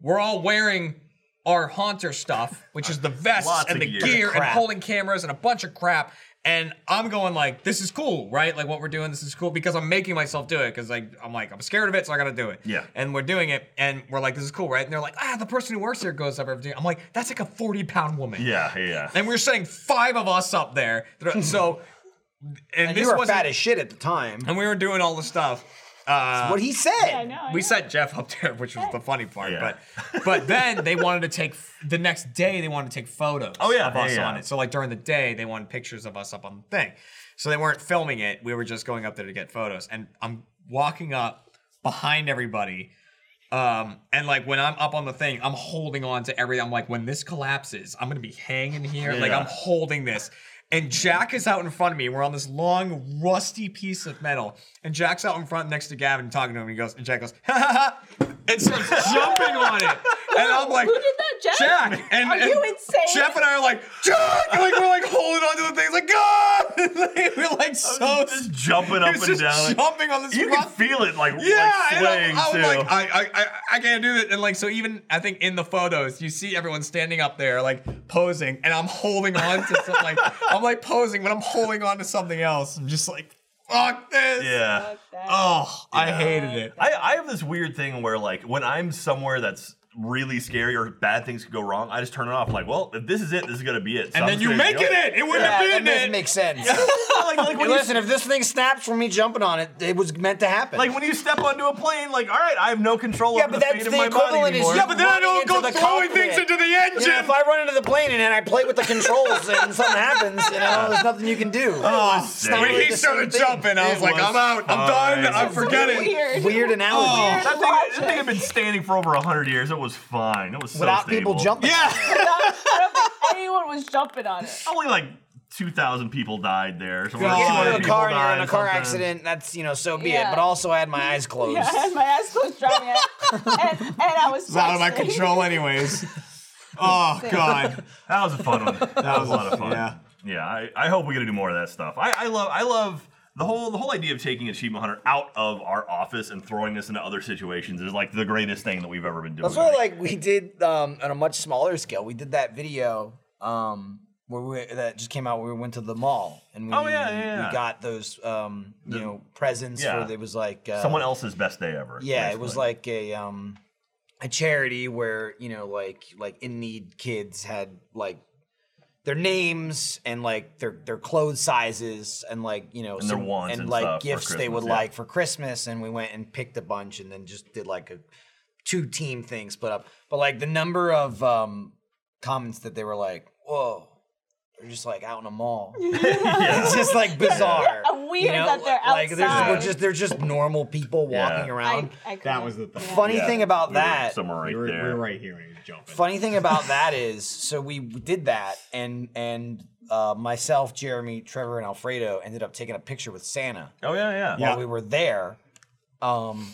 we're all wearing our haunter stuff, which is the vests Lots and of the gear. gear and Crap. holding cameras and a bunch of crap. And I'm going like, this is cool, right? Like what we're doing, this is cool because I'm making myself do it because like I'm like I'm scared of it, so I gotta do it. Yeah. And we're doing it, and we're like, this is cool, right? And they're like, ah, the person who works here goes up every day. I'm like, that's like a 40 pound woman. Yeah, yeah. And we're sending five of us up there, so. And, And this you were wasn't- fat as shit at the time. and we were doing all the stuff. Uh, what he said. I know. I we know. sent Jeff up there, which was the funny part. Yeah. But but then they wanted to take the next day they wanted to take photos Oh, yeah, of us yeah, yeah. on it. So like during the day they wanted pictures of us up on the thing. So they weren't filming it. We were just going up there to get photos. And I'm walking up behind everybody. Um, and like when I'm up on the thing, I'm holding on to everything. I'm like, when this collapses, I'm gonna be hanging here. Like Yeah. I'm holding this. And Jack is out in front of me. We're on this long, rusty piece of metal. And Jack's out in front next to Gavin talking to him. He goes, and Jack goes, ha ha ha, and starts jumping on it. And I'm like, Who did that, Jack? Jack. And, Are and you insane? Jeff and I are like, Jack! And, like we're like holding onto the things, like, God! we're like so just jumping he up was and just down. like- jumping on this you can rock- feel it like, yeah, and I'm- like swaying I, was too. like, I, I, I, I can't do it. And like, so even I think in the photos, you see everyone standing up there, like posing, and I'm holding on to something. like, I'm like posing, but I'm holding on to something else. I'm just like, fuck this. yeah. Oh, I hated it. I, I have this weird thing where like when I'm somewhere that's really scary or bad things could go wrong, I just turn it off. like, well, if this is it, this is gonna be it. So And I'm then just you gonna make go- it it. It wouldn't Yeah, have that been doesn't it. make sense. like, like, when you, Listen, if this thing snaps from me jumping on it, it was meant to happen. like when you step onto a plane, like, all right, I have no control Yeah, over but the that's fate of the my body equivalent is- anymore. Yeah, but then I don't Running go into the throwing cockpit. things into the engine. You know, if I run into the plane and then I play with the controls and something happens, you know, there's nothing you can do. Oh, not when dang. really he the started same thing. jumping, I It was like, was I'm out. I'm done. I fine. forget It's it. Weird. Weird Oh. analogy. that, thing, that thing had been standing for over hundred years. It was fine. It was so Without stable. people jumping. Yeah. I don't think anyone was jumping on it. Only like two thousand people died there. So You get into a car and 200 people you're in died, a car something. accident, that's, you know, so be Yeah. it. But also, I had my eyes closed. Yeah, I had my ass closed driving it, and, and I was It's out of my texting. control, anyways. Oh God. That was a fun one. That was a lot of fun. yeah. Yeah, I, I hope we get to do more of that stuff. I, I love I love the whole the whole idea of taking Achievement Hunter out of our office and throwing us into other situations is like the greatest thing that we've ever been doing. That's why, like, we did um, on a much smaller scale. We did that video um, where we that just came out. Where we went to the mall and we, Oh, yeah, yeah, yeah. we got those um, you know presents. yeah. where it was like uh, someone else's best day ever. Yeah, it was basically. like a um, a charity where you know, like like in need kids had like their names and like their their clothes sizes and like you know And their wants and like stuff for gifts they would Christmas, yeah. like for Christmas. And we went and picked a bunch and then just did like a two team thing split up. But like the number of um, comments that they were like, whoa. They're just like out in a mall. It's just like bizarre. Yeah, weird that they're like there's- we're outside. just they're just normal people walking Yeah. around. I, I couldn't. That was the thing. Funny Yeah. thing about We were that. somewhere right we, were, we there. were right here when he was jumping. Funny thing about that is, so we did that, and and uh, myself, Jeremy, Trevor, and Alfredo ended up taking a picture with Santa Oh yeah, yeah. while we were there. Um,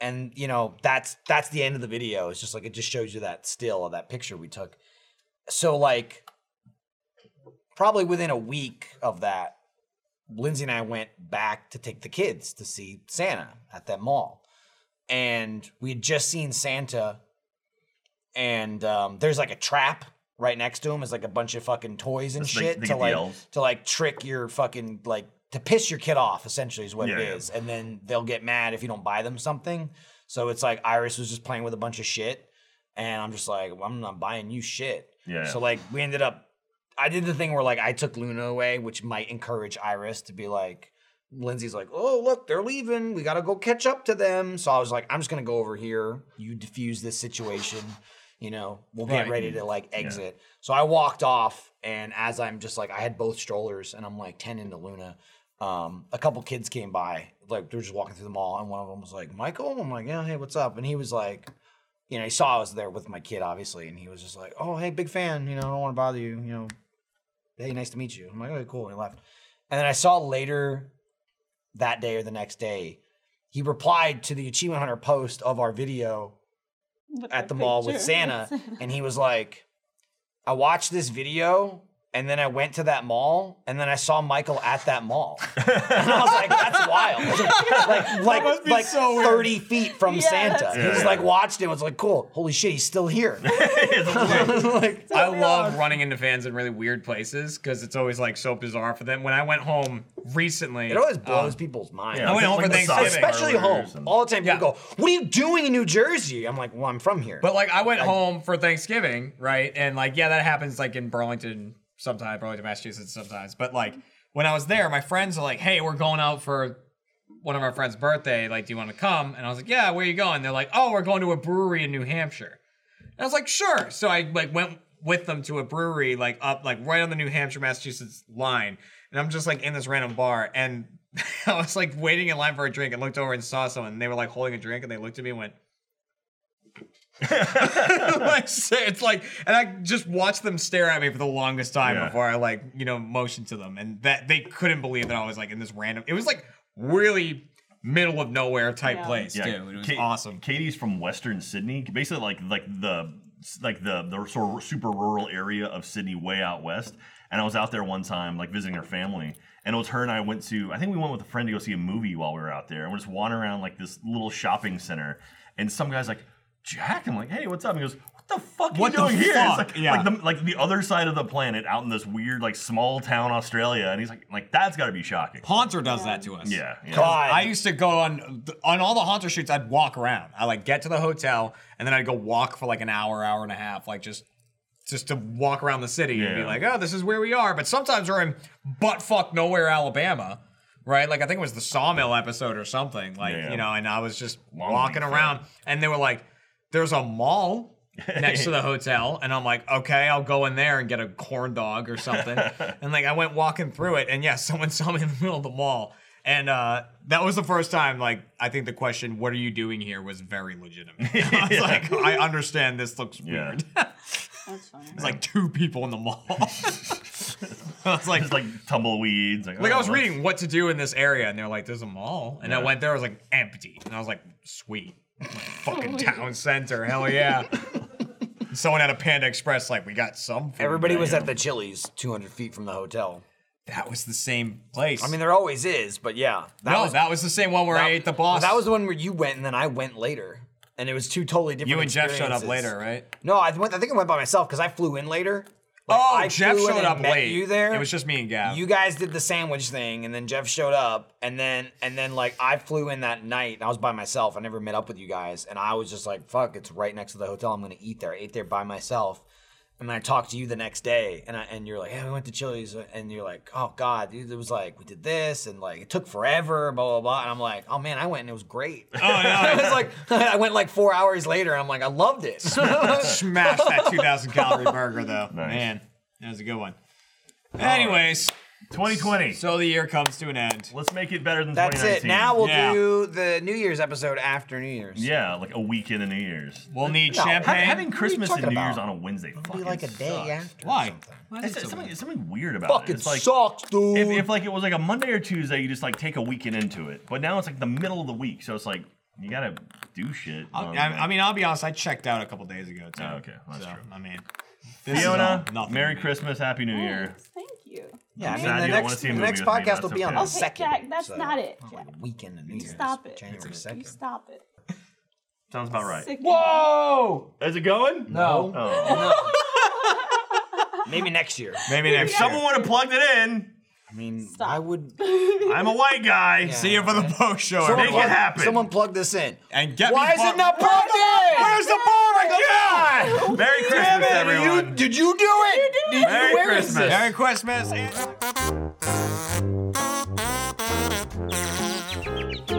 and you know that's that's the end of the video. It's just like it just shows you that still of that picture we took. So like, probably within a week of that, Lindsay and I went back to take the kids to see Santa at that mall, and we had just seen Santa. And um, there's like a trap right next to him. It's like a bunch of fucking toys and That's like- shit to they get the like elves. to like trick your fucking like to piss your kid off essentially is what it Yeah, yeah. is and then they'll get mad if you don't buy them something so it's like iris was just playing with a bunch of shit and i'm just like well, i'm not buying you shit Yeah. so like we ended up i did the thing where like i took luna away which might encourage iris to be like lindsay's like oh look they're leaving we gotta go catch up to them so i was like i'm just gonna go over here you diffuse this situation you know we'll get Right. ready to like exit so i walked off and as i'm just like i had both strollers and i'm like 10 into luna um, a couple kids came by like they were just walking through the mall and one of them was like michael i'm like yeah hey what's up and he was like you know he saw i was there with my kid obviously and he was just like oh hey big fan you know i don't want to bother you you know hey nice to meet you i'm like okay cool and he left and then i saw later that day or the next day he replied to the achievement hunter post of our video With at the our mall with picture. Santa, and he was like, "I watched this video And then I went to that mall, and then I saw Michael at that mall, and I was like, "That's wild!" like, like, like thirty feet from Yeah, Santa. that's he just like watched it. and Was like, "Cool, holy shit, he's still here." I love running into fans in really weird places because it's always like so bizarre for them. When I went home recently, It always blows people's minds. I went home for the Thanksgiving. Sonic Especially home. burgers and- Um, All the time people Yeah. go, What are you doing in New Jersey? I'm like, Well, I'm from here. But like I went home for Thanksgiving, right? And like yeah, that happens like in Burlington sometimes, Burlington, Massachusetts sometimes. But like when I was there, my friends are like, "Hey, we're going out for one of our friends' birthday. Like, do you want to come?" And I was like, "Yeah, where you going?" They're like, "Oh, we're going to a brewery in New Hampshire." And I was like, "Sure." So I like went with them to a brewery like up like right on the New Hampshire Massachusetts line, and I'm just like in this random bar and. I was like waiting in line for a drink and looked over and saw someone and they were like holding a drink and they looked at me and went, like, sa- it's like, and I just watched them stare at me for the longest time Yeah. before I like, you know, motioned to them, and that they couldn't believe that I was like in this random. It was like really middle of nowhere type Yeah. place too. It was Ka- awesome. Katie's from Western Sydney, basically like like the like the the sort of super rural area of Sydney, way out west. And I was out there one time, like visiting her family, and it was her and I went to. I think we went with a friend to go see a movie while we were out there, and we're just wandering around like this little shopping center. And some guy's like, "Jack," I'm like, "Hey, what's up?" And he goes. What the fuck are What you the doing here? fuck? It's like, Yeah. like, the, like the other side of the planet, out in this weird, like small town Australia, and he's like, like that's got to be shocking. Haunter does that to us. Yeah, yeah. God. I used to go on on all the Haunter shoots. I'd walk around. I like get to the hotel and then I'd go walk for like an hour, hour and a half, like just just to walk around the city and be Yeah. like, oh, this is where we are. But sometimes we're in butt fuck nowhere, Alabama, right? Like I think it was the sawmill episode or something, like Yeah. you know. And I was just Long walking Beach, around, and they were like, "There's a mall." next to the hotel and I'm like, okay, I'll go in there and get a corn dog or something. and like I went walking through it and yeah, someone saw me in the middle of the mall. And uh, that was the first time like I think the question, what are you doing here was very legitimate. I was like, I understand this looks Yeah. weird. It's like two people in the mall. I was like, It's like tumbleweeds. Like, like I oh, was that's- reading what to do in this area, and they're like, "There's a mall," and I Yeah. went there. I was like, empty, and I was like, "Sweet, Like, fucking town center, hell yeah!" And Someone had a Panda Express, like we got some. Food. Everybody was Yeah. at the Chili's 200 feet from the hotel. That was the same place. I mean, there always is, but yeah. That no, was, that was the same one where I ate the boss. That was the one where you went and then I went later. And it was two totally different you and Jeff showed up experiences. later, right? No, I, went, I think I went by myself because I flew in later. Like, oh, I Jeff flew in showed and up met late. You there? It was just me and Gav. You guys did the sandwich thing, and then Jeff showed up, and then and then like I flew in that night, and I was by myself. I never met up with you guys, and I was just like, "Fuck, it's right next to the hotel. I'm gonna eat there." I ate there by myself, and then I talked to you the next day, and I, and you're like, "Hey, we went to Chili's," and you're like, "Oh God, dude, it was like we did this, and like it took forever, blah blah blah." And I'm like, "Oh man, I went and it was great." Oh no, was like I went like four hours later. And I'm like, "I loved it." smashed that 2,000 calorie burger though. Man, that was a good one. Anyways, 2020. so the year comes to an end. Let's make it better than That's it. 2019. Now we'll Yeah. do the New Year's episode after New Year's. yeah, like a week in the New Year's. We'll need No, Ha- champagne. having Christmas and talking New Year's about? on a Wednesday It'll fucking be like a day sucks. after. or Why? something. Why is It's, it so it's something, bad? it's something weird about Fucking it. It's like sucks, dude. if, if like it was like a Monday or Tuesday, you just like take a weekend into it. But now it's like the middle of the week, so it's like you gotta do shit. I'll- on I, that. I mean, I'll be honest. I checked out a couple days ago too. Oh, okay. Well, that's so, true. I mean, this is Fiona, all nothing Merry to me. Christmas, Happy New Year. Thanks, Thank you. yeah, I I'm mean, sad the you don't next, wanna see a the movie next with me, but podcast that's will be on okay. the Okay, Hey, second. Jack, that's so- not it. Like Jack. a weekend in New You Year's. stop it. January You 2nd. stop it. Sounds about right. Sick. Whoa! Is it going? No. Oh. Maybe next year. Maybe next If someone would have plugged it in, I mean, I would. I'm a white guy. See you for the post show. Make everyone. it happen. Someone plug this in. and get Why me is it bar- not plugged in? Where's the barbecue? Merry Damn Christmas, it, everyone. You, did you do it? Did you- Merry where is Christmas. it? Merry Christmas. and-